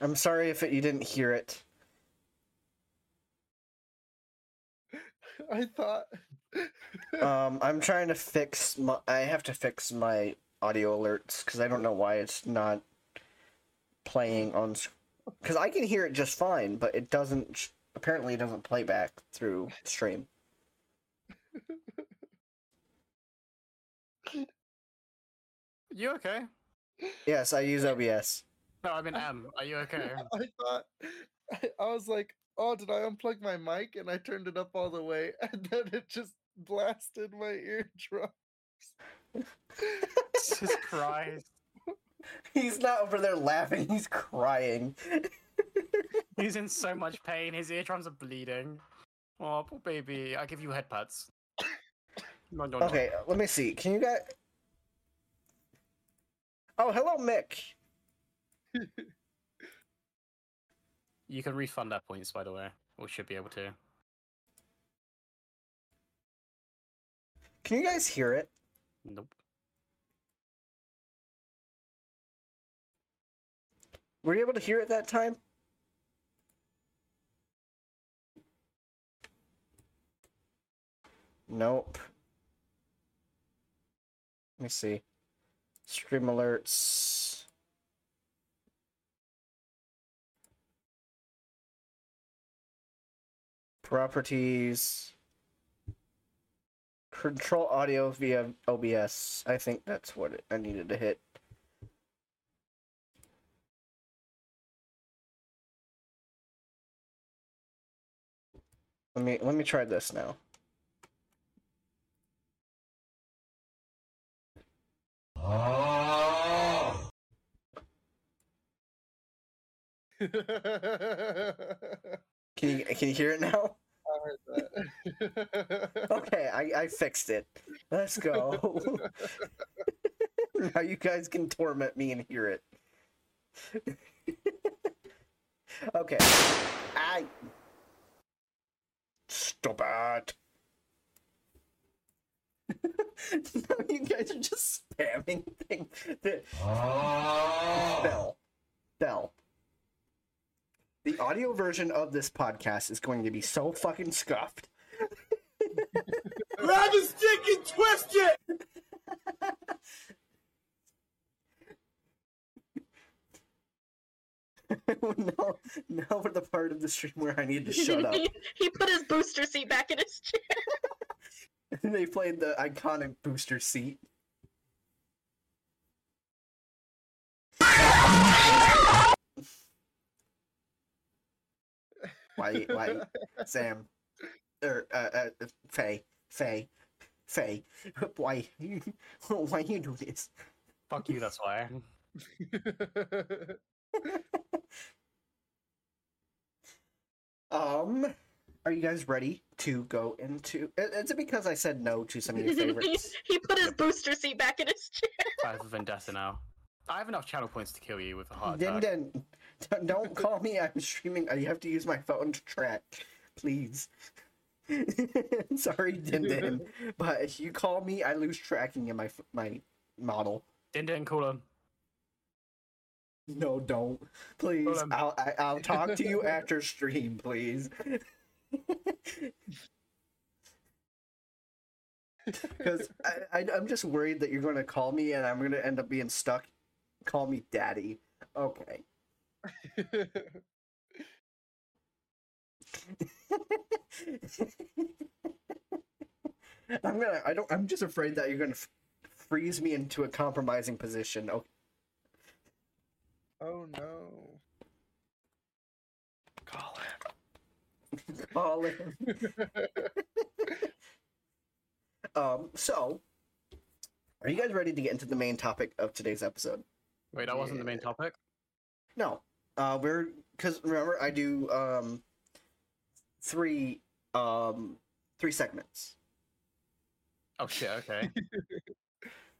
A: I'm sorry if it, you didn't hear it.
C: I thought.
A: Um, I'm trying to fix my. I have to fix my audio alerts because I don't know why it's not playing on. Because I can hear it just fine, but it doesn't. sh- Apparently, it doesn't play back through stream.
B: You okay?
A: Yes, I use OBS.
B: No, I mean, M. Are you
G: [LAUGHS]
B: okay? [LAUGHS]
C: I thought. [LAUGHS] I, I was like, oh, did I unplug my mic? And I turned it up all the way, [LAUGHS] and then it just blasted my eardrum. [LAUGHS]
B: Jesus Christ.
A: [LAUGHS] He's not over there laughing. He's crying.
B: He's in so much pain. His eardrums are bleeding. Oh, poor baby. I give you head pats. No, no, no.
A: Okay, let me see. Can you guys? Oh, hello, Mick.
B: You can refund our points, by the way. Or should be able to.
A: Can you guys hear it?
B: Nope.
A: Were you able to hear it that time? Nope. Let me see. Stream alerts. Properties. Control audio via OBS. I think that's what it- I needed to hit. Let me let me try this now.
C: I heard
A: Can you can you hear it now?
C: that.
A: Okay, I, I fixed it. Let's go. [LAUGHS] now you guys can torment me and hear it. [LAUGHS] okay. I stop it. [LAUGHS] now you guys are just spamming thing. The... Bell. Bell. The audio version of this podcast is going to be so fucking scuffed.
I: Grab his dick and twist it!
A: [LAUGHS] now, now we're the part of the stream where I
J: [LAUGHS]
A: need to shut up.
J: he put his booster seat back in his chair.
A: they played the iconic booster seat. Why, why, Sam, or uh, uh, Faye, Faye, Faye, why, [LAUGHS] why you do this?
B: Fuck you, that's why.
C: [LAUGHS]
A: Um, are you guys ready to go into? i- Is it because I said no to some of your
J: [LAUGHS] he,
A: favorites?
J: he put his booster seat back in his chair.
B: I have a vendetta now. I have enough channel points to kill you with a heart
A: Din
B: attack.
A: Din, d-
B: [LAUGHS]
A: don't call me. I'm streaming. I have to use my phone to track, please. [LAUGHS] Sorry, Din Din, but if you call me, I lose tracking in my f- my model.
B: Din Din, call him.
A: No, don't, please.
B: Hold on.
A: I'll I, I'll talk to
B: [LAUGHS]
A: you after stream, please. [LAUGHS] Because I, I I'm just worried that you're going to call me and I'm going to end up being stuck. Call me daddy. Okay. I'm gonna. I don't. I'm just afraid that you're gonna f- freeze me into a compromising position. Okay.
C: oh no.
A: Olive. [LAUGHS] um, so, are you guys ready to get into the main topic of today's episode?
B: Wait, that wasn't the main topic.
A: No, uh, we're because remember I do um three um three segments.
B: Oh shit. Okay.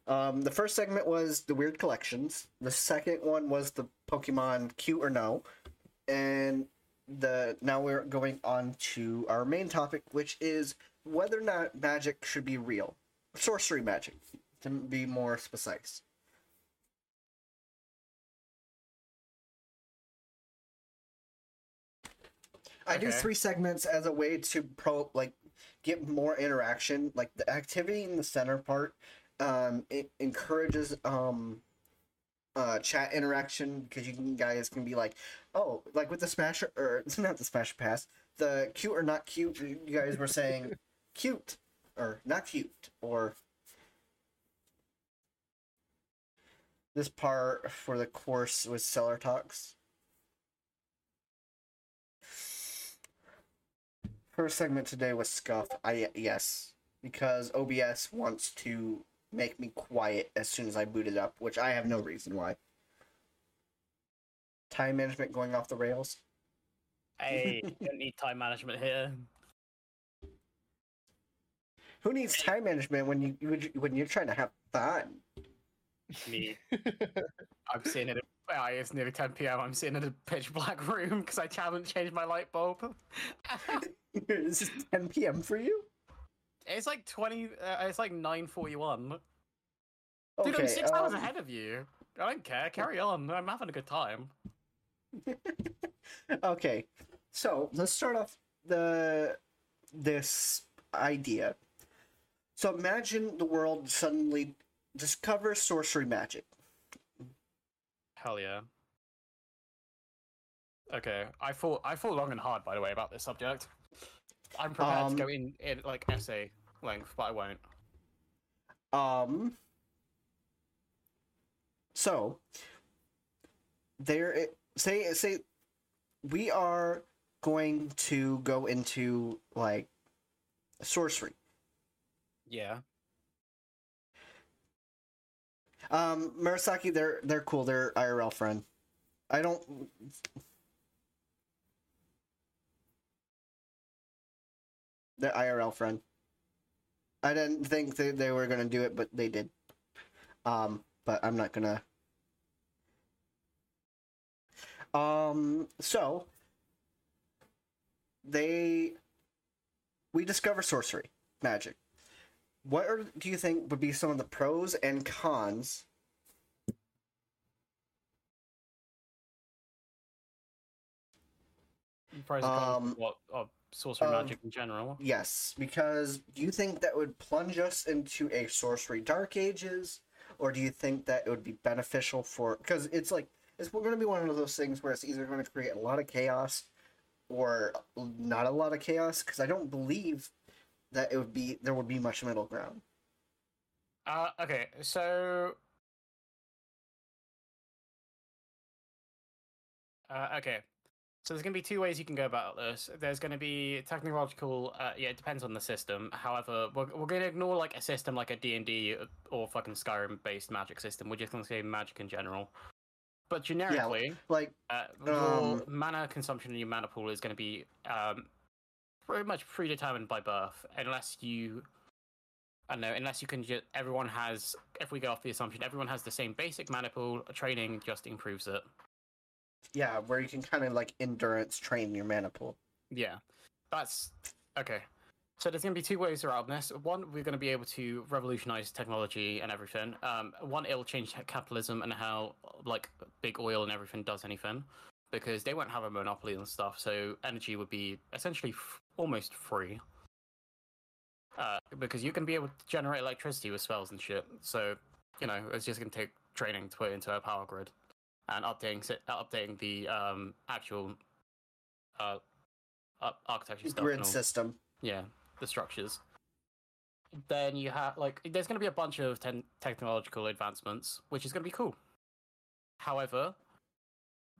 A: Um, the first segment was the weird collections. The second one was the Pokemon cute or no, and the now we're going on to our main topic, which is whether or not magic should be real, sorcery magic, to be more precise. I do
B: Okay.
A: three segments as a way to pro like get more interaction. Like the activity in the center part um, it encourages um, uh, chat interaction because you can, guys can be like, oh, like with the smash or [LAUGHS] not the smash pass, the cute or not cute. You you guys were saying cute or not cute or this part for the course was seller talks. First segment today was scuff. I yes because OBS wants to make me quiet as soon as I boot it up, which I have no reason why. Time management going off the rails.
K: [LAUGHS] Hey, don't need time management here.
A: Who needs time management when you when you- when you're trying to have fun? [LAUGHS]
K: Me.
B: [LAUGHS] I'm sitting in a. Well, it's nearly 10 p.m. I'm sitting in a pitch black room because I haven't changed my light bulb. [LAUGHS]
A: this is 10 p.m. for you.
B: it's like 20. Uh, it's like 9:41.
A: Okay,
B: Dude, I'm six hours
A: um,
B: ahead of you. I don't care. Carry on. I'm having a good time.
A: okay, so let's start off the this idea. So imagine the world suddenly discovers sorcery magic.
B: Hell yeah. Okay, I thought I thought long and hard, by the way, about this subject. I'm prepared
A: Um,
B: to go in, in like essay length, but I won't.
A: Um. So, there. It, say say, we are going to go into like sorcery.
B: Yeah.
A: Um, Murasaki, they're they're cool. They're IRL friend. I don't. They're IRL friend. I didn't think that they were gonna do it, but they did. Um, but I'm not gonna. Um. So. They. We discover sorcery magic. What are, do you think would be some of the pros and cons
B: Pros and cons
A: Um,
B: of what of sorcery
A: um,
B: magic in general.
A: Yes, because do you think that would plunge us into a sorcery dark ages, or do you think that it would be beneficial for? Because it's like it's going to be one of those things where it's either going to create a lot of chaos, or not a lot of chaos. Because I don't believe that it would be there would be much middle ground.
B: Uh, okay, so. Uh, okay, so there's going to be two ways you can go about this. There's going to be technological. Uh, yeah, it depends on the system. However, we're, we're going to ignore like a system like a D and D or fucking Skyrim based magic system. We're just going to say magic in general. But generically,
A: Like
B: uh, your
A: Um,
B: mana consumption in your mana pool is going to be um, pretty much predetermined by birth, unless you, I don't know, unless you can just. Everyone has, if we go off the assumption, everyone has the same basic mana pool. Training just improves it.
A: yeah, where you can kind of like endurance train your mana pool.
B: Yeah, that's okay. So there's going to be two ways around this. One, we're going to be able to revolutionize technology and everything. Um, one, it'll change ca- capitalism and how like big oil and everything does anything, because they won't have a monopoly and stuff. So energy would be essentially f- almost free. Uh, because you can be able to generate electricity with spells and shit. So you know it's just going to take training to put into a power grid and updating si- uh, updating the um, actual uh, ar- architecture stuff. and
A: Grid
B: all
A: system.
B: yeah the structures then you have like there's going to be a bunch of ten- technological advancements which is going to be cool however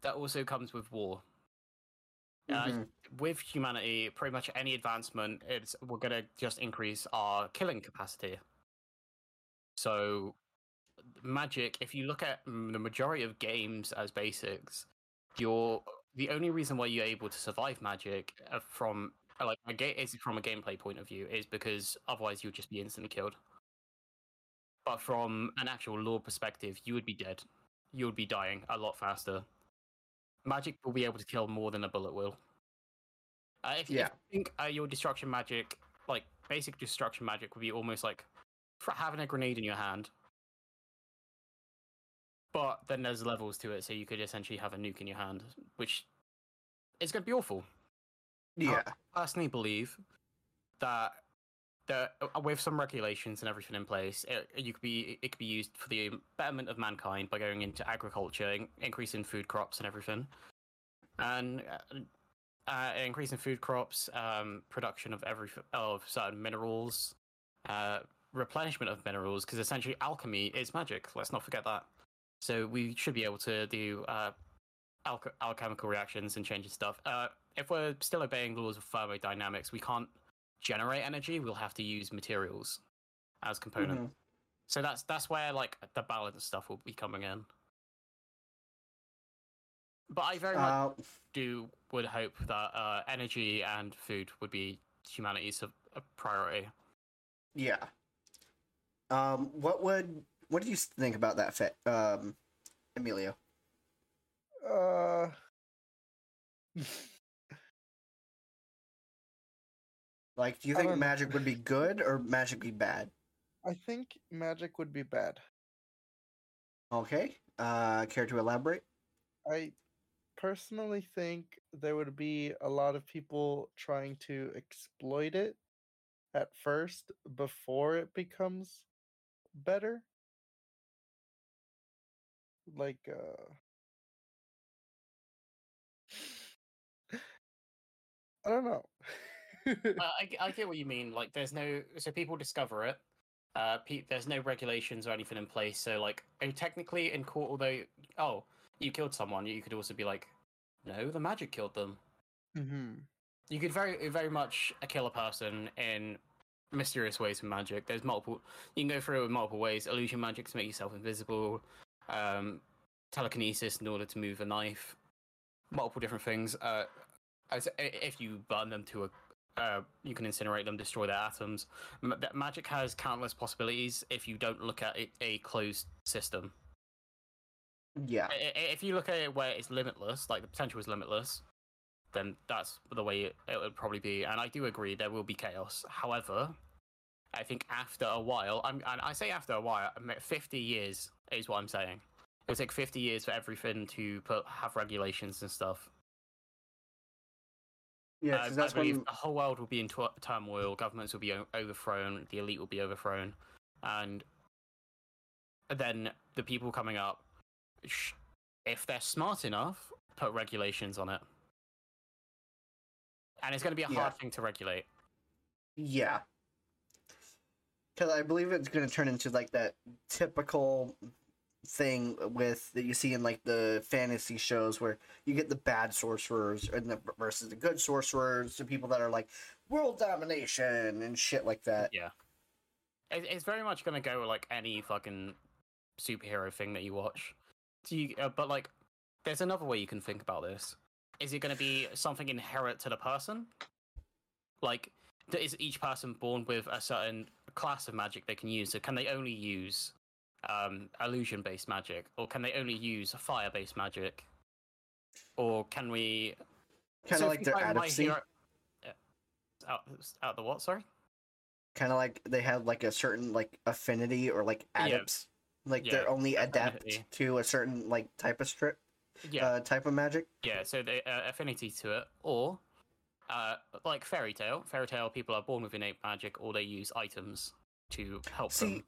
B: that also comes with war Uh, with humanity, pretty much any advancement, it's we're gonna just increase our killing capacity. So, magic. If you look at mm, the majority of games as basics, you're the only reason why you're able to survive magic uh, from uh, like a game is from a gameplay point of view is because otherwise you'll just be instantly killed. But from an actual lore perspective, you would be dead. You would be dying a lot faster. Magic will be able to kill more than a bullet will. Uh, if, if
A: Yeah.
B: you think uh, your destruction magic, like basic destruction magic, would be almost like fr- having a grenade in your hand. But then there's levels to it, so you could essentially have a nuke in your hand, which is going to be awful.
A: Yeah.
B: personally believe that that uh, with some regulations and everything in place, it, you could be it could be used for the betterment of mankind by going into agriculture, in- increasing food crops and everything, and uh, uh, increasing food crops, um, production of every of certain minerals, uh, replenishment of minerals, because essentially alchemy is magic. Let's not forget that. So we should be able to do uh, alch- alchemical reactions and changing stuff. Uh, if we're still obeying the laws of thermodynamics, we can't generate energy. We'll have to use materials as components.
A: Mm-hmm.
B: So that's that's where like the balance stuff will be coming in. But I very much
A: Uh,
B: do would hope that uh, energy and food would be humanity's a, a priority.
A: yeah. Um, what would what do you think about that, fit, um, Emilio?
C: Uh. [LAUGHS]
A: Like, do you
C: I
A: think
C: don't know.
A: magic would be good or magic be bad?
C: I think magic would be bad.
A: Okay. Uh, care to elaborate?
C: I personally think there would be a lot of people trying to exploit it at first before it becomes better. Like, uh, I don't know.
B: Uh, I, I get what you mean. Like, there's no so people discover it. Uh, pe- there's no regulations or anything in place. So, like, oh, technically in court, although oh, you killed someone, you could also be like, no, the magic killed them.
C: [LAUGHS] mm-hmm.
B: You could very, very much kill a person in mysterious ways with magic. There's multiple. You can go through it with multiple ways. Illusion magic to make yourself invisible. Um, telekinesis in order to move a knife. Multiple different things. Uh, as i- if you burn them to a, uh, you can incinerate them, destroy their atoms. M- that magic has countless possibilities if you don't look at it a closed system.
A: Yeah.
B: I- i- if you look at it where it's limitless, like the potential is limitless, then that's the way it, it would probably be. And I do agree there will be chaos. However, I think after a while, I'm, and I say after a while, I mean, 50 years is what I'm saying. It'll take 50 years for everything to put have regulations and stuff.
A: Yeah,
B: I-
A: 'cause
B: Uh, I,
A: that's
B: believe
A: when.
B: the whole world will be in tw- turmoil. Governments will be o- overthrown. The elite will be overthrown, and then the people coming up, sh- if they're smart enough, put regulations on it. And it's going to be a
A: Yeah.
B: hard thing to regulate.
A: Yeah. Because I believe it's going to turn into like that typical thing with that you see in like the fantasy shows where you get the bad sorcerers and the, versus the good sorcerers, the people that are like world domination and shit like that.
B: Yeah, it, it's very much going to go with, like any fucking superhero thing that you watch. Do you? Uh, but like, there's another way you can think about this. Is it going to be something inherent to the person? Like, th- is each person born with a certain class of magic they can use? So can they only use um, illusion-based magic, or can they only use fire-based magic, or can we
A: Kind
B: So
A: of like
B: if you
A: their
B: find my
A: adeptcy.
B: hero- Uh, Out, out the what? Sorry.
A: Kind of like they have like a certain like affinity or like
B: Yeah.
A: adepts. Like
B: Yeah,
A: they're only
B: affinity.
A: adept to a certain like type of strip,
B: Yeah.
A: uh, type of magic.
B: Yeah, so the uh, affinity to it, or uh, like fairy tale. Fairy tale people are born with innate magic, or they use items to help
A: See-
B: them.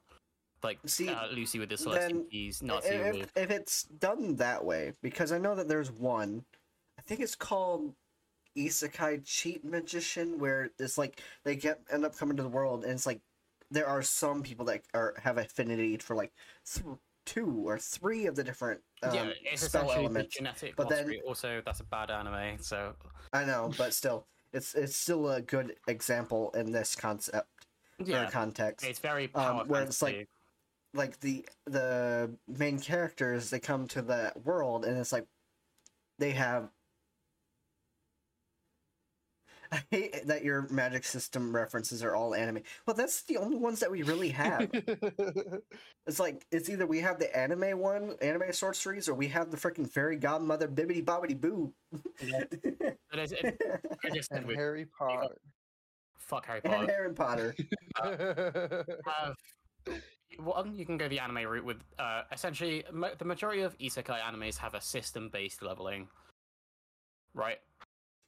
B: Like
A: see,
B: uh, Lucy with the celestial
A: then, e-,
B: keys,
A: I-
B: Nazi
A: if,
B: with
A: if it's done that way, because I know that there's one, I think it's called Isekai Cheat Magician, where it's like they get end up coming to the world, and it's like there are some people that are have affinity for like th- two or three of the different um,
B: yeah, it's
A: spell
B: essentially the
A: elements.
B: genetic
A: but then-
B: lottery. Also, that's a bad anime. So
A: I know, but still, it's it's still a good example in this concept
B: yeah,
A: or context.
B: it's very
A: um,
B: powerful.
A: where it's like- like the the main characters they come to that world and it's like they have I hate that your magic system references are all anime. Well, that's the only ones that we
B: [LAUGHS]
A: really
C: [LAUGHS]
A: have. it's like it's either we have the anime one, anime sorceries, or we have the freaking fairy godmother bibbity bobbity boo. [LAUGHS]
B: Yeah. But it's- it- I just said
C: and
B: we-
C: Harry Potter.
B: fuck Harry
A: and [LAUGHS]
B: Potter.
A: Harry Potter.
B: Have, one, you can go the anime route with uh, essentially ma- the majority of isekai animes have a system-based leveling, right?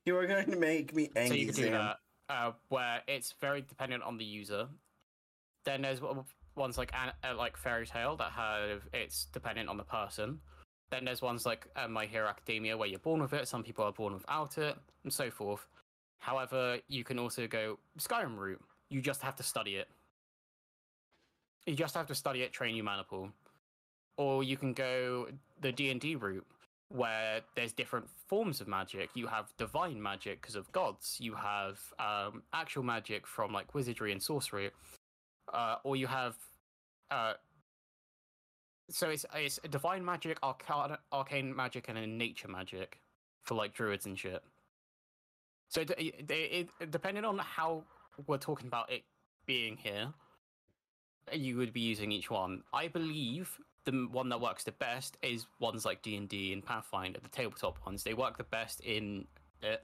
A: You are going to make me angry.
B: so you can do
A: Sam.
B: that, uh, where it's very dependent on the user. Then there's o- ones like an- uh, like Fairy Tale that have it's dependent on the person. Then there's ones like uh, My Hero Academia where you're born with it. Some people are born without it, and so forth. However, you can also go Skyrim route. You just have to study it. You just have to study it, train your mana pool, or you can go the D and D route where there's different forms of magic. You have divine magic because of gods. You have um, actual magic from like wizardry and sorcery, uh, or you have. Uh, so it's it's divine magic, arcana, arcane magic, and then nature magic for like druids and shit. So it, it, it, it- depending on how we're talking about it being here, you would be using each one. I believe the m- one that works the best is ones like D and D and Pathfinder, the tabletop ones. They work the best in it,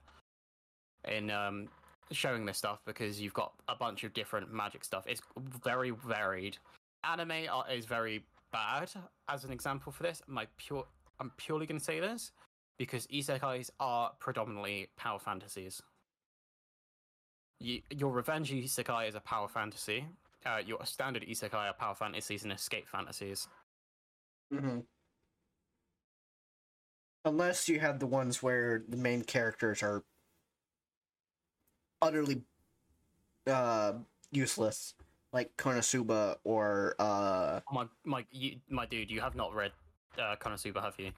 B: in um, showing this stuff because you've got a bunch of different magic stuff. It's very varied. Anime are, is very bad as an example for this. My pure, I'm purely going to say this because isekais are predominantly power fantasies. You, your revenge isekai is a power fantasy. Uh, your standard isekai are power fantasies and escape fantasies.
A: hmm Unless you have the ones where the main characters are utterly uh, useless, like Konosuba or uh,
B: My my you, my dude, you have not read uh, Konosuba, have you?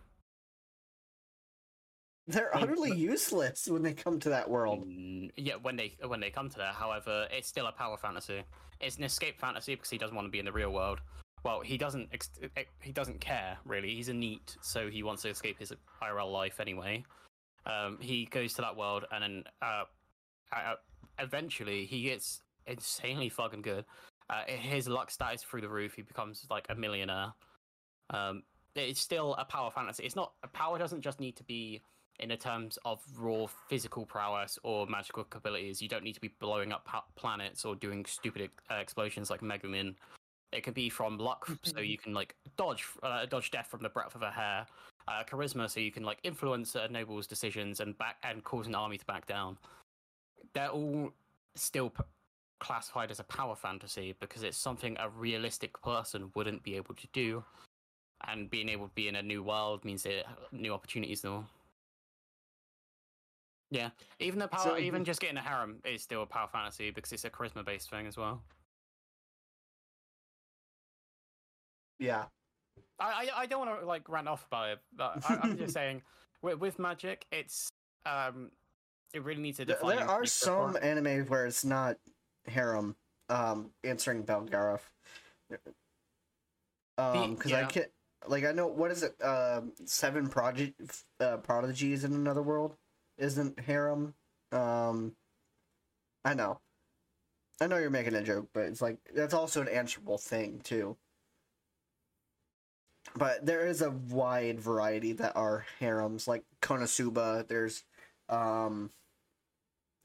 A: they're
B: Wait,
A: utterly
B: but-
A: useless when they come to that world.
B: Mm, yeah, when they when they come to that, however, it's still a power fantasy. It's an escape fantasy because he doesn't want to be in the real world. Well, he doesn't ex- ex- he doesn't care really. He's a neat, so he wants to escape his IRL life anyway. Um, he goes to that world, and then uh, uh, eventually he gets insanely fucking good. Uh, his luck stat is through the roof. He becomes like a millionaire. Um, it's still a power fantasy. It's not power doesn't just need to be in the terms of raw physical prowess or magical capabilities. You don't need to be blowing up pa- planets or doing stupid ex- uh, explosions like Mega Man. It can be from luck, so you can like dodge uh, dodge death from the breadth of a hair. Uh, charisma, so you can like influence a noble's decisions and back and cause an army to back down. They're all still p- classified as a power fantasy because it's something a realistic person wouldn't be able to do. And being able to be in a new world means they have new opportunities and all. Yeah, even the power,
A: So-
B: even just getting a harem is still a power fantasy because it's a charisma based thing as well.
A: Yeah,
B: I, I, I don't want to like rant off about it, but I, I'm
A: [LAUGHS]
B: just saying with, with magic, it's um, it really needs to
A: Th-
B: define.
A: there
B: your
A: are
B: unique
A: some
B: requirement.
A: anime where it's not harem. Um, answering Belgarov. Um, because I
B: yeah.
A: can't. Like I know what is it? Um, seven prodigy, uh, prodigies in another world isn't harem. Um, I know. I know you're making a joke, but it's like that's also an answerable thing too. But there is a wide variety that are harems, like Konosuba. There's, um,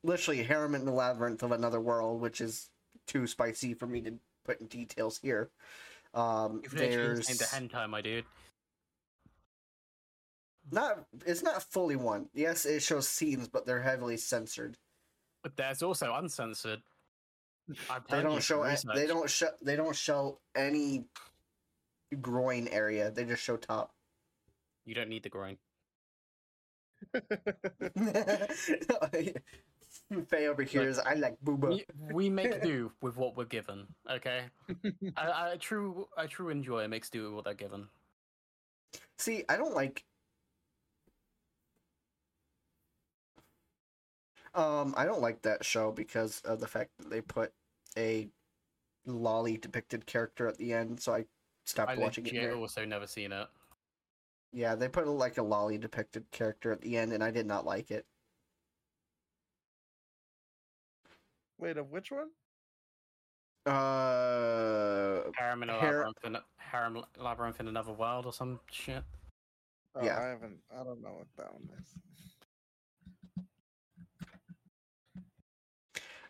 A: literally harem in the labyrinth of another world, which is too spicy for me to put in details here. Um,
B: You've literally
A: there's
B: just named a hentai, my dude.
A: not it's not fully one. Yes, it shows scenes, but they're heavily censored.
B: But there's also uncensored. I'm
A: They
B: telling you
A: don't
B: from
A: show a- they
B: research.
A: don't show they don't show any groin area. They just show top. [LAUGHS]
B: You don't need the groin.
A: I Faye over here is I like booba.
B: We,
A: [LAUGHS]
B: we make do with what we're given, okay? a, a true a true enjoyer makes do with what they're given.
A: See, I don't like. Um, I don't like that show because of the fact that they put a lolly depicted character at the end, so I stopped
B: I
A: watching
B: legit
A: it. here.
B: also never seen it.
A: Yeah, they put a, like a lolly depicted character at the end, and I did not like it.
C: [LAUGHS] Wait, of which one?
A: Uh,
B: Harem in a
A: Har-
B: labyrinth in, Harem labyrinth in another world or some shit.
C: Oh,
A: Yeah.
C: I haven't. I don't know what that one is.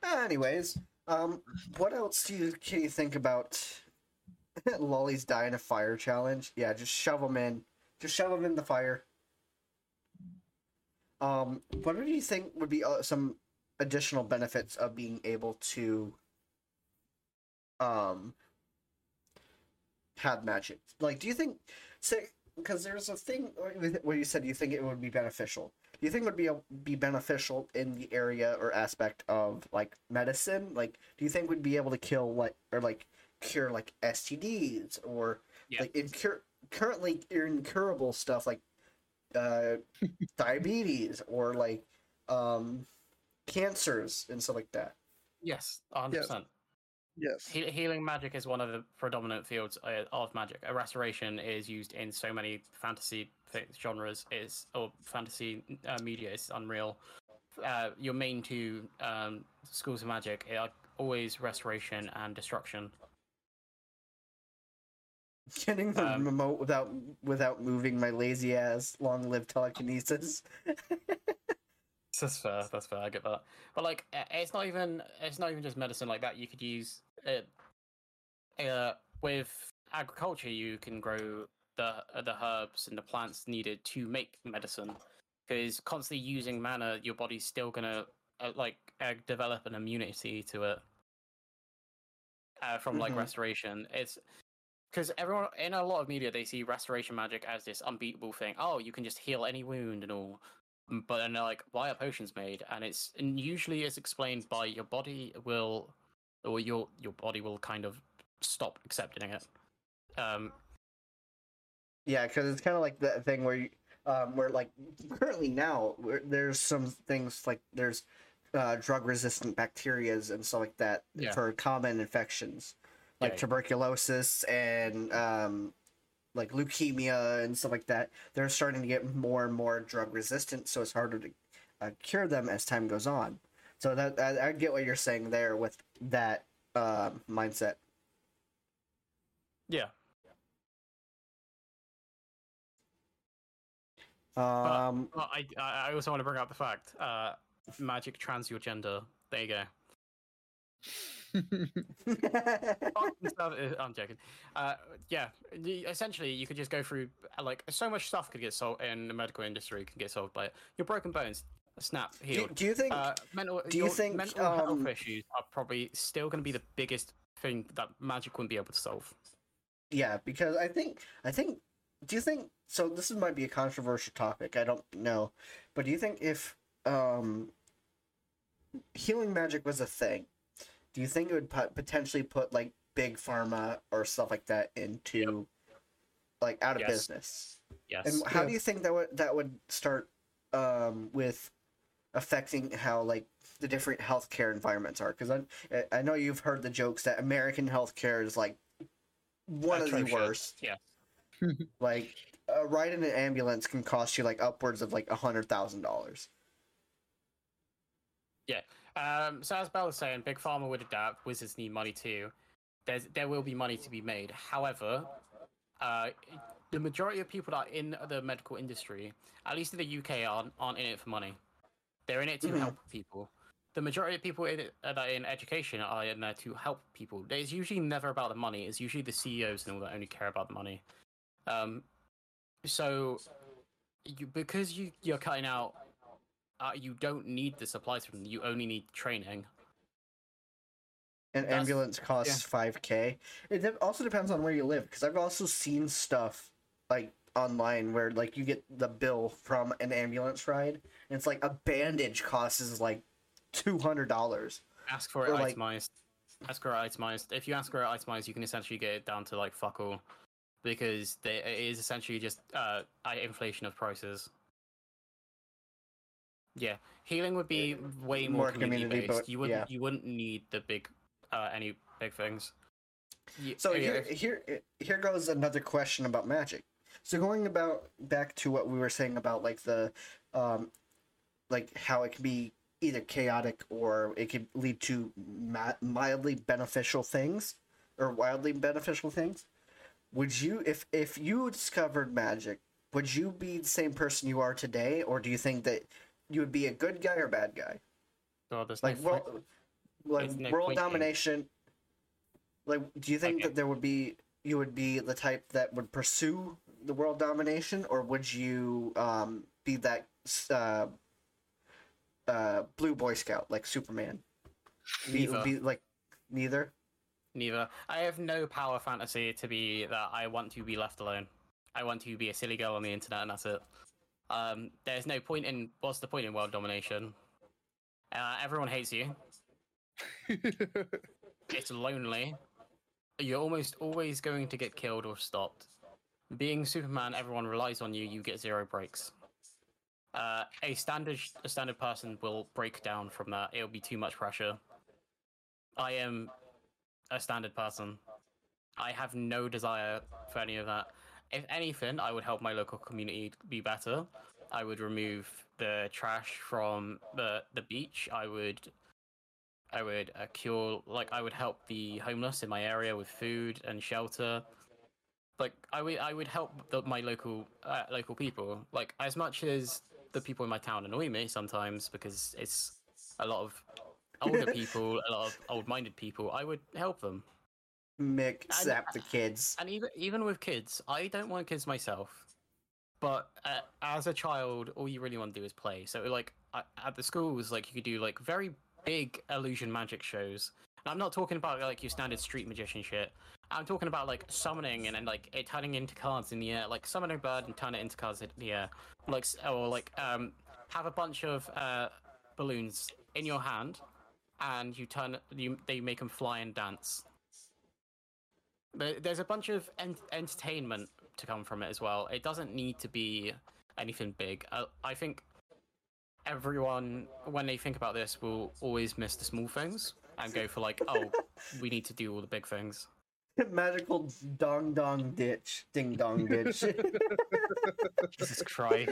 A: anyways, um, what else do you can you think about? [LAUGHS] Lolly's die in a fire challenge. Yeah, just shove them in. Just shove them in the fire. Um, what do you think would be uh, some additional benefits of being able to um have magic? Like, do you think say because there's a thing with- where you said you think it would be beneficial. Do you think would be a, be beneficial in the area or aspect of like medicine? Like, do you think we'd be able to kill like or like cure like STDs or
B: Yeah.
A: like incur currently incurable stuff like uh,
B: [LAUGHS]
A: diabetes or like um, cancers and stuff like that?
B: Yes, a hundred
C: Yes.
B: percent.
C: Yes.
B: He- healing magic is one of the predominant fields uh, of magic. A restoration is used in so many fantasy fi- genres, is or fantasy uh, media. It's unreal. Uh, your main two um, schools of magic are always restoration and destruction.
A: Getting the
B: Um,
A: remote without without moving my lazy ass. Long live telekinesis.
B: That's fair. That's fair. I get that. But like, uh, it's not even it's not even just medicine like that. You could use it. Uh, with agriculture, you can grow the uh, the herbs and the plants needed to make medicine. Because constantly using mana, your body's still gonna uh, like uh, develop an immunity to it uh, from like
A: Mhm.
B: restoration. It's because everyone in a lot of media they see restoration magic as this unbeatable thing. Oh, you can just heal any wound and all. M- But then they're like, why are potions made? And it's and usually it's explained by your body will, or your your body will kind of stop accepting it. Um,
A: Yeah, because it's kind of like that thing where, you, um, where like currently now, where there's some things like there's uh, drug-resistant bacterias and stuff like that
B: Yeah.
A: for common infections, like
B: Yeah, yeah.
A: tuberculosis and um, like leukemia and stuff like that. They're starting to get more and more drug-resistant, so it's harder to uh, cure them as time goes on. So that I, I get what you're saying there with that uh, mindset.
B: yeah. Uh,
A: Um, [LAUGHS]
B: Well, I I I also want to bring up the fact, uh, magic trans your gender.
A: [LAUGHS]
B: There you go. Fuck yourself, uh, I'm joking. Uh, yeah, y- essentially, you could just go through uh, like so much stuff could get solved in the medical industry can get solved by it. Your broken bones, snap,
A: do,
B: healed.
A: do you think?
B: uh, mental,
A: do you
B: your
A: think,
B: mental
A: um,
B: health issues are probably still going to be the biggest thing that magic wouldn't be able to solve?
A: yeah because i think i think do you think so this might be a controversial topic i don't know but do you think if um healing magic was a thing do you think it would pot- potentially put like big pharma or stuff like that into like out of
B: Yes.
A: business
B: Yes.
A: and how do
C: Yeah.
A: you think that would that would start um with affecting how like the different healthcare environments are because I, I know you've heard the jokes that american healthcare is like one of
B: Atrocious.
A: the worst
B: Yeah.
A: like a ride in an ambulance can cost you like upwards of like a hundred thousand dollars.
B: Um, so as Bell was saying, Big Pharma would adapt. Wizards need money too. There's there will be money to be made. However, uh, the majority of people that are in the medical industry, at least in the UK, aren't aren't in it for money. They're in it to
A: Mhm.
B: help people. The majority of people in it, that are in education are in there to help people. It's usually never about the money. It's usually the CEOs and all that only care about the money. Um, so you, because you you're cutting out uh, you don't need the supplies from them. You only need training.
A: An
B: That's-
A: ambulance costs five k. It de- also depends on where you live because I've also seen stuff like online where like you get the bill from an ambulance ride and it's like a bandage costs is like two hundred dollars.
B: Ask for it
A: Or, like-
B: itemized. Ask for it itemized. If you ask for it itemized, you can essentially get it down to like fuck all, because they, it is essentially just uh i- inflation of prices. Yeah, healing would be way more,
A: More community,
B: community, based.
A: but-
B: you wouldn't
A: yeah.
B: you wouldn't need the big uh any big things. Y-
A: So
B: yeah,
A: here,
B: if-
A: here, here goes another question about magic. So going about back to what we were saying about like the, um, like how it can be either chaotic or it can lead to ma- mildly beneficial things, or wildly beneficial things. Would you, if if you discovered magic, would you be the same person you are today, or do you think that you would be a good guy or bad guy?
B: well, there's no
A: like
B: point-
A: world, like
B: there's no
A: world
B: point in-
A: domination. Like, do you think
B: Okay.
A: that there would be you would be the type that would pursue the world domination, or would you um, be that uh, uh, blue boy scout like Superman? Be,
B: Neither.
A: be like neither.
B: Neither. I have no power fantasy to be that I want to be left alone. I want to be a silly girl on the internet, and that's it. Um, there's no point in. What's the point in world domination? Uh, everyone hates you. It's lonely. You're almost always going to get killed or stopped. Being Superman, everyone relies on you. You get zero breaks. Uh, a standard a standard person will break down from that. It'll be too much pressure. I am a standard person. I have no desire for any of that. If anything, I would help my local community be better. I would remove the trash from the the beach. I would, I would uh, cure like I would help the homeless in my area with food and shelter. Like I would, I would help the, my local uh, local people. Like as much as the people in my town annoy me sometimes because it's a lot of older people, a lot of old-minded people. I would help them.
A: Mick
B: I-
A: zap the kids.
B: And even even with kids, I don't want kids myself. But uh, as a child, all you really want to do is play. So like I, at the schools, like you could do like very big illusion magic shows. And I'm not talking about like your standard street magician shit. I'm talking about like summoning and then like it turning into cards in the air, like summon a bird and turn it into cards in the air, like s- or like um have a bunch of uh balloons in your hand, and you turn you they make them fly and dance. There- There's a bunch of en- entertainment to come from it as well. It doesn't need to be anything big. I, I think everyone, when they think about this, will always miss the small things and go for like, oh, we need to do all the big things.
A: [LAUGHS] Magical dong dong ditch, ding dong ditch.
B: [LAUGHS] Jesus Christ!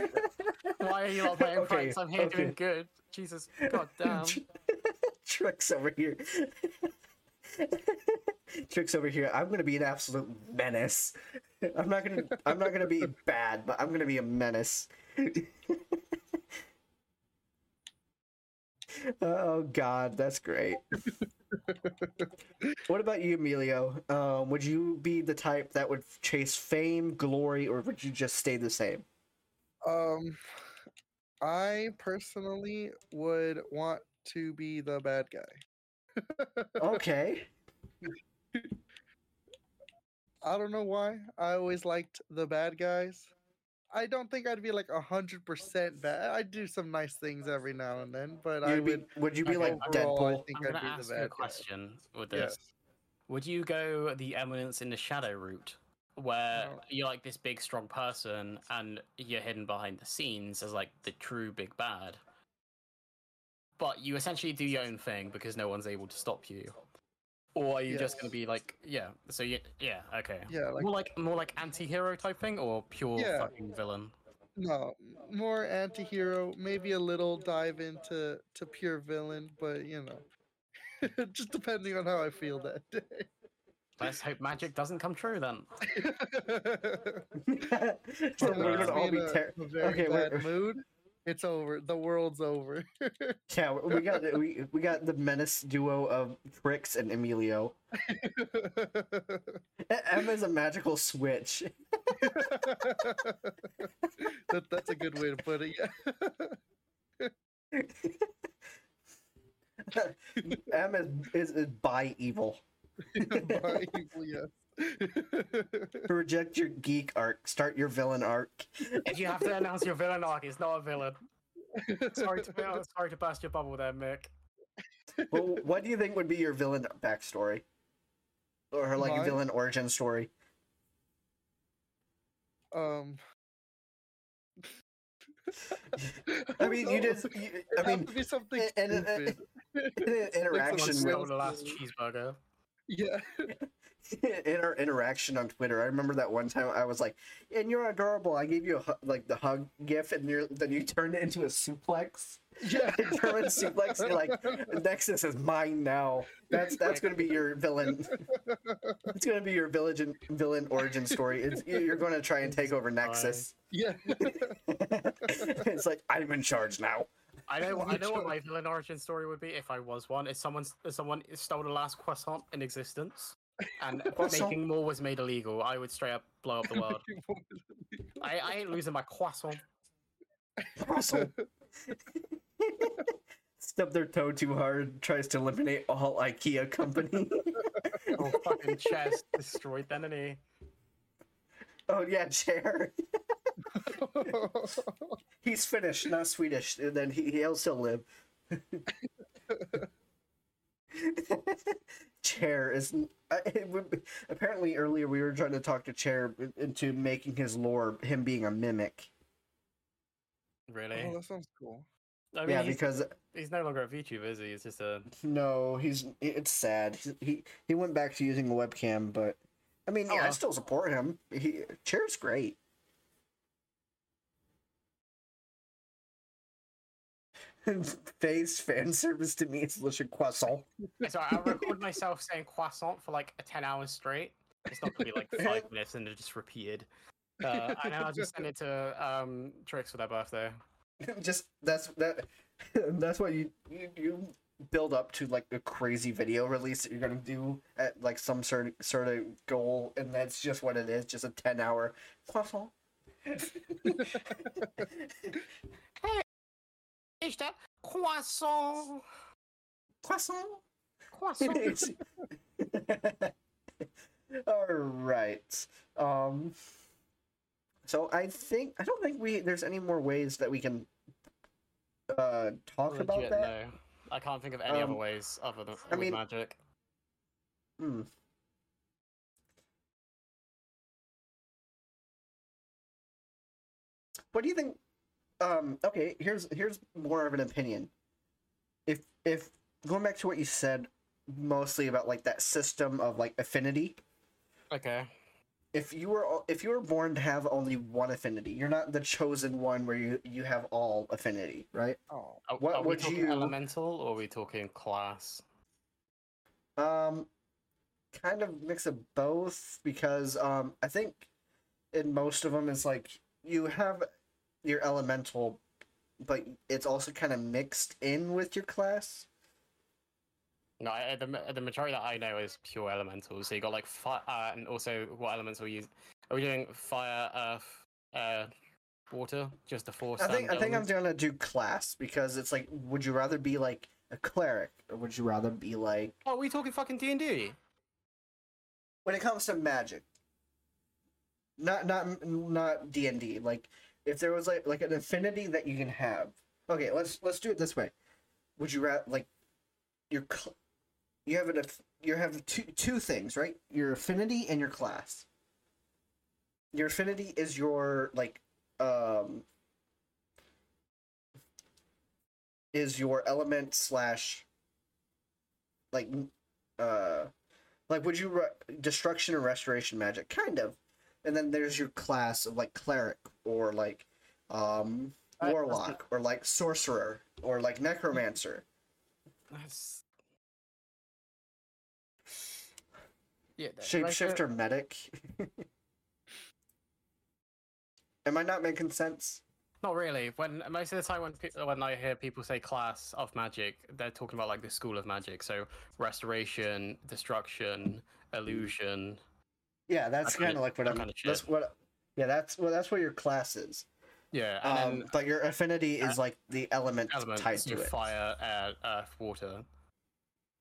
B: Why are you not playing
A: Okay,
B: pranks? I'm here
A: okay.
B: doing good. Jesus, god
C: [LAUGHS]
A: [LAUGHS]
C: Um,
B: damn.
A: Tricks over here. [LAUGHS] Tricks over here. I'm gonna be an absolute menace. [LAUGHS] I'm not gonna. I'm not gonna be bad, but I'm gonna be a menace. [LAUGHS] oh God, that's
C: [LAUGHS]
A: great. what about you, Emilio? Um, would you be the type that would chase fame, glory, or would you just stay the
C: [LAUGHS]
A: same?
C: [LAUGHS] Um, I personally would want to be the bad guy.
A: Okay.
C: I don't know why. I always liked the bad guys. I don't think I'd be like a hundred percent bad. I'd do some nice things every now and then, but I
A: You'd be,
C: would.
A: would you be
B: okay,
A: like
C: overall,
A: Deadpool?
C: I think
B: I'm gonna
C: I'd be
B: ask
C: the
B: you a
C: bad guy.
B: question with this.
C: Yes.
B: Would you go the eminence in the shadow route, where
C: No.
B: you're like this big strong person and you're hidden behind the scenes as like the true big bad, but you essentially do your own thing because no one's able to stop you, or are you just going
C: Yes.
B: to be like, yeah, so you, yeah, okay,
C: Yeah, like
B: more like more like anti-hero type thing or pure
C: Yeah.
B: fucking villain?
C: no more anti-hero, maybe a little dive into to pure villain, but you know, [LAUGHS] just depending on how I feel that [LAUGHS]
B: Let's hope magic doesn't come true then.
C: day.
A: So
C: If it
A: we're
C: puts
A: gonna all be
C: me uh, in a-
A: ter-
C: a very
A: okay, we're- [LAUGHS]
C: bad mood. It's over. The world's over. [LAUGHS]
A: yeah, we got the- we we got the menace duo of Trix and Emilio. E- M is a magical switch.
C: that, that's a good way to put it. Yeah. [LAUGHS]
A: M is, is, is by evil.
C: By evil, yes.
A: Reject your geek arc. Start your villain arc.
G: If you have to announce your villain arc, it's not a villain. Sorry to, sorry to burst your bubble there, Mick.
A: well, what do you think would be your villain backstory, or her like
C: Mine?
A: villain origin story?
C: [LAUGHS] Um,
A: I mean, you
C: don't know.
A: just. You,
C: [LAUGHS] It
A: I
C: has
A: mean,
C: to be something
A: a- and- and-
C: stupid. [LAUGHS]
A: in
B: Someone
A: interaction
B: stole
A: with
B: the last cheeseburger.
C: yeah,
A: [LAUGHS] in our interaction on Twitter, I remember that one time I was like, "And you're adorable." I gave you a, hu- like the hug gif, and you're, then you turned it into a suplex. [LAUGHS]
C: yeah. [LAUGHS]
A: And German suplex, you're like, Nexus is mine now. That's that's gonna be your villain. It's gonna be your villain villain origin story. It's, you're gonna try and take over Nexus. [LAUGHS]
C: yeah. [LAUGHS]
A: it's like I'm in charge now.
B: I know. I know
A: [LAUGHS]
B: what my villain origin story would be if I was one. If someone, if someone stole the last croissant in existence,
A: [LAUGHS]
B: and
A: Croissant?
B: making more was made illegal, I would straight up blow up the world. I, I ain't losing my croissant.
A: Russell. [LAUGHS] Stub their toe too hard, tries to eliminate all IKEA company. [LAUGHS]
B: Oh, fucking chest destroyed then, didn't he?
A: oh yeah, chair.
C: Oh,
A: He's Finnish, not Swedish. And then he, he'll still live. [LAUGHS] Chair is I- it would be- apparently earlier we were trying to talk to Chair into making his lore him being a mimic.
B: Really?
C: oh, that sounds cool.
B: I mean,
A: yeah,
B: he's,
A: because
B: he's no longer a VTuber, is he? He's just a. [LAUGHS]
A: no, he's it's sad. He- He he went back to using a webcam, but I mean, yeah, I
B: Aw.
A: still support him. He Chair's great. [LAUGHS] Face fan service to me is Lisha Croissant.
B: Sorry, I record myself saying croissant for like a ten hours straight. It's not gonna be like five
A: [LAUGHS]
B: minutes, and it just repeated. Uh, and then I'll just send it to um, Trix for their birthday.
A: [LAUGHS] just that's that [LAUGHS] that's what you, you you build up to like a crazy video release that you're gonna do at like some sort sort of goal and that's just what it is just a 10 hour croissant
G: Is that croissant?
A: croissant
G: Croissant.
A: [LAUGHS] all right um so i think i don't think we there's any more ways that we can uh talk about
B: Legit,
A: that
B: No, I can't think of any other
A: Um,
B: ways other than
A: I
B: with
A: mean-
B: magic.
A: Hmm. What do you think? Um, okay, here's here's more of an opinion. If if going back to what you said mostly about like that system of like affinity,
B: Okay.
A: if you were o- if you were born to have only one affinity, you're not the chosen one where you you have all affinity, right?
C: Oh,
B: Are,
A: What
B: are we
A: would
B: talking
A: you-
B: elemental or are we talking class?
A: Um, kind of mix of both because um, I think in most of them it's like you have your elemental, but it's also kind of mixed in with your class.
B: No, I, the ma- the majority that I know is pure elemental. So you got like fire, uh, and also what elements are we using? Are we doing fire, earth, uh, water? Just the four.
A: I think I
B: standard
A: think I'm
B: elements?
A: gonna do class because it's like, would you rather be like a cleric or would you rather be like
B: Oh, are we talking fucking D and D?
A: when it comes to magic? Not not not D and D. Like if there was like like an affinity that you can have. Okay, let's let's do it this way. Would you rather like your cl- you have an aff- you have two two things right? Your affinity and your class. Your affinity is your like um is your element slash like uh like would you re- destruction or restoration magic kind of and then there's your class of like cleric or like um
B: I- that's
A: warlock or like sorcerer or like necromancer
B: That's. Yeah. that- like, uh,
A: shapeshifter medic [LAUGHS] am i not making sense
B: Not really. When most of the time, when pe- when I hear people say class of magic, they're talking about like the school of magic. So restoration, destruction, illusion.
A: yeah that's
B: That kinda-
A: kind of like what
B: that
A: i'm
B: kinda shit.
A: that's what yeah that's well that's what your class is
B: Yeah, and
A: um
B: then
A: but your affinity is
B: uh,
A: like the element
B: elements:
A: tied to
B: your
A: it
B: fire, air, earth, water.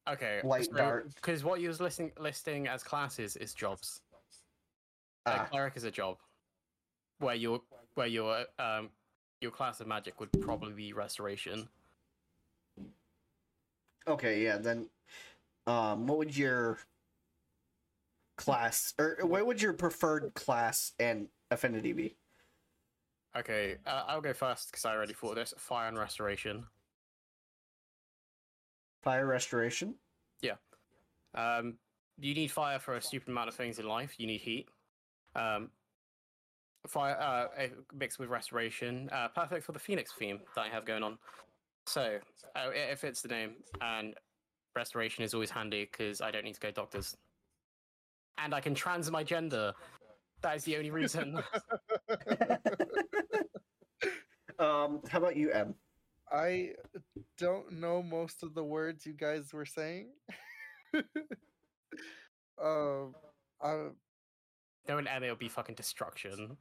B: Okay,
A: Light, dark.
B: Because what you was listing listing as classes is jobs.
A: Ah.
B: A cleric is a job, where your where your um your class of magic would probably be restoration.
A: Okay, yeah, then um what would your class or what would your preferred class and affinity be?
B: Okay, uh, I'll go first because I already thought this. Fire and restoration.
A: Fire restoration?
B: Um, you need fire for a stupid amount of things in life. You need heat. Um, fire uh, eh, mixed with restoration, uh, perfect for the phoenix theme that I have going on. So uh, it, it fits the name, and restoration is always handy because I don't need to go doctors, and I can trans my gender. That is the only reason. [LAUGHS]
A: Um how about you, M?
C: I don't know most of the words you guys were saying. [LAUGHS] um, I,
B: no, in Emma, it'll be fucking destruction.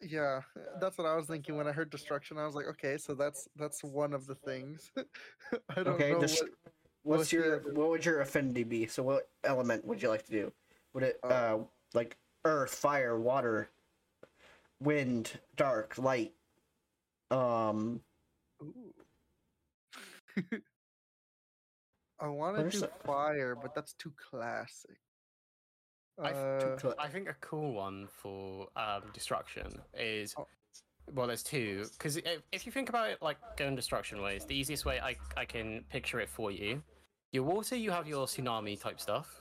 C: yeah, that's what I was thinking when I heard destruction. I was like, okay, so that's that's one of the things. [LAUGHS] I don't
A: Okay,
C: know.
A: dest-
C: what,
A: What's
C: what's the
A: your
C: other-
A: what would your affinity be? So what element would you like to do? Would it
C: Uh,
A: uh like earth, fire, water, wind, dark, light? Um
C: Ooh. [LAUGHS] I want to
A: Where's
C: do
A: the-
C: fire, but that's too classic.
B: I f-
C: Uh,
A: cla-
B: I think a cool one for um, destruction is
C: Oh.
B: well, there's two because if, if you think about it, like going destruction ways, the easiest way I I can picture it for you. Your water, you have your tsunami type stuff.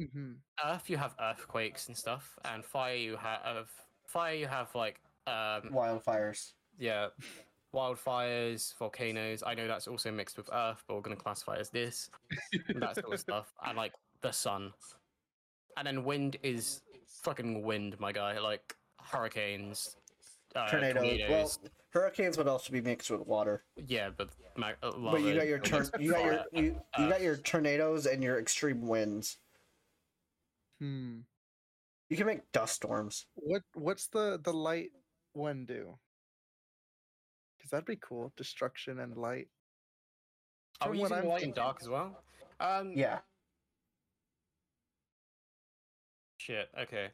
C: mhm.
B: Earth, you have earthquakes and stuff, and fire, you ha- have fire, you have like um
A: wildfires.
B: yeah, wildfires, volcanoes. I know that's also mixed with earth, but we're gonna classify it as this and that sort of stuff, and like the sun. And then wind is fucking wind, my guy. Like hurricanes, uh,
A: Tornadoes.
B: tornadoes.
A: Well, hurricanes would also be mixed with water.
B: yeah, but ma- uh,
A: But you
B: lava Uh,
A: got your
B: and
A: tur- you got your
B: fire.
A: you, you got your tornadoes and your extreme winds.
C: Hmm.
A: You can make dust storms.
C: What what's the the light one do? Because that'd be cool. Destruction and light.
B: Are
C: from
B: we
C: what
B: using
C: I'm
B: light and dark as well? Um,
A: Yeah.
B: Shit. Okay.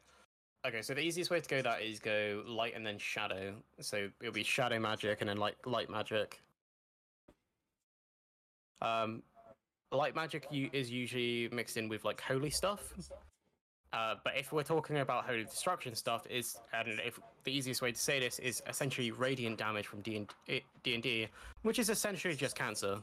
B: Okay. So the easiest way to go that is go light and then shadow. So it'll be shadow magic and then light light magic. Um, light magic u- is usually mixed in with like holy stuff. Uh, but if we're talking about holy destruction stuff, is and if the easiest way to say this is essentially radiant damage from D and eh, D, and D which is essentially just cancer.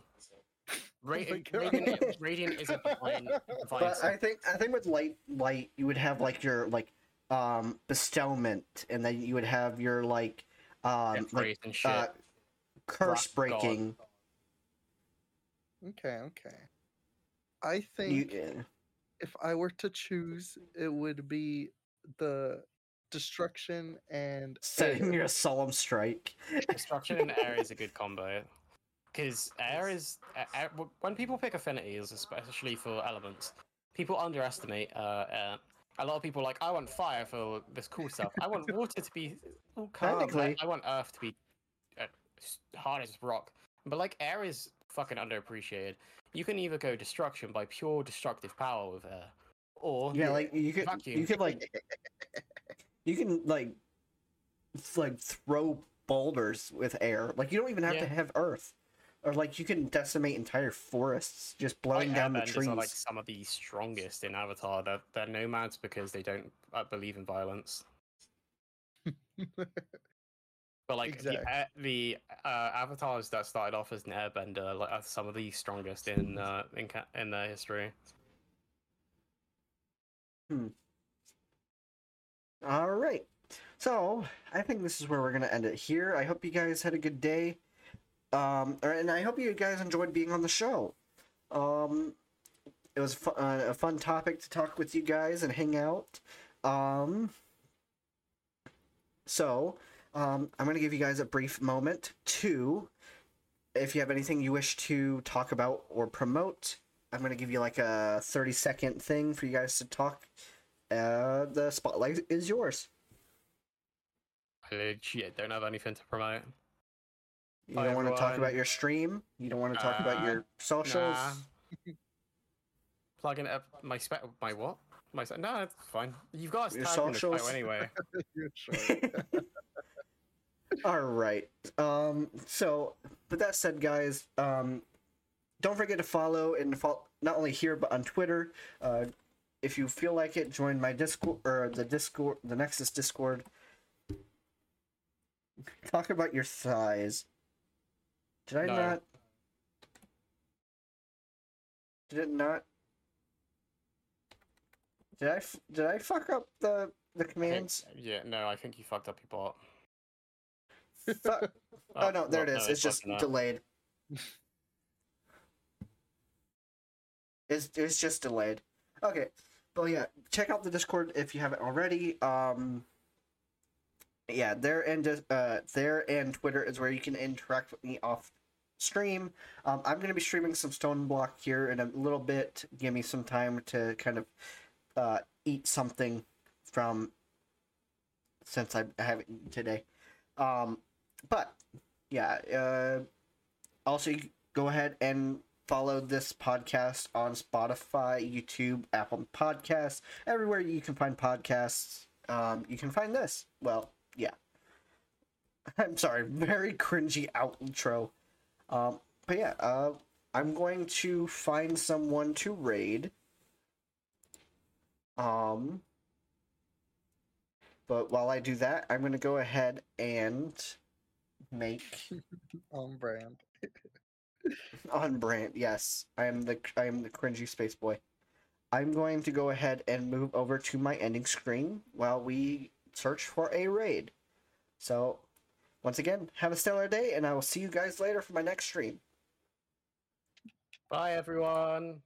B: Ra-
C: God.
B: radiant, radiant isn't divine. divine
A: [LAUGHS] But
B: stuff.
A: I think I think with light light you would have like your like um bestowment and then you would have your like um
B: Death
A: like
B: rays and shit.
A: uh, curse
B: Black god.
A: breaking.
C: [LAUGHS] Okay, okay. I
A: You,
C: think if I were to choose, it would be the destruction and
A: setting
C: air.
A: your solemn strike.
B: Destruction and air is a good combo. Because air is. a- air, w- when people pick affinities, especially for elements, people underestimate uh, air. A lot of people are like, I want fire for this cool stuff.
A: [LAUGHS]
B: I want water to be all calm. I,
A: Technically-
B: I want earth to be uh, s- hard as rock. But like, air is fucking underappreciated. You can either go destruction by pure destructive power with air, or
A: Yeah, like you could
B: Fuck you.
A: you could like [LAUGHS] you can like th- like throw boulders with air. Like you don't even have
B: Yeah.
A: to have earth. Or like you can decimate entire forests just blowing
B: White
A: down the
B: Airbenders
A: trees.
B: Are like some of the strongest in Avatar. They're, they're nomads because they don't uh, believe in violence. But like the, air- the uh, avatars that started off as an airbender, like are some of the strongest in uh, in ca- in their history.
A: All right. So I think this is where we're gonna end it here. I hope you guys had a good day. Um, all right, and I hope you guys enjoyed being on the show. Um, it was fu- uh, a fun topic to talk with you guys and hang out. Um, so um, I'm gonna give you guys a brief moment to, if you have anything you wish to talk about or promote, I'm gonna give you like a 30 second thing for you guys to talk uh, the spotlight is yours.
B: I legit don't have anything to promote.
A: You
B: Hi,
A: don't want to talk
B: everyone.
A: about your stream. You don't want to talk about
B: Uh,
A: your socials.
B: Nah. Plug in up my spec. My what? My se- no, it's fine. You've got us
A: Your
B: tagged in this photo
A: socials. [LAUGHS]
B: anyway.
C: You're sure.
A: [LAUGHS] All right. Um. So, with that said, guys, um, don't forget to follow and follow not only here but on Twitter. Uh, if you feel like it, join my Discord or the Discord, the Nexus Discord. Talk about your size. Did I
B: No.
A: not? Did it not? Did I f- did I fuck up the the
B: I think-
A: commands?
B: yeah, no, I think you fucked up your bot.
A: Fuck. Oh, no, there it
B: well,
A: is. it's just
B: fucking not.
A: delayed. it's it's just delayed. Okay. Well, yeah, check out the Discord if you haven't already. Um, yeah, there and dis- uh, there and Twitter is where you can interact with me off stream. Um, I'm gonna be streaming some Stone Block here in a little bit. Give me some time to kind of uh, eat something from since I haven't eaten today. Um, but yeah uh also you go ahead and follow this podcast on spotify youtube apple podcasts everywhere you can find podcasts um you can find this well yeah [LAUGHS] i'm sorry very cringy outro um but yeah uh i'm going to find someone to raid um but while i do that i'm going to go ahead and make
C: On um, brand.
A: on brand. Yes, I am the I am the cringy space boy. I'm going to go ahead and move over to my ending screen while we search for a raid. So, once again, have a stellar day, and I will see you guys later for my next stream.
B: Bye, everyone.